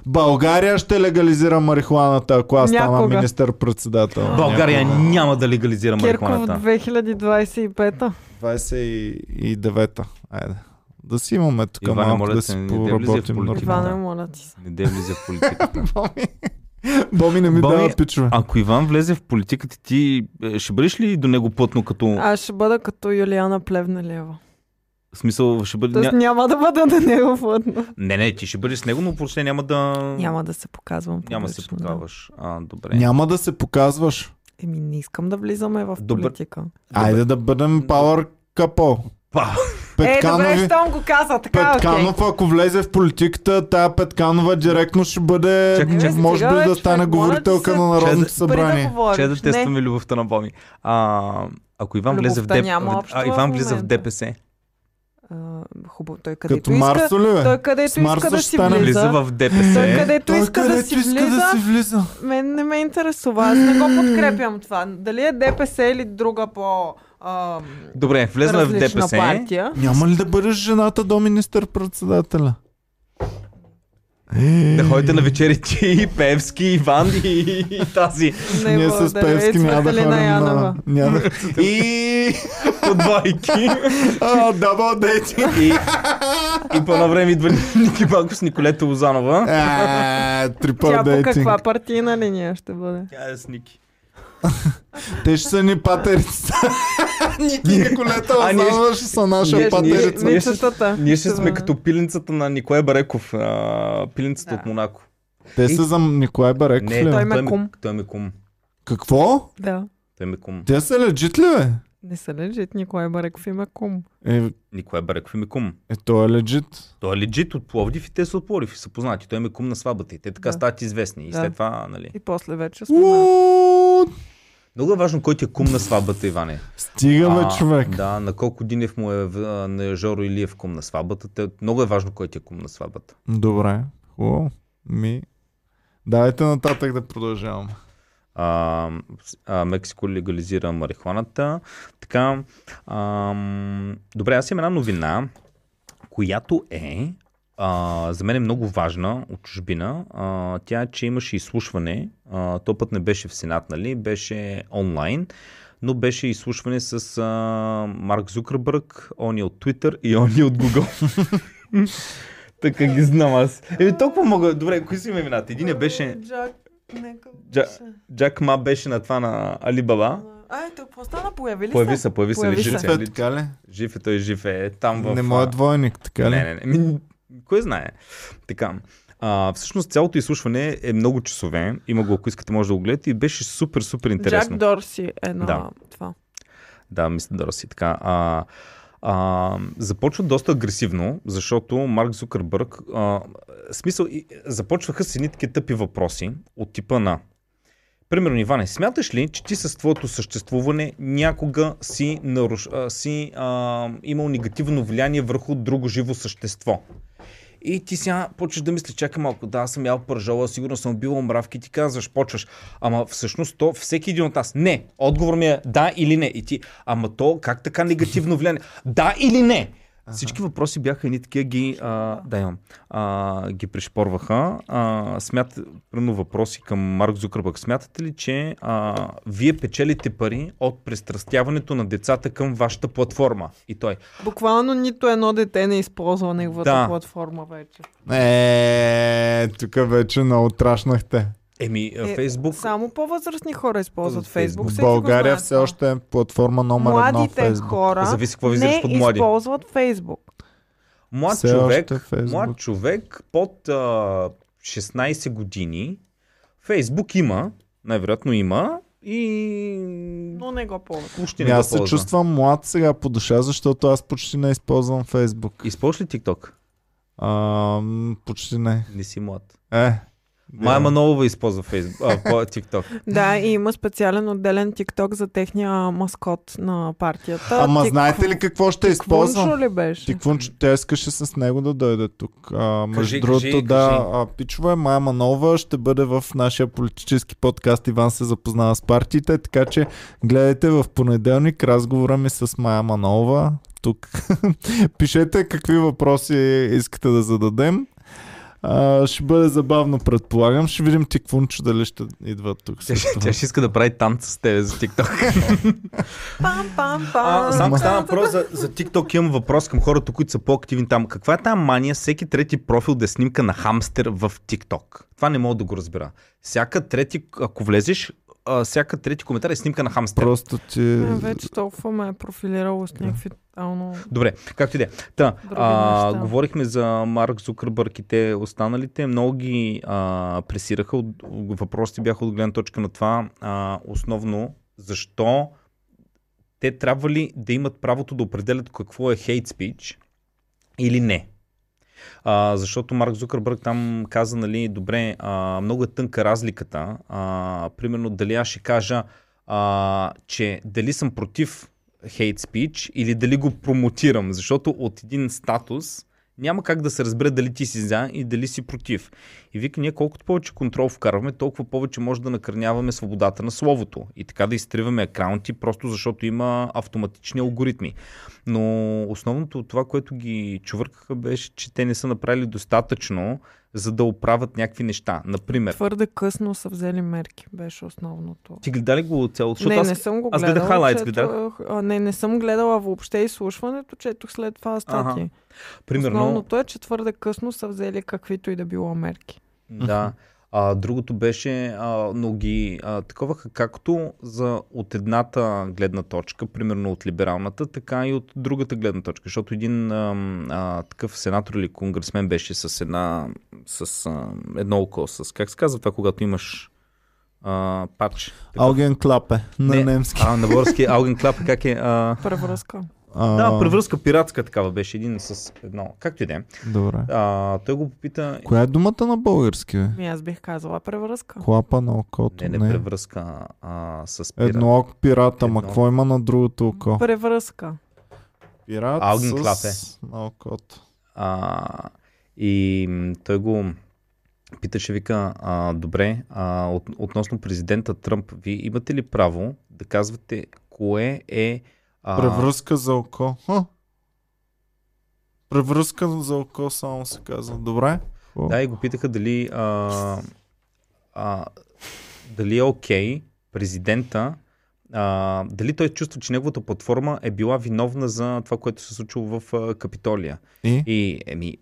Speaker 1: България ще легализира марихуаната, ако аз стана
Speaker 3: Някога.
Speaker 1: министър-председател.
Speaker 2: България
Speaker 1: Някога.
Speaker 2: няма да легализира
Speaker 3: Кирков
Speaker 2: марихуаната.
Speaker 3: 2025-та.
Speaker 1: 29-та. Айде. Да си имаме тук
Speaker 2: Иване,
Speaker 1: малко
Speaker 2: моля
Speaker 1: да
Speaker 2: те,
Speaker 1: си
Speaker 2: не те влизай в
Speaker 1: поработим.
Speaker 2: политика.
Speaker 1: нормално.
Speaker 3: Иване, моля ти се.
Speaker 2: Не дей влиза в политиката.
Speaker 1: Боми. Боми не ми
Speaker 2: Боми,
Speaker 1: дава пичове.
Speaker 2: Ако Иван влезе в политиката, ти е, ще бъдеш ли до него плътно като...
Speaker 3: Аз ще бъда като Юлиана Плевнелева.
Speaker 2: В смисъл, ще бъде...
Speaker 3: Тоест
Speaker 2: Ня...
Speaker 3: няма да бъда на него плътно.
Speaker 2: Не, не, ти ще бъдеш с него, но въобще няма да...
Speaker 3: Няма да се показвам.
Speaker 2: Няма да се
Speaker 3: публично, да.
Speaker 2: покаваш. А, добре.
Speaker 1: Няма да се показваш.
Speaker 3: Еми, не искам да влизаме в
Speaker 2: Добър-
Speaker 3: политика.
Speaker 1: Айде да бъдем Power Couple.
Speaker 2: Па,
Speaker 3: Е, добре,
Speaker 1: Петканови,
Speaker 3: щом го каза, така
Speaker 1: Петканов, ако влезе в политиката, тая Петканова директно ще бъде,
Speaker 2: Чакай,
Speaker 1: м-
Speaker 2: чакай.
Speaker 1: може
Speaker 3: Ами, Сега
Speaker 1: би
Speaker 3: вече
Speaker 1: да стане
Speaker 3: човек, моля
Speaker 1: говорителка
Speaker 3: ти се,
Speaker 1: на Народното
Speaker 2: че-
Speaker 3: окей. Пари да
Speaker 1: събрание.
Speaker 3: говориш.
Speaker 2: че да
Speaker 3: Не.
Speaker 2: тестваме любовта на Боми. А, ако Иван влезе в
Speaker 3: Любовта
Speaker 2: деп...
Speaker 3: няма
Speaker 2: в-
Speaker 3: общо
Speaker 2: а,
Speaker 3: в
Speaker 2: Иван влиза в
Speaker 3: момента.
Speaker 2: ДПС.
Speaker 3: А, Хубаво, той където
Speaker 1: Като
Speaker 3: иска,
Speaker 1: Марсо ли бе?
Speaker 3: той където
Speaker 1: С Марсо
Speaker 3: иска да
Speaker 1: ще
Speaker 3: си
Speaker 1: стане.
Speaker 2: Влиза
Speaker 3: влиза.
Speaker 2: в ДПС.
Speaker 3: Той където иска да си влиза,
Speaker 1: влиза.
Speaker 3: мен не ме интересува. Аз не го подкрепям това. Дали е ДПС или друга по... А,
Speaker 2: Добре, влезна в
Speaker 3: различна
Speaker 2: ДПС.
Speaker 3: партия.
Speaker 1: Няма ли да бъдеш жената до министър-председателя?
Speaker 2: Да ходите на вечери ти, и Певски, Иван и, и тази
Speaker 3: Не
Speaker 1: Ние
Speaker 3: благодаря.
Speaker 1: с Певски
Speaker 3: И
Speaker 1: няма да
Speaker 3: Цветелина
Speaker 1: ходим на...
Speaker 3: Янова.
Speaker 1: няма- И...
Speaker 2: по двойки.
Speaker 1: а, Дабъл дейтинг.
Speaker 2: И, и по едно време идва Ники Банков с Николета Лозанова.
Speaker 1: А, Трипъл
Speaker 3: Тя по
Speaker 1: дейтинг.
Speaker 3: каква партийна линия ще бъде?
Speaker 2: Тя е с Ники.
Speaker 1: Те ще са ни патерица. Ники Николета
Speaker 2: А, ние ще-
Speaker 1: Лазанова ще са наша
Speaker 2: ние-
Speaker 1: патерица.
Speaker 2: ние-
Speaker 3: Мицетата.
Speaker 2: Ние ще сме
Speaker 3: бъде.
Speaker 2: като пиленцата на Николай Бареков, а, пиленцата
Speaker 3: Да.
Speaker 2: от Монако.
Speaker 1: Те са за Николай Бареков ли?
Speaker 2: Не,
Speaker 1: бе?
Speaker 3: той ме кум.
Speaker 2: Той е ме кум.
Speaker 1: Какво?
Speaker 3: Да.
Speaker 2: Той е ме кум.
Speaker 1: Те са легит ли бе?
Speaker 3: Не са лежит, Николай Бареков има кум.
Speaker 1: Е,
Speaker 2: Николай Бареков ми кум.
Speaker 1: е той е легит.
Speaker 2: Той е легит от Пловдив и те са от Пловдив и са познати. Той ми е кум на сватбата и те така
Speaker 3: Да.
Speaker 2: стават известни. И
Speaker 3: Да.
Speaker 2: след това, нали.
Speaker 3: И после вече сме
Speaker 1: Уу,
Speaker 2: Много е важно кой ти е кум на сватбата, Иване.
Speaker 1: Стигаме
Speaker 2: А,
Speaker 1: е човек.
Speaker 2: Да, на колко Динев му е в- а, на Жоро Илиев кум на сватбата. Те, много е важно кой ти е кум на сватбата.
Speaker 1: Добре. Хубаво. Ми. Давайте нататък да продължаваме.
Speaker 2: А, с- а, Мексико легализира марихуаната. Така, ам, добре, аз имам една новина, която е а, за мен е много важна от чужбина. А, тя е, че имаше изслушване. А, то път не беше в Сенат, нали? Беше онлайн. Но беше изслушване с а, Марк Зукърбърг, он е от Twitter и он е от Google. така ги знам аз. Еми толкова мога. Добре, кои са им имената? Един беше...
Speaker 3: Джак, нека
Speaker 2: Джа-
Speaker 3: беше.
Speaker 2: Джак Ма беше на това на Алибаба.
Speaker 3: А, ето, какво стана? Появи ли
Speaker 2: Появи
Speaker 3: се?
Speaker 2: се, появи се.
Speaker 3: Появи
Speaker 2: ли,
Speaker 3: се.
Speaker 2: Жив,
Speaker 1: Е,
Speaker 2: е, ли?
Speaker 1: така ли?
Speaker 2: жив е, той жив е. Там в...
Speaker 1: Не моя
Speaker 2: а,
Speaker 1: двойник, така
Speaker 2: не,
Speaker 1: ли?
Speaker 2: не, не. Ми, Кой знае? Така. А, всъщност цялото изслушване е много часове. Има го, ако искате, може да го гледате. И беше супер, супер интересно.
Speaker 3: Джак Дорси е на
Speaker 2: Да.
Speaker 3: това.
Speaker 2: Да, мисля да си така. А, а, започва доста агресивно, защото Марк Зукърбърг, а, в смисъл, и- започваха с едни такива тъпи въпроси от типа на Примерно, Иване, смяташ ли, че ти с твоето съществуване някога си, наруш... а, си а, имал негативно влияние върху друго живо същество? И ти сега почваш да мислиш, чакай малко, да, аз съм ял пържола, сигурно съм бил мравки, ти казваш, почваш. Ама всъщност то, всеки един от нас, не. Отговор ми е да или не. И ти, ама то, как така негативно влияние? Да или не? Всички въпроси бяха едни такива ги, а, да, имам, а, ги пришпорваха. А, смят, примерно въпроси към Марк Зукърбък. Смятате ли, че а, вие печелите пари от пристрастяването на децата към вашата платформа? И той,
Speaker 3: Буквално нито едно дете не използва неговата
Speaker 2: Да.
Speaker 3: платформа вече.
Speaker 1: Е, тук вече много трашнахте.
Speaker 2: еми,
Speaker 3: Е,
Speaker 2: е, Фейсбук...
Speaker 3: Само по-възрастни хора използват
Speaker 2: За Фейсбук.
Speaker 3: Фейсбук.
Speaker 1: В
Speaker 3: всеки го
Speaker 1: България
Speaker 3: знае
Speaker 1: все
Speaker 3: това.
Speaker 1: още е платформа номер едно в
Speaker 3: Младите
Speaker 1: Фейсбук.
Speaker 3: хора
Speaker 2: Зависи какво
Speaker 3: не
Speaker 2: визираш под млади.
Speaker 3: използват Фейсбук.
Speaker 2: Млад
Speaker 1: Все
Speaker 2: човек,
Speaker 1: още Фейсбук.
Speaker 2: млад човек под а, 16 години. Фейсбук има, най-вероятно има и
Speaker 3: Но не го ползват.
Speaker 2: почти
Speaker 1: Ами
Speaker 2: не го
Speaker 1: Аз се
Speaker 2: ползва.
Speaker 1: чувствам млад сега по душа, защото аз почти не използвам Фейсбук.
Speaker 2: Използваш ли TikTok?
Speaker 1: А, м, почти не.
Speaker 2: Не си млад.
Speaker 1: Е.
Speaker 2: Майя Манолова използва Facebook, а, по- TikTok.
Speaker 3: Да, и има специален отделен TikTok за техния маскот на партията.
Speaker 1: Ама
Speaker 3: Тик-
Speaker 1: знаете ли какво ще използвам?
Speaker 3: Квунчо ли беше?
Speaker 1: Тиквунчо, тя искаше с него да дойде тук. А, между
Speaker 2: Кажи,
Speaker 1: другото,
Speaker 2: кажи,
Speaker 1: да,
Speaker 2: кажи.
Speaker 1: а, пичове, Майя Манова ще бъде в нашия политически подкаст. Иван се запознава с партиите, така че гледайте в понеделник разговора ми с Майя Манова. Тук пишете какви въпроси искате да зададем. А, ще бъде забавно, предполагам. Ще видим Тиквунчо дали ще идва тук.
Speaker 2: Тя, ще- тя ще иска да прави танц с тебе за TikTok.
Speaker 3: Пам, пам, пам.
Speaker 2: А, само стана въпрос за, за TikTok. Имам въпрос към хората, които са по-активни там. Каква е тази мания всеки трети профил да е снимка на хамстер в TikTok? Това не мога да го разбера. Всяка трети, ако влезеш, а, всяка трети коментар е снимка на хамстер.
Speaker 1: Просто ти...
Speaker 3: Е, Вече толкова ме е профилирало с някакви... Ално...
Speaker 2: Добре, както и да е. Та,
Speaker 3: Други
Speaker 2: а,
Speaker 3: неща.
Speaker 2: говорихме за Марк Зукърбърг и те останалите. Много ги а, пресираха. От, въпросите бяха от гледна точка на това. А, основно, защо те трябва ли да имат правото да определят какво е хейт спич или не? А, защото Марк Зукърбърг там каза, нали, добре, а, много е тънка разликата. А, примерно, дали аз ще кажа, а, че дали съм против хейт спич или дали го промотирам, защото от един статус няма как да се разбере дали ти си за и дали си против. И вика, ние колкото повече контрол вкарваме, толкова повече може да накърняваме свободата на словото и така да изтриваме акаунти, просто защото има автоматични алгоритми. Но основното от това, което ги чувъркаха, беше, че те не са направили достатъчно, за да оправят някакви неща. Например,
Speaker 3: Твърде късно са взели мерки, беше основното.
Speaker 2: ти гледа ли го цялото? Защото
Speaker 3: не,
Speaker 2: аз...
Speaker 3: не съм го
Speaker 2: аз
Speaker 3: гледала.
Speaker 2: гледах highlights,
Speaker 3: четох- а, не, не съм гледала въобще изслушването, четох след това статии.
Speaker 2: Аха. примерно...
Speaker 3: Основното е, че твърде късно са взели каквито и да било мерки.
Speaker 2: Да. А, другото беше, а, но ги а, таковаха както за от едната гледна точка, примерно от либералната, така и от другата гледна точка. Защото един ам, а, такъв сенатор или конгресмен беше с една, с а, едно око, с как се казва това, когато имаш а, пач.
Speaker 1: Ауген Клапе на немски.
Speaker 2: А, на български Ауген Клап, как е? А...
Speaker 3: Превръзка.
Speaker 1: А,
Speaker 2: Да, превръзка пиратска такава беше, един с едно. Както и да е.
Speaker 1: Добре.
Speaker 2: А, Той го попита,
Speaker 1: Коя е думата на български, бе?
Speaker 3: Ми аз бих казала превръзка.
Speaker 1: Клапа на окото.
Speaker 2: не, не превръзка а, с пират.
Speaker 1: е? Едно око пирата, ма
Speaker 2: Едно.
Speaker 1: какво има на другото око?
Speaker 3: Превръзка.
Speaker 1: Пират
Speaker 2: Ауген
Speaker 1: с...
Speaker 2: клапе.
Speaker 1: на окото.
Speaker 2: А, и м, той го питаше, вика, а, добре, а, от, относно президента Тръмп, вие имате ли право да казвате кое е... А,
Speaker 1: Превръзка за око. Ха? Превръзка за око само се казва. Добре?
Speaker 2: Да, и го питаха дали... А, а, дали е окей президента, а, дали той чувства, че неговата платформа е била виновна за това, което се е случило в а, Капитолия.
Speaker 1: И?
Speaker 2: И, еми,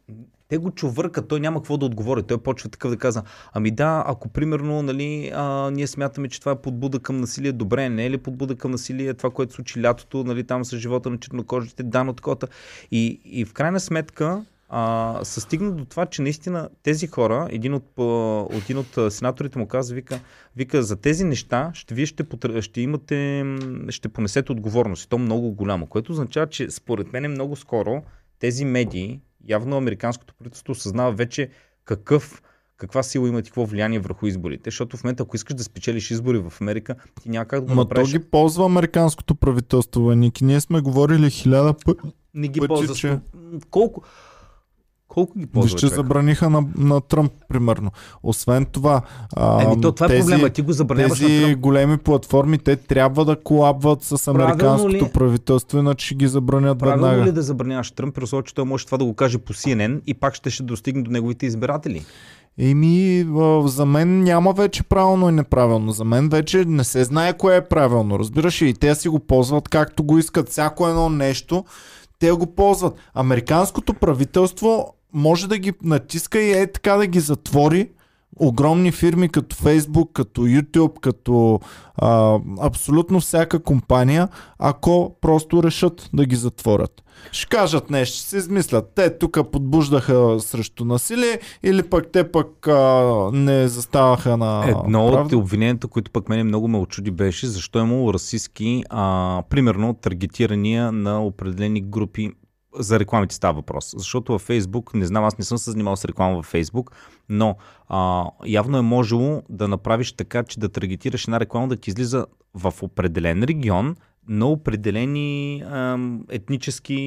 Speaker 2: те го чувъркат, той няма какво да отговори. Той почва такъв да казва, ами да, ако примерно, нали, а, ние смятаме, че това е подбуда към насилие, добре, не е ли подбуда към насилие това, което се случи лятото, нали, там с живота на чернокожите, да, но такова. И, и в крайна сметка, а, се стигна до това, че наистина тези хора, един от, а, от един от а, сенаторите му каза, вика, вика за тези неща ще, вие ще, потр... ще имате, м, ще понесете отговорност. И то много голямо, което означава, че според мен е много скоро тези медии, явно американското правителство съзнава вече какъв каква сила имат и какво влияние върху изборите. Защото в момента, ако искаш да спечелиш избори в Америка, ти няма как да го
Speaker 1: Ма то
Speaker 2: направиш.
Speaker 1: ги ползва американското правителство, бе, Ники. Ние сме говорили хиляда пъти.
Speaker 2: не ги
Speaker 1: пъти,
Speaker 2: ползва.
Speaker 1: че-
Speaker 2: Колко... Колко ги
Speaker 1: Виж,
Speaker 2: ползва
Speaker 1: че
Speaker 2: човек?
Speaker 1: забраниха на, на Тръмп, примерно. Освен това, а,
Speaker 2: Еми, то, това е
Speaker 1: тези,
Speaker 2: проблема. Ти го забраняваш на
Speaker 1: тези
Speaker 2: Тръмп.
Speaker 1: големи платформи, те трябва да колабват с
Speaker 2: Правилно
Speaker 1: американското
Speaker 2: ли- е?
Speaker 1: правителство, иначе ще ги забранят
Speaker 2: Правилно ли е
Speaker 1: веднага.
Speaker 2: да забраняваш Тръмп, при условие, че той може това да го каже по CNN и пак ще, ще достигне до неговите избиратели?
Speaker 1: Еми, а, за мен няма вече правилно и неправилно. За мен вече не се знае кое е правилно. Разбираш ли? И те си го ползват както го искат. Всяко едно нещо, те го ползват. Американското правителство може да ги натиска и е така да ги затвори. Огромни фирми като Facebook, като YouTube, като а, абсолютно всяка компания, ако просто решат да ги затворят. Ще кажат нещо, ще си измислят. Те тук подбуждаха срещу насилие или пък те пък а, не заставаха на
Speaker 2: Едно от
Speaker 1: правда. Е,
Speaker 2: обвиненията, които пък мене много ме очуди беше, защо е имало расистски, а, примерно, таргетирания на определени групи. За рекламите става въпрос. Защото във Фейсбук, не знам, аз не съм се занимавал с реклама във Фейсбук, но а, явно е можело да направиш така, че да таргетираш една реклама да ти излиза в определен регион на определени ам, етнически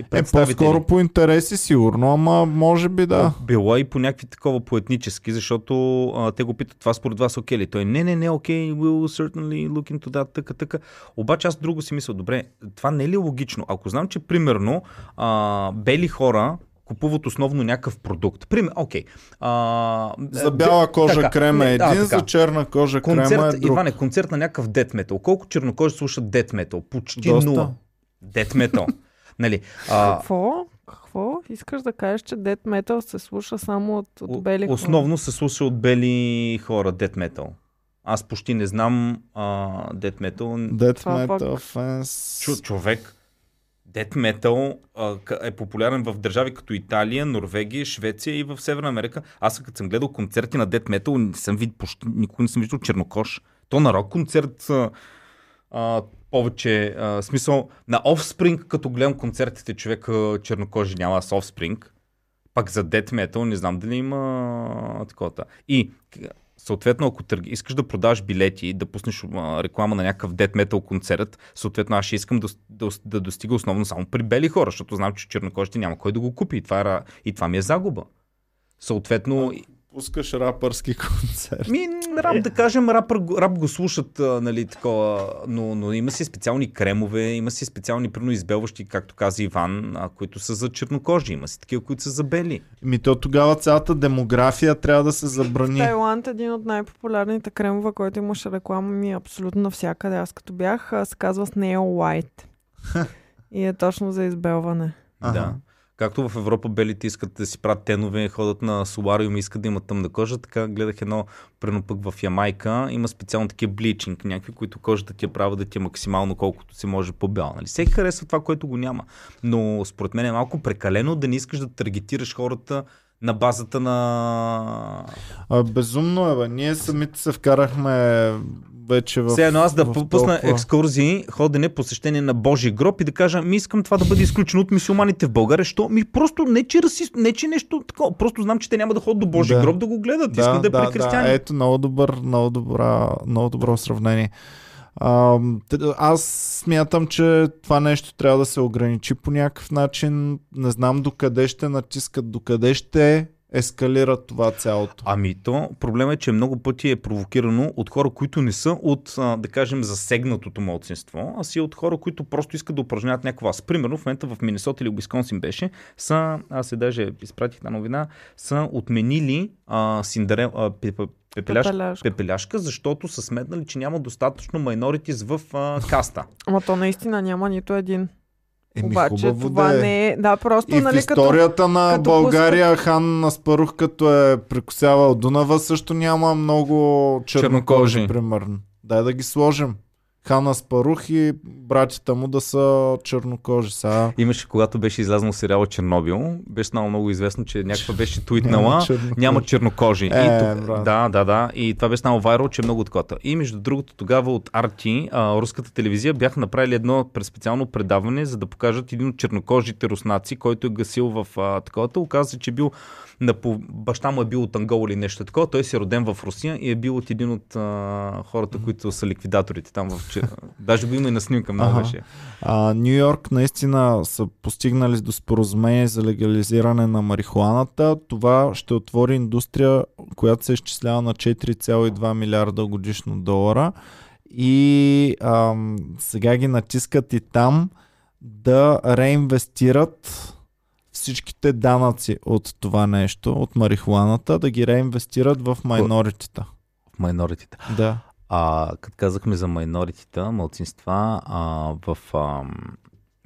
Speaker 1: Е,
Speaker 2: представители.
Speaker 1: по-скоро по интереси, сигурно, ама може би да.
Speaker 2: Било и по някакви такова поетнически, защото а, те го питат това според вас окей ли? Той не, не, не, окей, okay, we'll certainly look into that, така, така. Обаче аз друго си мисля, добре, това не е ли е логично? Ако знам, че примерно а, бели хора купуват основно някакъв продукт. Пример, окей. А,
Speaker 1: За бяла кожа
Speaker 2: така,
Speaker 1: крема е
Speaker 2: не, да,
Speaker 1: един,
Speaker 2: така.
Speaker 1: за черна кожа крема е
Speaker 2: Концерт,
Speaker 1: друг.
Speaker 2: Иване, концерт на някакъв дет метал. Колко чернокожи слушат дет метал? Почти
Speaker 1: Доста.
Speaker 2: нула. Дет метал. нали, а,
Speaker 3: Какво? Какво? Искаш да кажеш, че Dead Metal се слуша само от, от бели хора?
Speaker 2: Основно се слуша от бели хора, дет метал. Аз почти не знам дет метал.
Speaker 1: Death
Speaker 3: Това пък-
Speaker 1: Metal Fans.
Speaker 2: Чу, човек, дет метал а, к- е популярен в държави като Италия, Норвегия, Швеция и в Северна Америка. Аз като съм гледал концерти на дет метал, не съм вид, почти никога не съм виждал чернокож. То на рок концерт а, а, повече а, смисъл. На Offspring, като гледам концертите, човек а, чернокожи няма, аз Offspring. Пак за Death Metal не знам дали има такова. И к- съответно, ако търг... искаш да продаш билети, да пуснеш а, реклама на някакъв Death Metal концерт, съответно аз ще искам да, с- да, ос- да достига основно само при бели хора, защото знам, че чернокожите няма кой да го купи. И това, е, ра- и това ми е загуба. Съответно,
Speaker 1: Пускаш рапърски концерт.
Speaker 2: ми, рап, да кажем, рап, рап го слушат, а, нали, такова, но, но има си специални кремове, има си специални, прино избелващи, както каза Иван, а, които са за чернокожи, има си такива, които са за бели.
Speaker 1: Ми то тогава цялата демография трябва да се забрани.
Speaker 3: Тайланд е един от най-популярните кремове, който имаше реклама ми абсолютно навсякъде. Аз като бях, а, се казва Snail White. И е точно за избелване.
Speaker 1: Аха.
Speaker 2: Да. Както в Европа белите искат да си правят тенове, ходят на солариум и искат да имат тъмна кожа, така гледах едно, прено пък в Ямайка, има специално такива бличинг, някакви, които кожата ти я правят да ти е максимално колкото се може по-бяла. Нали? Всеки харесва това, което го няма. Но според мен е малко прекалено да не искаш да таргетираш хората на базата на...
Speaker 1: А, безумно е, бе. Ние самите се вкарахме вече в...
Speaker 2: Все едно аз да
Speaker 1: в
Speaker 2: пусна
Speaker 1: толкова.
Speaker 2: екскурзии, ходене, посещение на Божи гроб и да кажа, ми искам това да бъде изключено от мисюманите в България, що ми просто не че, расист, не че нещо такова, просто знам, че те няма да ходят до Божи
Speaker 1: Да.
Speaker 2: гроб да го гледат,
Speaker 1: да,
Speaker 2: искам да,
Speaker 1: да,
Speaker 2: е при християни.
Speaker 1: да, ето, много, добър, много, добра, много добро сравнение. А, аз смятам, че това нещо трябва да се ограничи по някакъв начин. Не знам докъде ще натискат, докъде ще ескалира това цялото.
Speaker 2: Ами то, проблема е, че много пъти е провокирано от хора, които не са от, а, да кажем, засегнатото младсинство, а си от хора, които просто искат да упражняват някаква власт. Примерно в момента в Миннесота или Уисконсин беше, са, аз се даже изпратих на новина, са отменили а, синдере, а, пепе- пепеляш,
Speaker 3: Пепеляшка.
Speaker 2: пепеляшка, защото са сметнали, че няма достатъчно майноритис в а, каста.
Speaker 3: Ама то наистина няма нито един.
Speaker 1: Еми,
Speaker 3: Обаче
Speaker 1: хубаво
Speaker 3: това
Speaker 1: да е.
Speaker 3: не е... Да, просто,
Speaker 1: И в
Speaker 3: нали, като...
Speaker 1: историята на
Speaker 3: като
Speaker 1: България Хан Аспарух, като е прекусявал Дунава, също няма много чернокожи,
Speaker 2: Чернокожи.
Speaker 1: примерно. Дай да ги сложим. Хан Аспарух и братята му да са чернокожи. Сега...
Speaker 2: Имаше, когато беше излязъл сериала Чернобил, беше станало много известно, че някаква беше
Speaker 1: Няма
Speaker 2: твитнала,
Speaker 1: чернокожи.
Speaker 2: няма чернокожи.
Speaker 1: Е,
Speaker 2: и тук-
Speaker 1: брат.
Speaker 2: да, да, да. И това беше станало вайрал, че е много такова. И между другото, тогава от RT, а, руската телевизия, бяха направили едно през специално предаване, за да покажат един от чернокожите руснаци, който е гасил в а, таковата. Оказа се, че е бил на по... баща му е бил от Ангола или нещо такова. Той си е роден в Русия и е бил от един от а, хората, които са ликвидаторите там в че, даже го има и на снимка, много
Speaker 1: Аха.
Speaker 2: беше.
Speaker 1: А, Нью Йорк наистина са постигнали до споразумение за легализиране на марихуаната. Това ще отвори индустрия, която се изчислява на 4,2 милиарда годишно долара. И ам, сега ги натискат и там да реинвестират всичките данъци от това нещо, от марихуаната, да ги реинвестират в майноритета.
Speaker 2: Майноритите.
Speaker 1: Да.
Speaker 2: А, като казахме за майноритита, малцинства, а, в... А,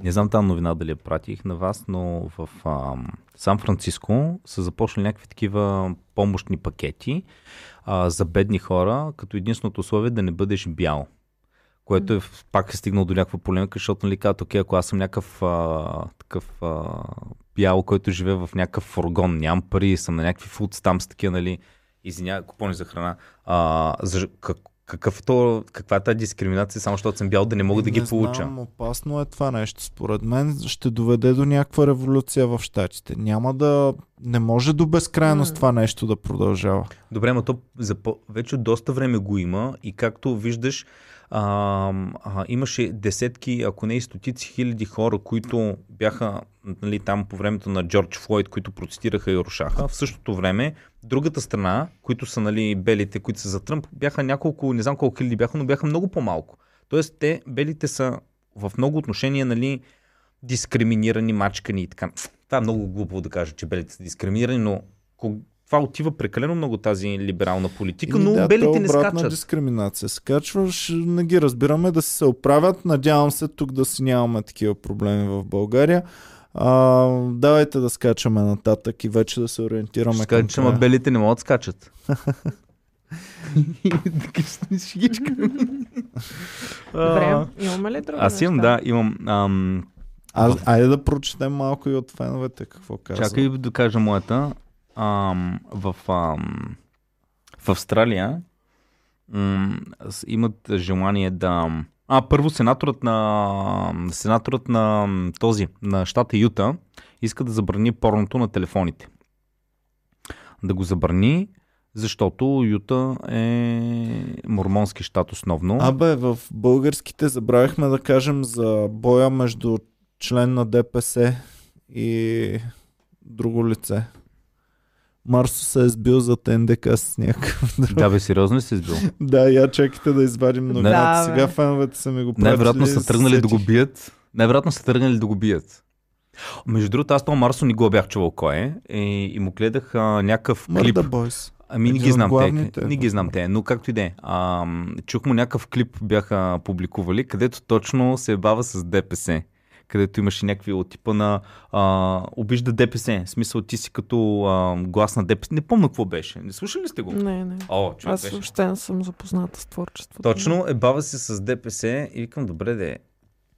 Speaker 2: не знам тази новина дали я пратих на вас, но в а, Сан-Франциско са започнали някакви такива помощни пакети а, за бедни хора, като единственото условие е да не бъдеш бял. Което е, в- пак е стигнал до някаква полемика, защото нали казват, окей, ако аз съм някакъв а, такъв а, бял, който живее в някакъв фургон, нямам пари, съм на някакви фудс там с такива, нали, извиня, купони за храна. А, за, как, какъв е то, каква е тази дискриминация, само защото съм бял, да не мога да
Speaker 1: Не
Speaker 2: ги
Speaker 1: знам,
Speaker 2: получа?
Speaker 1: опасно е това нещо. Според мен ще доведе до някаква революция в щатите. Няма да... Не може до безкрайност
Speaker 3: М.
Speaker 1: това нещо да продължава.
Speaker 2: Добре, но то за, по- вече от доста време го има и както виждаш, а, а, имаше десетки, ако не и стотици хиляди хора, които бяха нали, там по времето на Джордж Флойд, които протестираха и рушаха. В същото време, другата страна, които са нали, белите, които са за Тръмп, бяха няколко, не знам колко хиляди бяха, но бяха много по-малко. Тоест, те, белите са в много отношения, нали, дискриминирани, мачкани и така. Това е много глупо да кажа, че белите са дискриминирани, но ко- това отива прекалено много тази либерална политика,
Speaker 1: Ами
Speaker 2: но
Speaker 1: да, то
Speaker 2: белите
Speaker 1: е
Speaker 2: не
Speaker 1: обратна
Speaker 2: скачат.
Speaker 1: дискриминация. Скачваш, не ги разбираме да се оправят. Надявам се тук да си нямаме такива проблеми в България. А, давайте да скачаме нататък и вече да се ориентираме
Speaker 2: Ще кажа, че ама
Speaker 1: края.
Speaker 2: белите не могат да скачат. Шигичка.
Speaker 3: Добре, имаме ли друго?
Speaker 2: Аз имам, да, имам. Ам,
Speaker 1: А, айде да прочетем малко и от феновете какво казват.
Speaker 2: чакай да кажа моята. Ам, в, ам, в Австралия м, с- имат желание да... А, първо сенаторът на, сенаторът на м, този, на щата Юта, иска да забрани порното на телефоните. Да го забрани, защото Юта е мормонски щат основно.
Speaker 1: Абе, в българските забравихме да кажем за боя между член на ДПС и друго лице. Марсо се е сбил за НДК с някакъв друг.
Speaker 2: Да, бе, сериозно ли се избил?
Speaker 1: Да, я чакайте да извадим новината.
Speaker 3: Да, бе.
Speaker 1: Сега феновете са ми го пратили.
Speaker 2: Най-вероятно са тръгнали да го
Speaker 1: сетих.
Speaker 2: бият. Най-вероятно са тръгнали да го бият. Между другото, аз това Марсо не го бях чувал кой е и, и му гледах а, някакъв клип.
Speaker 1: Мърда бойс.
Speaker 2: Ами не
Speaker 1: Един
Speaker 2: ги
Speaker 1: от
Speaker 2: знам
Speaker 1: главните,
Speaker 2: те. Не ги знам те, но както и да е. Ам, Чух му някакъв клип бяха публикували, където точно се бава с ДПС. Където имаше някакви от типа на а, обижда ДПС. В смисъл ти си като а, глас на ДПС. Не помня какво беше. Не слушали ли сте го?
Speaker 3: Не, не.
Speaker 2: О, човек
Speaker 3: Аз
Speaker 2: беше.
Speaker 3: въобще не съм запозната с творчеството.
Speaker 2: Точно, е бава се с ДПС и викам, добре де,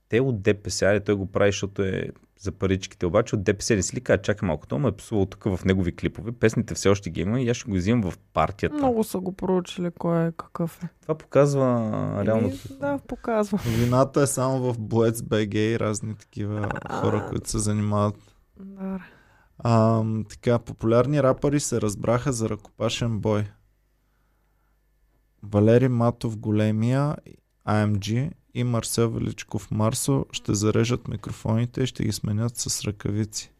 Speaker 2: те от ДПС, аре той го прави, защото е за паричките, обаче от ДПС не си ли кажа, чакай малко, то ме е псувал тук в негови клипове, песните все още ги има и аз ще го взимам в партията.
Speaker 3: Много са го проучили кой е какъв е.
Speaker 2: Това показва а, реално...
Speaker 3: И, да, показва.
Speaker 1: Вината е само в Боец БГ и разни такива хора, които се занимават.
Speaker 3: Да.
Speaker 1: А, така, популярни рапъри се разбраха за ръкопашен бой. Валери Матов Големия, AMG и Марсел Величков Марсо ще зарежат микрофоните и ще ги сменят с ръкавици.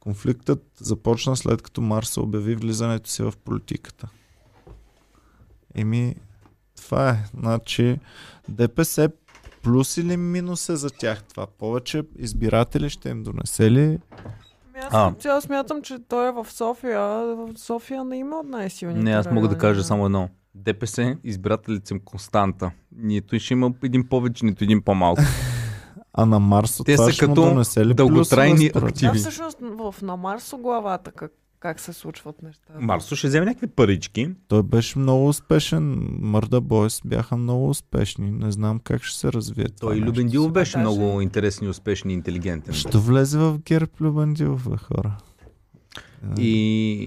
Speaker 1: Конфликтът започна след като Марсо обяви влизането си в политиката. Еми, това е. Значи, ДПС плюс или минус е за тях това? Повече избиратели ще им донесе ли?
Speaker 3: Ами Аз
Speaker 2: А.
Speaker 3: а. цяло смятам, че той е в София. В София не има от най-силните
Speaker 2: Не, аз мога да
Speaker 3: райони,
Speaker 2: кажа
Speaker 3: Ами, да.
Speaker 2: само едно. ДПС, избирателите съм Константа. Нито ще има един повече, нито един по-малко.
Speaker 1: А на Марс от
Speaker 2: Те
Speaker 1: това
Speaker 2: са
Speaker 1: ще му
Speaker 2: като
Speaker 1: донесе ли
Speaker 2: дълготрайни
Speaker 1: плюсове според
Speaker 2: активи.
Speaker 1: теб?
Speaker 3: Да, всъщност в, на Марсо главата как, как се случват нещата.
Speaker 2: Марсо ще вземе някакви парички.
Speaker 1: Той беше много успешен. Мърда Бойс бяха много успешни. Не знам как ще се развие това
Speaker 2: Той и
Speaker 1: нещо.
Speaker 2: Любен Дилов беше
Speaker 3: даже-
Speaker 2: много интересен, и успешен и интелигентен.
Speaker 1: Ще влезе в герб Любен Дилов, бе, хора.
Speaker 2: И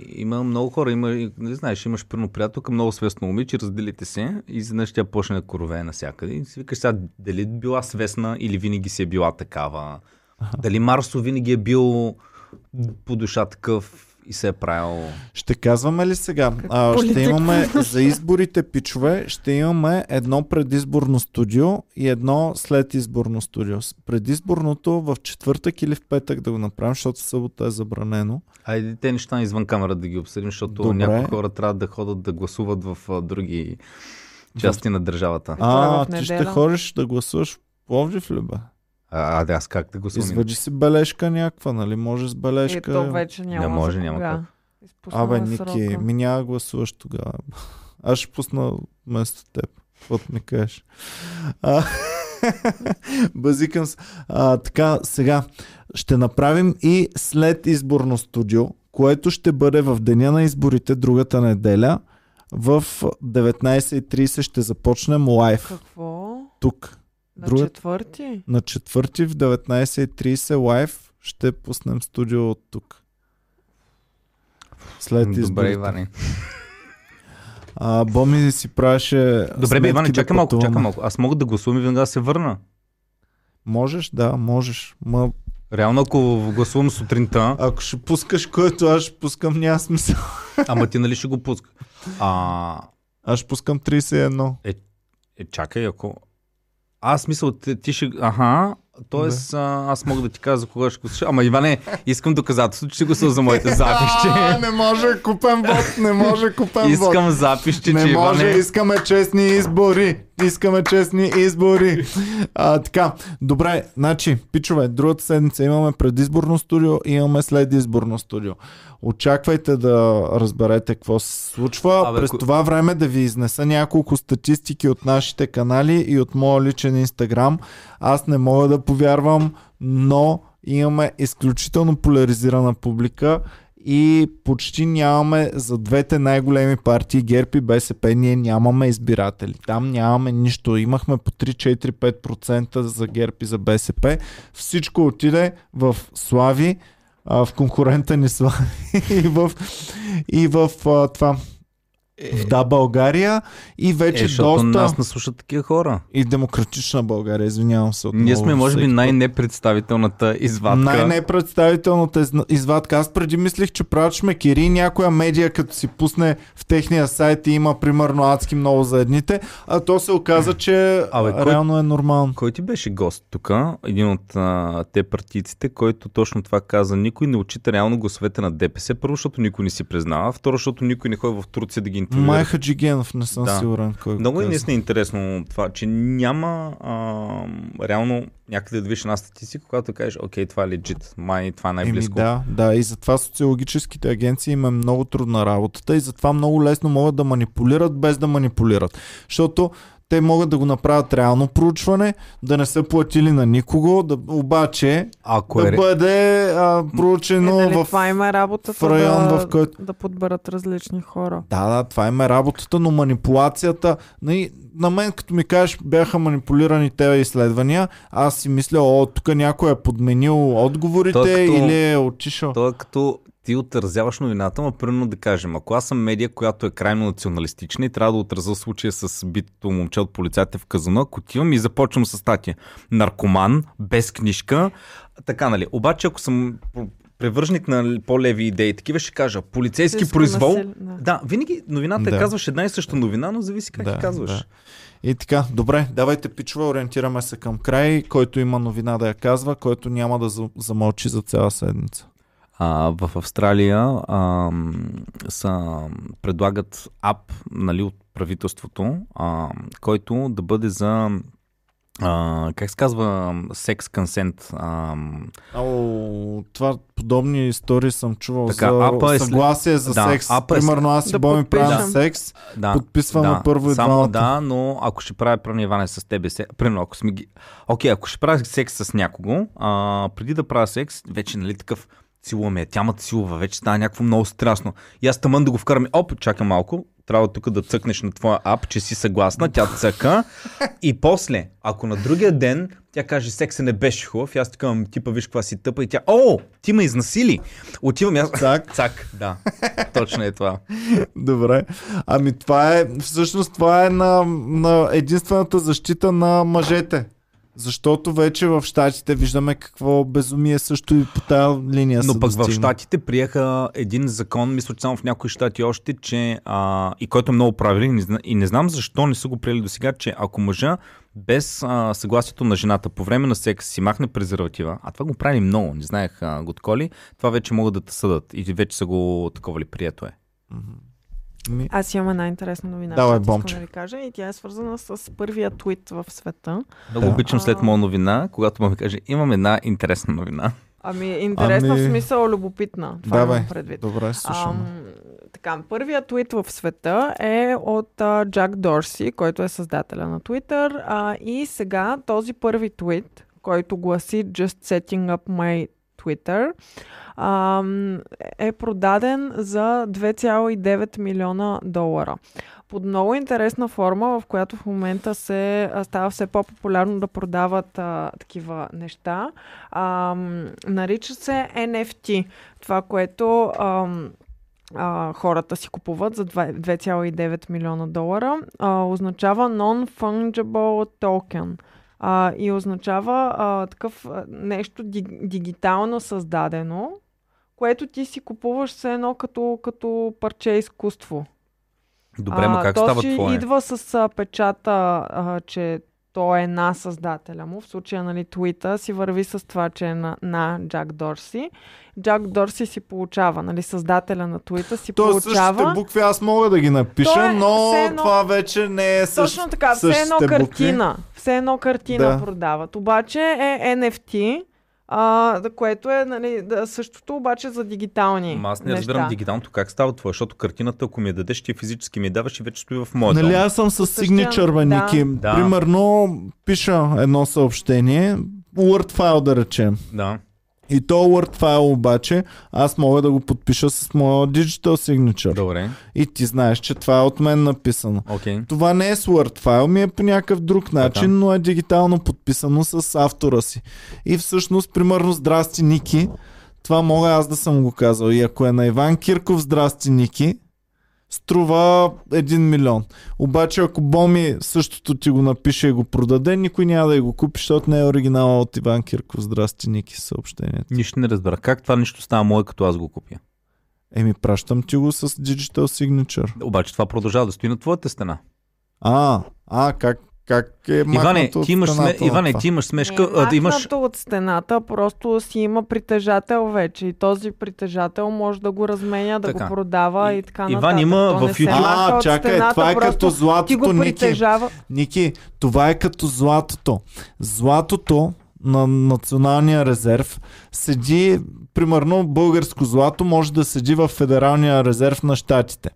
Speaker 2: има много хора. Има, и, нали, знаеш, имаш първо приятелка, много свестно момиче, разделите се и изведнъж тя почне да коровее навсякъде. И си викаш сега, дали била свестна или винаги си е била такава. Дали Марсо винаги е бил по душа такъв. и се е правил...
Speaker 1: Ще казваме ли сега? А, ще
Speaker 3: политик.
Speaker 1: имаме за изборите пичове, ще имаме едно предизборно студио и едно следизборно студио. С Предизборното в четвъртък или в петък да го направим, защото в събота е забранено.
Speaker 2: Айде те неща извън камера да ги обсъдим, защото
Speaker 1: Добре.
Speaker 2: някои хора трябва да ходят да гласуват в а, други части на държавата. А,
Speaker 1: А,
Speaker 3: в
Speaker 1: ти ще
Speaker 3: неделя.
Speaker 1: ходиш да гласуваш в Пловдив ли бе?
Speaker 2: а да, аз как да гласувам?
Speaker 1: Извади си бележка някаква, нали? Може с
Speaker 3: И
Speaker 1: бележка.
Speaker 3: то вече няма.
Speaker 2: Не може,
Speaker 3: за
Speaker 2: няма
Speaker 3: кога.
Speaker 2: как.
Speaker 3: Изпуснала
Speaker 1: Абе, Ники,
Speaker 3: срока.
Speaker 1: ми няма да гласуваш тогава. Аз ще пусна вместо теб. Каквото ми кажеш. А, базикам се. А, така, сега ще направим и след изборно студио, което ще бъде в деня на изборите другата неделя. В 19.30 ще започнем лайв
Speaker 3: Какво?
Speaker 1: тук.
Speaker 3: На
Speaker 1: Друга-
Speaker 3: четвърти?
Speaker 1: На четвърти в 19.30 лайв ще пуснем студио от тук. След изборите.
Speaker 2: Добре, Иване.
Speaker 1: А, Боми си правеше.
Speaker 2: Добре, бе,
Speaker 1: сметки
Speaker 2: Иване,
Speaker 1: да
Speaker 2: чакай малко,
Speaker 1: пътуваме.
Speaker 2: чакай малко. Аз мога да гласувам и веднага да се върна.
Speaker 1: Можеш, да, можеш. Ма,
Speaker 2: Реално, ако гласувам сутринта,
Speaker 1: ако ще пускаш, което аз ще пускам, няма смисъл.
Speaker 2: ама ти нали ще го пуска. А,
Speaker 1: Аз ще пускам 31.
Speaker 2: е, чакай, ако... Аз мисля, ти, ти ще... Аха, т.е. аз мога да ти кажа за кога ще гласуваш. Ама Иване, искам доказателство, че ще гласувам за моите
Speaker 1: А,
Speaker 2: запище.
Speaker 1: не може купен вод, не може купен вод.
Speaker 2: Искам запище, че
Speaker 1: Не може,
Speaker 2: Иване... Е,
Speaker 1: искаме честни избори. Искаме честни избори. А, така, добре, значи, пичове, другата седмица имаме предизборно студио, имаме следизборно студио. Очаквайте да разберете какво се случва.
Speaker 2: Абе,
Speaker 1: През
Speaker 2: ко-
Speaker 1: това време да ви изнеса няколко статистики от нашите канали и от моя личен инстаграм. Аз не мога да повярвам, но имаме изключително поляризирана публика и почти нямаме за двете най-големи партии ГЕРБ и БСП, ние нямаме избиратели. Там нямаме нищо. Имахме по 3-4-5% за ГЕРБ и за БСП. Всичко отиде в Слави, а, в конкурента ни Слави и в, и в а, това в Да България и
Speaker 2: Е,
Speaker 1: вече
Speaker 2: защото
Speaker 1: доста...
Speaker 2: нас не слушат такива хора.
Speaker 1: И демократична България, извинявам се. Отново,
Speaker 2: Ние сме, може би,
Speaker 1: всеки път.
Speaker 2: най-непредставителната извадка.
Speaker 1: Най-непредставителната изна- извадка. Аз преди мислих, че правят шмекери и някоя медия, като си пусне в техния сайт и има примерно адски много за едните, а то се оказа, че
Speaker 2: Абе,
Speaker 1: а,
Speaker 2: кой-
Speaker 1: реално е нормално.
Speaker 2: Кой ти беше гост тук? Един от а, те партийците, който точно това каза. Никой не отчита реално гласовете на ДПС. Първо, защото никой не си признава. Второ, защото никой не ходи в Турция да ги интервюира.
Speaker 1: Май Хаджигенов, не съм
Speaker 2: Е. Да.
Speaker 1: сигурен кой го
Speaker 2: Много е
Speaker 1: казва.
Speaker 2: наистина интересно това, че няма а, реално някъде да видиш една статистика, когато кажеш, окей, това е легит, май това е
Speaker 1: Еми
Speaker 2: най-близко.
Speaker 1: Ами да, да, и затова социологическите агенции им е много трудна работата и затова много лесно могат да манипулират без да манипулират. Защото те могат да го направят реално проучване, да не са платили на никого, да, обаче
Speaker 2: Ако
Speaker 1: да
Speaker 2: е...
Speaker 1: бъде а, проучено
Speaker 3: е, нали,
Speaker 1: в...
Speaker 3: Това има работата
Speaker 1: в район,
Speaker 3: да,
Speaker 1: в който-
Speaker 3: да подберат различни хора.
Speaker 1: Да, да, това им е работата, но манипулацията... нали, На мен, като ми кажеш, бяха манипулирани тези изследвания, аз си мисля, о, тук някой е подменил отговорите
Speaker 2: Той е като-
Speaker 1: или е отишъл.
Speaker 2: То е като ти отразяваш новината, но примерно да кажем, ако аз съм медия, която е крайно националистична и трябва да отразя случая с битото момче от полицаите в казана, ако отивам и започвам с статия. Наркоман, без книжка, така нали. Обаче ако съм пр- превържник на по-леви идеи, такива ще кажа, полицейски
Speaker 3: Физическо
Speaker 2: произвол.
Speaker 3: насилие, да.
Speaker 2: Да, винаги новината
Speaker 1: Да.
Speaker 2: да. казваш една и съща новина, но зависи как
Speaker 1: Да,
Speaker 2: да, казваш.
Speaker 1: да.
Speaker 2: Да.
Speaker 1: И така, добре, давайте пичове, ориентираме се към край. Който има новина да я казва, който няма да за- замълчи за цяла седмица.
Speaker 2: А, в Австралия а, са, предлагат ап нали, от правителството, а, който да бъде за а, как се казва секс консент. А,
Speaker 1: Ау, това подобни истории съм чувал
Speaker 2: Така, апа
Speaker 1: за
Speaker 2: е след-
Speaker 1: съгласие за
Speaker 2: да,
Speaker 1: секс.
Speaker 2: апа е след-
Speaker 1: Примерно аз си
Speaker 3: Да
Speaker 1: Боми правим
Speaker 3: подпишем.
Speaker 1: секс,
Speaker 2: да,
Speaker 1: Подписваме
Speaker 2: да,
Speaker 1: първо и
Speaker 2: Само
Speaker 1: двамата.
Speaker 2: да, но ако ще правя пране Иване с тебе, се, примерно ако сме ги... Окей, ако ще правя секс с някого, а, преди да правя секс, вече нали такъв силуваме, я, тя ме силува, вече става някакво много страшно. И аз тъмън да го вкарам, оп, чакай малко, трябва тук да цъкнеш на твоя ап, че си съгласна, тя цъка. И после, ако на другия ден тя каже, секса не беше хубав, и аз така ам, типа, виж каква си тъпа и тя, о, ти ме изнасили. Отивам и аз,
Speaker 1: Цак.
Speaker 2: цак, да, точно е това.
Speaker 1: Добре. Ами това е, всъщност това е на, на единствената защита на мъжете. Защото вече в щатите виждаме какво безумие също и по тази линия
Speaker 2: Но
Speaker 1: се
Speaker 2: пък в
Speaker 1: достигна.
Speaker 2: щатите приеха един закон, мисля, че само в някои щати още, че а, и който е много правилен и не зна- и не знам защо не са го приели до сега, че ако мъжа без а, съгласието на жената по време на секс си махне презерватива, а това го прави много, не знаех а, го таколи, това вече могат да те съдат и вече са го такова ли прието е.
Speaker 1: Ми,
Speaker 3: Аз имам една интересна новина,
Speaker 1: Давай,
Speaker 3: която искам
Speaker 1: бомче.
Speaker 3: да ви кажа и тя е свързана с първия твит в света.
Speaker 2: Много
Speaker 1: Да.
Speaker 2: обичам след моя новина, когато ми каже, имам една интересна новина.
Speaker 3: Ами, интересна
Speaker 1: Ами-
Speaker 3: в смисъл любопитна. Това
Speaker 1: Давай,
Speaker 3: имам предвид.
Speaker 1: добре, слушам.
Speaker 3: Ам, така, първият твит в света е от а, Джак Дорси, който е създателя на Twitter. А, и сега този първи твит, който гласи Just setting up my Twitter, ам, е продаден за 2,9 милиона долара. Под много интересна форма, в която в момента се а, става все по-популярно да продават а, такива неща. Ам, нарича се NFT. Това, което ам, а, хората си купуват за 2- 2,9 милиона долара, а, означава Non-Fungible Token. А, и означава а, такъв а, нещо ди- дигитално създадено, което ти си купуваш все едно като, като парче изкуство.
Speaker 2: Добре, ма как
Speaker 3: то
Speaker 2: става
Speaker 3: си
Speaker 2: твое?
Speaker 3: идва с а, печата, а, че той е на създателя му. В случая, нали, твита си върви с това, че е на, на Джак Дорси. Джак Дорси си получава, нали, създателя на твита си
Speaker 1: То същите
Speaker 3: получава.
Speaker 1: е букви аз мога да ги напиша,
Speaker 3: То е
Speaker 1: но
Speaker 3: все едно-
Speaker 1: това вече не е същ,
Speaker 3: Точно така, все едно
Speaker 1: същите
Speaker 3: картина. Все едно картина
Speaker 1: Да.
Speaker 3: продават. Обаче е NFT, а, да- което е нали, да, същото, обаче за дигитални.
Speaker 2: Ма аз не
Speaker 3: неща.
Speaker 2: разбирам дигиталното как става това, защото картината, ако ми я дадеш, ти е физически ми я даваш и вече стои в моя
Speaker 1: Букви. Нали
Speaker 2: дом.
Speaker 1: аз съм с
Speaker 3: същия-
Speaker 1: signature, бе,
Speaker 3: да.
Speaker 1: Ники.
Speaker 2: Да.
Speaker 1: Примерно пиша едно съобщение, Word файл да речем.
Speaker 2: Да.
Speaker 1: И то Word файл обаче, аз мога да го подпиша с моя digital signature.
Speaker 2: Добре,
Speaker 1: И ти знаеш, че това е от мен написано.
Speaker 2: окей.
Speaker 1: Това не е с Word файл, ми е по някакъв друг начин,
Speaker 2: Така.
Speaker 1: но е дигитално подписано с автора си. И всъщност, примерно, здрасти Ники, това мога аз да съм го казал. И ако е на Иван Кирков, здрасти Ники, струва 1 милион. Обаче, ако Боми същото ти го напише и го продаде, никой няма да я го купи, защото не е оригинала от Иван Кирков, здрасти Ники, съобщението.
Speaker 2: Нищо не разбра. Как това нещо става мое, като аз го купя?
Speaker 1: Еми, пращам ти го с Digital Signature.
Speaker 2: Обаче това продължава да стои на твоята стена.
Speaker 1: А, а, как, как е
Speaker 2: Иване,
Speaker 1: махнато от
Speaker 2: ти имаш, сме...
Speaker 1: страната на
Speaker 2: Иване,
Speaker 1: това?
Speaker 2: ти имаш смешка.
Speaker 3: Не,
Speaker 2: а, да имаш...
Speaker 3: махнато Е, от стената, просто си има притежател вече. И този притежател може да го разменя, да
Speaker 2: Така.
Speaker 3: го продава и,
Speaker 2: И-
Speaker 3: така
Speaker 2: Иван
Speaker 3: нататък.
Speaker 2: има
Speaker 3: То
Speaker 2: в
Speaker 3: не се
Speaker 2: YouTube-
Speaker 3: маха
Speaker 1: А,
Speaker 3: от
Speaker 1: чакай,
Speaker 3: стената,
Speaker 1: това е
Speaker 3: просто
Speaker 1: като
Speaker 3: Ти го
Speaker 1: златото, Ники.
Speaker 3: притежава.
Speaker 1: Ники, това е като златото. Златото на националния резерв седи, примерно българско злато може да седи в Федералния резерв на щатите.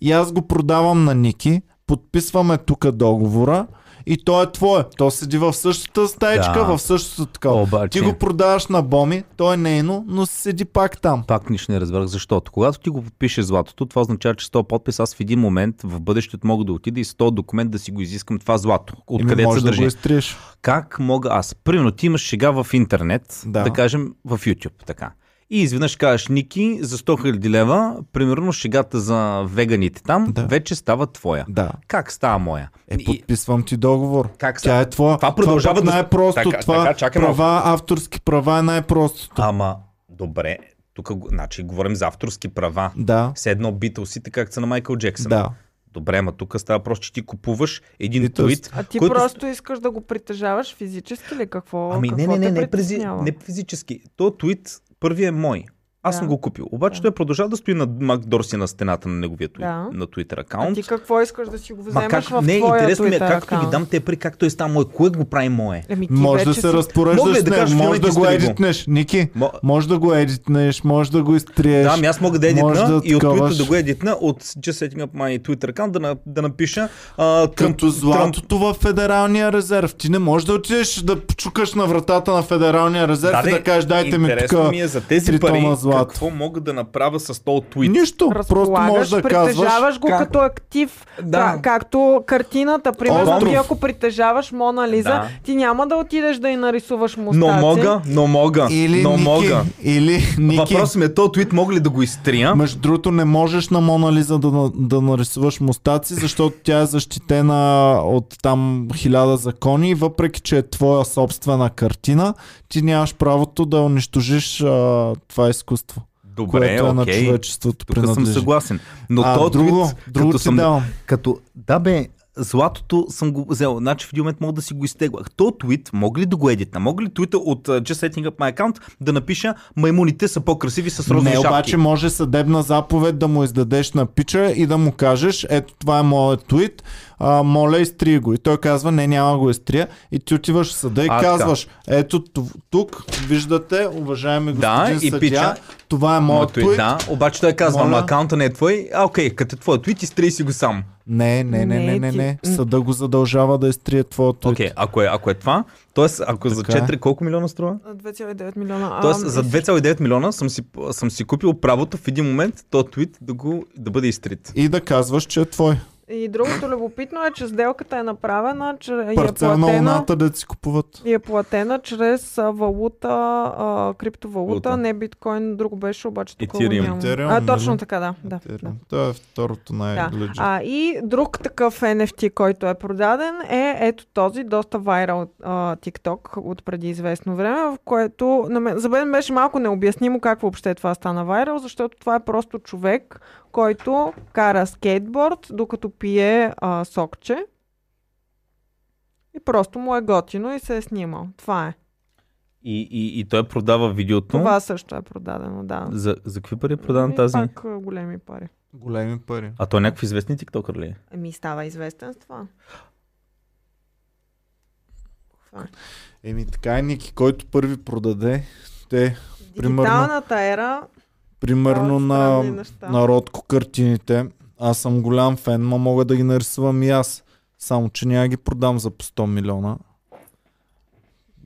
Speaker 1: И аз го продавам на Ники, подписваме тук договора и то е твое. То седи в същата стаечка,
Speaker 2: Да.
Speaker 1: в същото такова.
Speaker 2: Обаче-
Speaker 1: Ти го продаваш на Боми, то е нейно, но седи пак там.
Speaker 2: Пак нищо не разбрах, защото когато ти го подпише златото, това означава, че 100 подпис аз в един момент в бъдещето мога да отида и 100 документ да си го изискам това злато.
Speaker 1: Еми,
Speaker 2: Откъде се
Speaker 1: може да
Speaker 2: държи?
Speaker 1: го изтриеш.
Speaker 2: Как мога аз? Примерно ти имаш сега в интернет,
Speaker 1: Да.
Speaker 2: да, да кажем в YouTube, така. И изведнъж кажеш, Ники, за 100 000 лева, примерно шегата за веганите там,
Speaker 1: Да.
Speaker 2: да. вече става твоя.
Speaker 1: Да.
Speaker 2: Как става моя?
Speaker 1: Е,
Speaker 2: И-
Speaker 1: подписвам ти договор.
Speaker 2: Как са-
Speaker 1: Тя е твоя.
Speaker 2: Това продължава
Speaker 1: пък
Speaker 2: да-
Speaker 1: най-просто.
Speaker 2: Така-
Speaker 1: това
Speaker 2: така, чакай малко.
Speaker 1: права, авторски права е най-простото.
Speaker 2: Ама, добре, тук го- значи, говорим за авторски права.
Speaker 1: Да,
Speaker 2: Все едно битълсите, както са на Майкъл Джексън.
Speaker 1: да.
Speaker 2: Добре, ама тук става просто, че ти купуваш един
Speaker 1: Beatles.
Speaker 2: твит,
Speaker 3: А ти
Speaker 2: който...
Speaker 3: просто искаш да го притежаваш физически ли? Какво,
Speaker 2: Ами не,
Speaker 3: какво
Speaker 2: не, не,
Speaker 3: те
Speaker 2: не, прези...
Speaker 3: притеснява?
Speaker 2: не физически. То твит първи е мой. Аз
Speaker 3: Да.
Speaker 2: съм го купил. Обаче
Speaker 3: Да.
Speaker 2: той продължава да стои на Мак Дорси на стената на неговия твит,
Speaker 3: Да.
Speaker 2: на Twitter
Speaker 3: А
Speaker 2: акаунт.
Speaker 3: ти какво искаш да си го вземеш
Speaker 2: Ма как,
Speaker 3: в
Speaker 2: не,
Speaker 3: твоя
Speaker 2: интересно ми е
Speaker 3: Twitter
Speaker 2: как да ги
Speaker 3: акаунт?
Speaker 2: дам те пари, как той става мое, кое го прави мое?
Speaker 3: Еми, ти
Speaker 1: Може да
Speaker 3: вече
Speaker 1: се
Speaker 3: си-
Speaker 2: Мога
Speaker 1: разпореждаш,
Speaker 2: ли да
Speaker 1: с него,
Speaker 2: кажеш,
Speaker 1: може
Speaker 2: Филипе,
Speaker 1: да го
Speaker 2: изтри го?
Speaker 1: едитнеш, Ники.
Speaker 2: Мо-
Speaker 1: Може да го едитнеш, може да го изтриеш.
Speaker 2: Да, ами аз мога да
Speaker 1: може да
Speaker 2: едитна и от
Speaker 1: таковаш.
Speaker 2: Twitter да го едитна, от Just Setting Up My Twitter аккаунт да, на- да напиша а, Тръмп,
Speaker 1: Като
Speaker 2: Тръмп,
Speaker 1: златото в Федералния резерв. Ти не можеш да отидеш да чукаш на вратата на Федералния резерв и да кажеш дайте ми
Speaker 2: интересно
Speaker 1: тук
Speaker 2: ми е за тези
Speaker 1: три
Speaker 2: пари,
Speaker 1: тона злато.
Speaker 2: какво мога да направя с този твит?
Speaker 1: Нищо, просто
Speaker 3: разполагаш,
Speaker 1: можеш да казваш.
Speaker 3: притежаваш го
Speaker 2: как-
Speaker 3: като актив,
Speaker 2: Да.
Speaker 3: да. както картината, примерно
Speaker 1: Остров.
Speaker 3: ти ако притежаваш Мона Лиза,
Speaker 2: Да.
Speaker 3: ти няма да отидеш да й нарисуваш мустаци.
Speaker 2: Но мога, но мога,
Speaker 1: Или
Speaker 2: но
Speaker 1: Ники,
Speaker 2: мога.
Speaker 1: или Ники.
Speaker 2: Въпросът ми е, този твит мога ли да го изтрия?
Speaker 1: Между другото, не можеш на Мона Лиза да, на- да нарисуваш мустаци, защото тя е защитена от там хиляда закони, и въпреки че е твоя собствена картина, ти нямаш правото да унищожиш а, това изкуство,
Speaker 2: Добре,
Speaker 1: което е на
Speaker 2: окей.
Speaker 1: човечеството
Speaker 2: Тук съм
Speaker 1: принадлежи.
Speaker 2: съгласен. Но
Speaker 1: А,
Speaker 2: то
Speaker 1: друго,
Speaker 2: твит,
Speaker 1: друго
Speaker 2: като
Speaker 1: ти съм...
Speaker 2: съм...
Speaker 1: давам.
Speaker 2: Като, да бе, златото съм го взел. Значи в един момент мога да си го изтеглах. То твит, мога ли да го едитна? Мога ли твита от uh, Just Setting Up My Account да напиша маймуните са по-красиви с розови
Speaker 1: Не,
Speaker 2: шапки?
Speaker 1: обаче може съдебна заповед да му издадеш на пича и да му кажеш, ето това е моят твит, а, моля изтрий го. И той казва, не, няма да го изтрия. И ти отиваш в съда и
Speaker 2: А,
Speaker 1: а,
Speaker 2: така.
Speaker 1: казваш, ето ту- тук виждате, уважаеми
Speaker 2: Да,
Speaker 1: господин
Speaker 2: и
Speaker 1: съдия,
Speaker 2: пича.
Speaker 1: това е моят
Speaker 2: Моето
Speaker 1: твит.
Speaker 2: е, да, обаче той казва,
Speaker 1: Моля.
Speaker 2: ама акаунта не е твой. А, окей, като е твой твит, изтрий си го сам.
Speaker 1: Не, не, не, не,
Speaker 3: Не,
Speaker 1: не,
Speaker 3: ти-
Speaker 1: не. Съда го задължава да изтрие твоя твит.
Speaker 2: Окей, ако, е, ако е това, т.е. ако за
Speaker 1: Така е.
Speaker 2: 4, колко милиона струва?
Speaker 3: 2,9 милиона.
Speaker 2: Тоест,
Speaker 3: а,
Speaker 2: за 2,9 милиона съм си, съм си купил правото в един момент то твит да, го, да бъде изтрит.
Speaker 1: И да казваш, че е твой.
Speaker 3: И другото любопитно е, че сделката е направена, че и е
Speaker 1: Парцел на
Speaker 3: платена,
Speaker 1: луната да си купуват.
Speaker 3: и е платена чрез а, валута, а, криптовалута,
Speaker 2: Валута.
Speaker 3: не биткоин, друго беше, обаче тук го
Speaker 2: Етериум.
Speaker 3: нямам.
Speaker 1: Етериум,
Speaker 3: А,
Speaker 1: нали?
Speaker 3: точно така, да. да, да.
Speaker 1: Това е второто
Speaker 3: Да.
Speaker 1: най-легит.
Speaker 3: А, и друг такъв NFT, който е продаден, е ето този, доста вайрал а, TikTok от преди известно време, в което на мен, за мен беше малко необяснимо как въобще това стана вайрал, защото това е просто човек, който кара скейтборд, докато пие а, сокче. И просто му е готино и се е снимал. Това е.
Speaker 2: И, и, и той продава видеото.
Speaker 3: Това също е продадено, да.
Speaker 2: За, за какви пари е продан
Speaker 3: И
Speaker 2: тази?
Speaker 3: Пак а, големи пари.
Speaker 1: Големи пари.
Speaker 2: А той е някакъв известен тиктокър ли? е?
Speaker 3: Еми, става известен с това. Това е.
Speaker 1: Еми така е, Ники, който първи продаде, те Примерно.
Speaker 3: Дигиталната ера.
Speaker 1: Примерно
Speaker 3: Правят
Speaker 1: на,
Speaker 3: странни неща.
Speaker 1: на Родко картините. Аз съм голям фен, ма мога да ги нарисувам и аз. Само, че няма ги продам за по 100 милиона.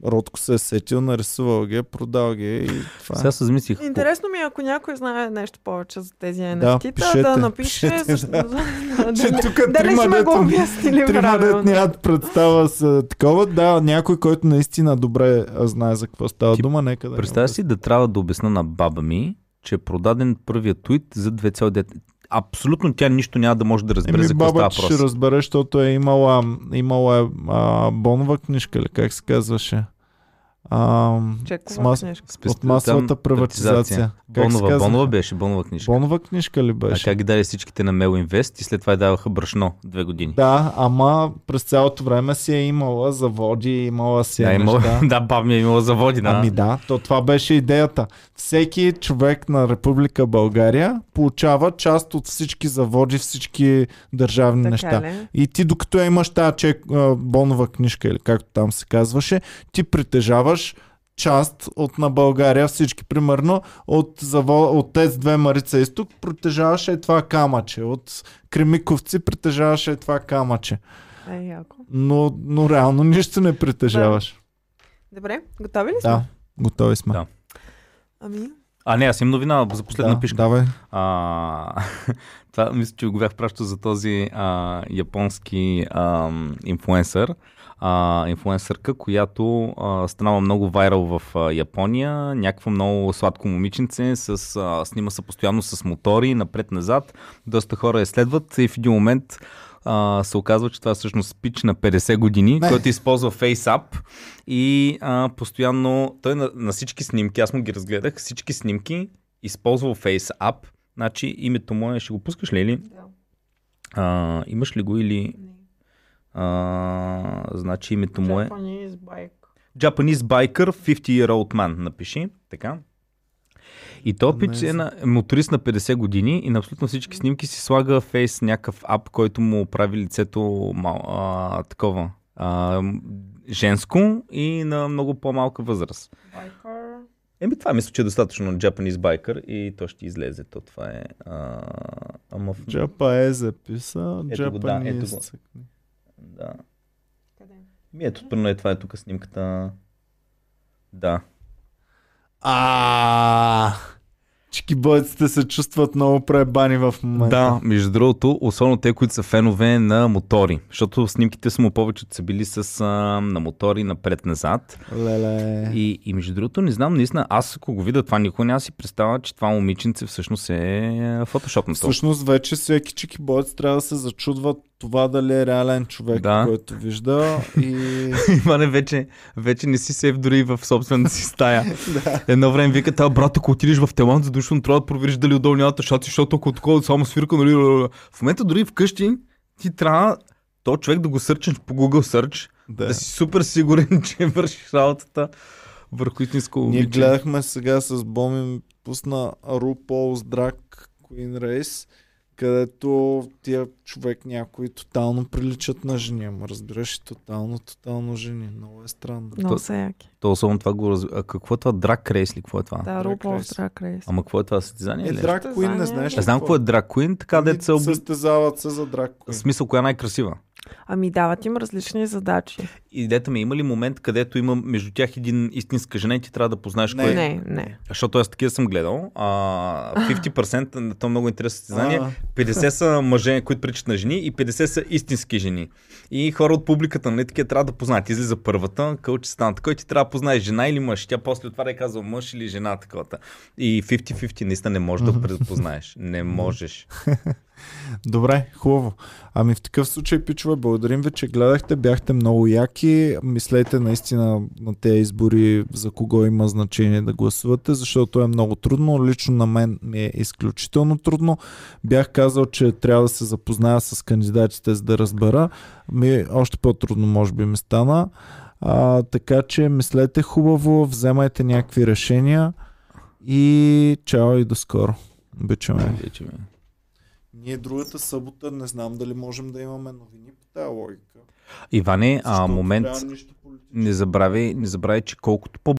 Speaker 1: Родко се е сетил, нарисувал ги, е, продал ги е и това
Speaker 2: Сега
Speaker 1: е.
Speaker 2: се замислих.
Speaker 3: Интересно ми е, ако някой знае нещо повече за тези NFT-та, да,
Speaker 1: пишете,
Speaker 3: напише.
Speaker 1: пишете,
Speaker 3: защо-
Speaker 1: да.
Speaker 3: да,
Speaker 1: Че
Speaker 3: да-
Speaker 1: тук
Speaker 3: Дали
Speaker 1: трима
Speaker 3: сме
Speaker 1: дето-
Speaker 3: го
Speaker 1: Трима
Speaker 3: обяснили
Speaker 1: дет
Speaker 3: правилно?
Speaker 1: нямат представа с такова. Да, някой, който наистина добре а, знае за какво става
Speaker 2: Ти
Speaker 1: дума, нека да
Speaker 2: Представя
Speaker 1: ни
Speaker 2: си да трябва да обясна на баба ми, че е продаден първият твит за 2,9. Абсолютно тя нищо няма да може да разбере
Speaker 1: Еми,
Speaker 2: за какво става
Speaker 1: баба ти ще
Speaker 2: въпрос.
Speaker 1: разбере, защото е имала, имала е, а, бонова книжка, или как се казваше? А, с
Speaker 3: Чекова
Speaker 1: мас...
Speaker 3: книжка.
Speaker 2: Спе-
Speaker 1: от масовата
Speaker 2: там
Speaker 1: приватизация. Как се
Speaker 2: Бонова,
Speaker 1: казва?
Speaker 2: Бонова беше, Бонова книжка.
Speaker 1: Бонова книжка ли
Speaker 2: А
Speaker 1: беше?
Speaker 2: как ги даде всичките на Mail Invest и след това я даваха брашно две години.
Speaker 1: Да, ама през цялото време си е имала заводи, имала си е
Speaker 2: да, имала-
Speaker 1: неща.
Speaker 2: да, баба ми е имала заводи. Да.
Speaker 1: Ами да, то това беше идеята. Всеки човек на Република България получава част от всички заводи, всички държавни
Speaker 3: Така
Speaker 1: неща.
Speaker 3: ли?
Speaker 1: И ти докато я имаш тази чек, а, бонова книжка или както там се казваше, ти притежаваш част от на България, всички примерно от, заво, от ТЕЦ 2 Марица Изток притежаваше е това камъче, от Кремиковци притежаваше е това камъче,
Speaker 3: Е, яко.
Speaker 1: но, но реално нищо не притежаваш.
Speaker 3: Добре, готови ли
Speaker 1: Да,
Speaker 3: сме?
Speaker 1: готови сме.
Speaker 2: Да.
Speaker 3: Ами,
Speaker 2: А, не, аз имам новина за последна
Speaker 1: да,
Speaker 2: пишка.
Speaker 1: давай.
Speaker 2: А, това мисля, че го бях пращал за този а, японски а, инфуенсър. А, инфуенсърка, която а, станала много вайрал в а, Япония. Някакво много сладко момиченце, с, а, снима се постоянно с мотори, напред-назад. Доста хора я следват и в един момент а, се оказва, че това е всъщност пич на 50 години,
Speaker 1: Не.
Speaker 2: който използва FaceApp и а, постоянно той на, на всички снимки, аз му ги разгледах, всички снимки използвал FaceApp, значи името му е, ще го пускаш ли или?
Speaker 3: да.
Speaker 2: А, имаш ли го или? А, значи името му е
Speaker 3: Japanese bike.
Speaker 2: Japanese Biker 50 Year Old Man, напиши, така. И то пич е на, моторист на 50 години и на абсолютно всички снимки си слага фейс някакъв ап, който му прави лицето мал, а, такова а, м, женско и на много по-малка възраст.
Speaker 3: Biker.
Speaker 2: Еми това мисля, че е достатъчно на Japanese Biker и то ще излезе. То това е... А, ама в...
Speaker 1: Джапа е записа,
Speaker 2: Ето го, да,
Speaker 1: Джапа
Speaker 2: ето го. Да. Ми ето, първо е това е тук снимката. Да.
Speaker 1: А, бойците се чувстват много пребани в момента.
Speaker 2: Да, между другото, особено те, които са фенове на мотори, защото снимките са му повече са били с, а, на мотори напред-назад.
Speaker 1: Леле.
Speaker 2: И, и между другото, не знам, наистина, аз ако го видя това, никой няма си представя, че това момиченце всъщност е фотошопното.
Speaker 1: Всъщност вече всеки чикибоец трябва да се зачудва това дали е реален човек,
Speaker 2: Да.
Speaker 1: който вижда. И...
Speaker 2: Иване, вече, вече не си сейф дори в собствената си стая. Едно време вика, тази брат, ако отидеш в Теланд, задушно трябва да провериш дали е отдолу нямат шаци, защото ако такова само свирка, нали... ля-ля-ля». В момента дори вкъщи ти трябва то човек да го сърчеш по Google Search, да,
Speaker 1: да.
Speaker 2: си супер сигурен, че вършиш работата върху истинско
Speaker 1: Ние
Speaker 2: момиче.
Speaker 1: гледахме сега с Бомим пусна RuPaul's Drag Queen Race, където тия човек някои тотално приличат на жени, ама разбираш и тотално, тотално жени. Много е странно.
Speaker 3: Много са яки.
Speaker 2: То особено това го раз... а, какво е това? Драг рейс ли? Какво е това?
Speaker 3: Да,
Speaker 1: Drag
Speaker 3: Рупа
Speaker 1: Race.
Speaker 3: Drag Race.
Speaker 2: Ама какво е това? Състезание
Speaker 1: Е,
Speaker 2: ли?
Speaker 1: Drag Queen не
Speaker 3: Състезание.
Speaker 1: знаеш ли
Speaker 2: Не знам какво е драг куин, така
Speaker 1: Ами,
Speaker 2: деца обли...
Speaker 1: Състезават се за Drag
Speaker 2: В
Speaker 1: Queen.
Speaker 2: смисъл, коя е най-красива?
Speaker 3: Ами дават им различни задачи.
Speaker 2: И дете ме, е, има ли момент, където има между тях един истинска жена и ти трябва да познаеш
Speaker 1: Не.
Speaker 2: кой е?
Speaker 3: Не, не.
Speaker 2: Защото аз такива съм гледал. А, 50% на то е много интересно състезание.
Speaker 1: А.
Speaker 2: 50 са мъже, които причат на жени и 50 са истински жени. И хора от публиката, нали, такива трябва да познаят. Излиза първата, кълче стана. Кой ти трябва да познаеш, жена или мъж? Тя после отваря и казва мъж или жена, таковата. И 50-50 наистина не можеш да предпознаеш. Не можеш.
Speaker 1: Добре, хубаво. Ами в такъв случай, пичове, благодарим ви, че гледахте. Бяхте много яки. Мислете наистина на тези избори за кого има значение да гласувате, защото е много трудно. Лично на мен ми е изключително трудно. Бях казал, че трябва да се запозная с кандидатите, за да разбера. Ми, още по-трудно може би ми стана. А, така че мислете хубаво, вземайте някакви решения и чао и до скоро. Обичаме. ви.
Speaker 2: Вече ми е.
Speaker 1: Ние другата събота не знам дали можем да имаме новини по тази логика.
Speaker 2: Иване, а,
Speaker 1: Защото
Speaker 2: момент.
Speaker 1: трябва нищо политическо.
Speaker 2: Не забравяй, не забравяй, че колкото по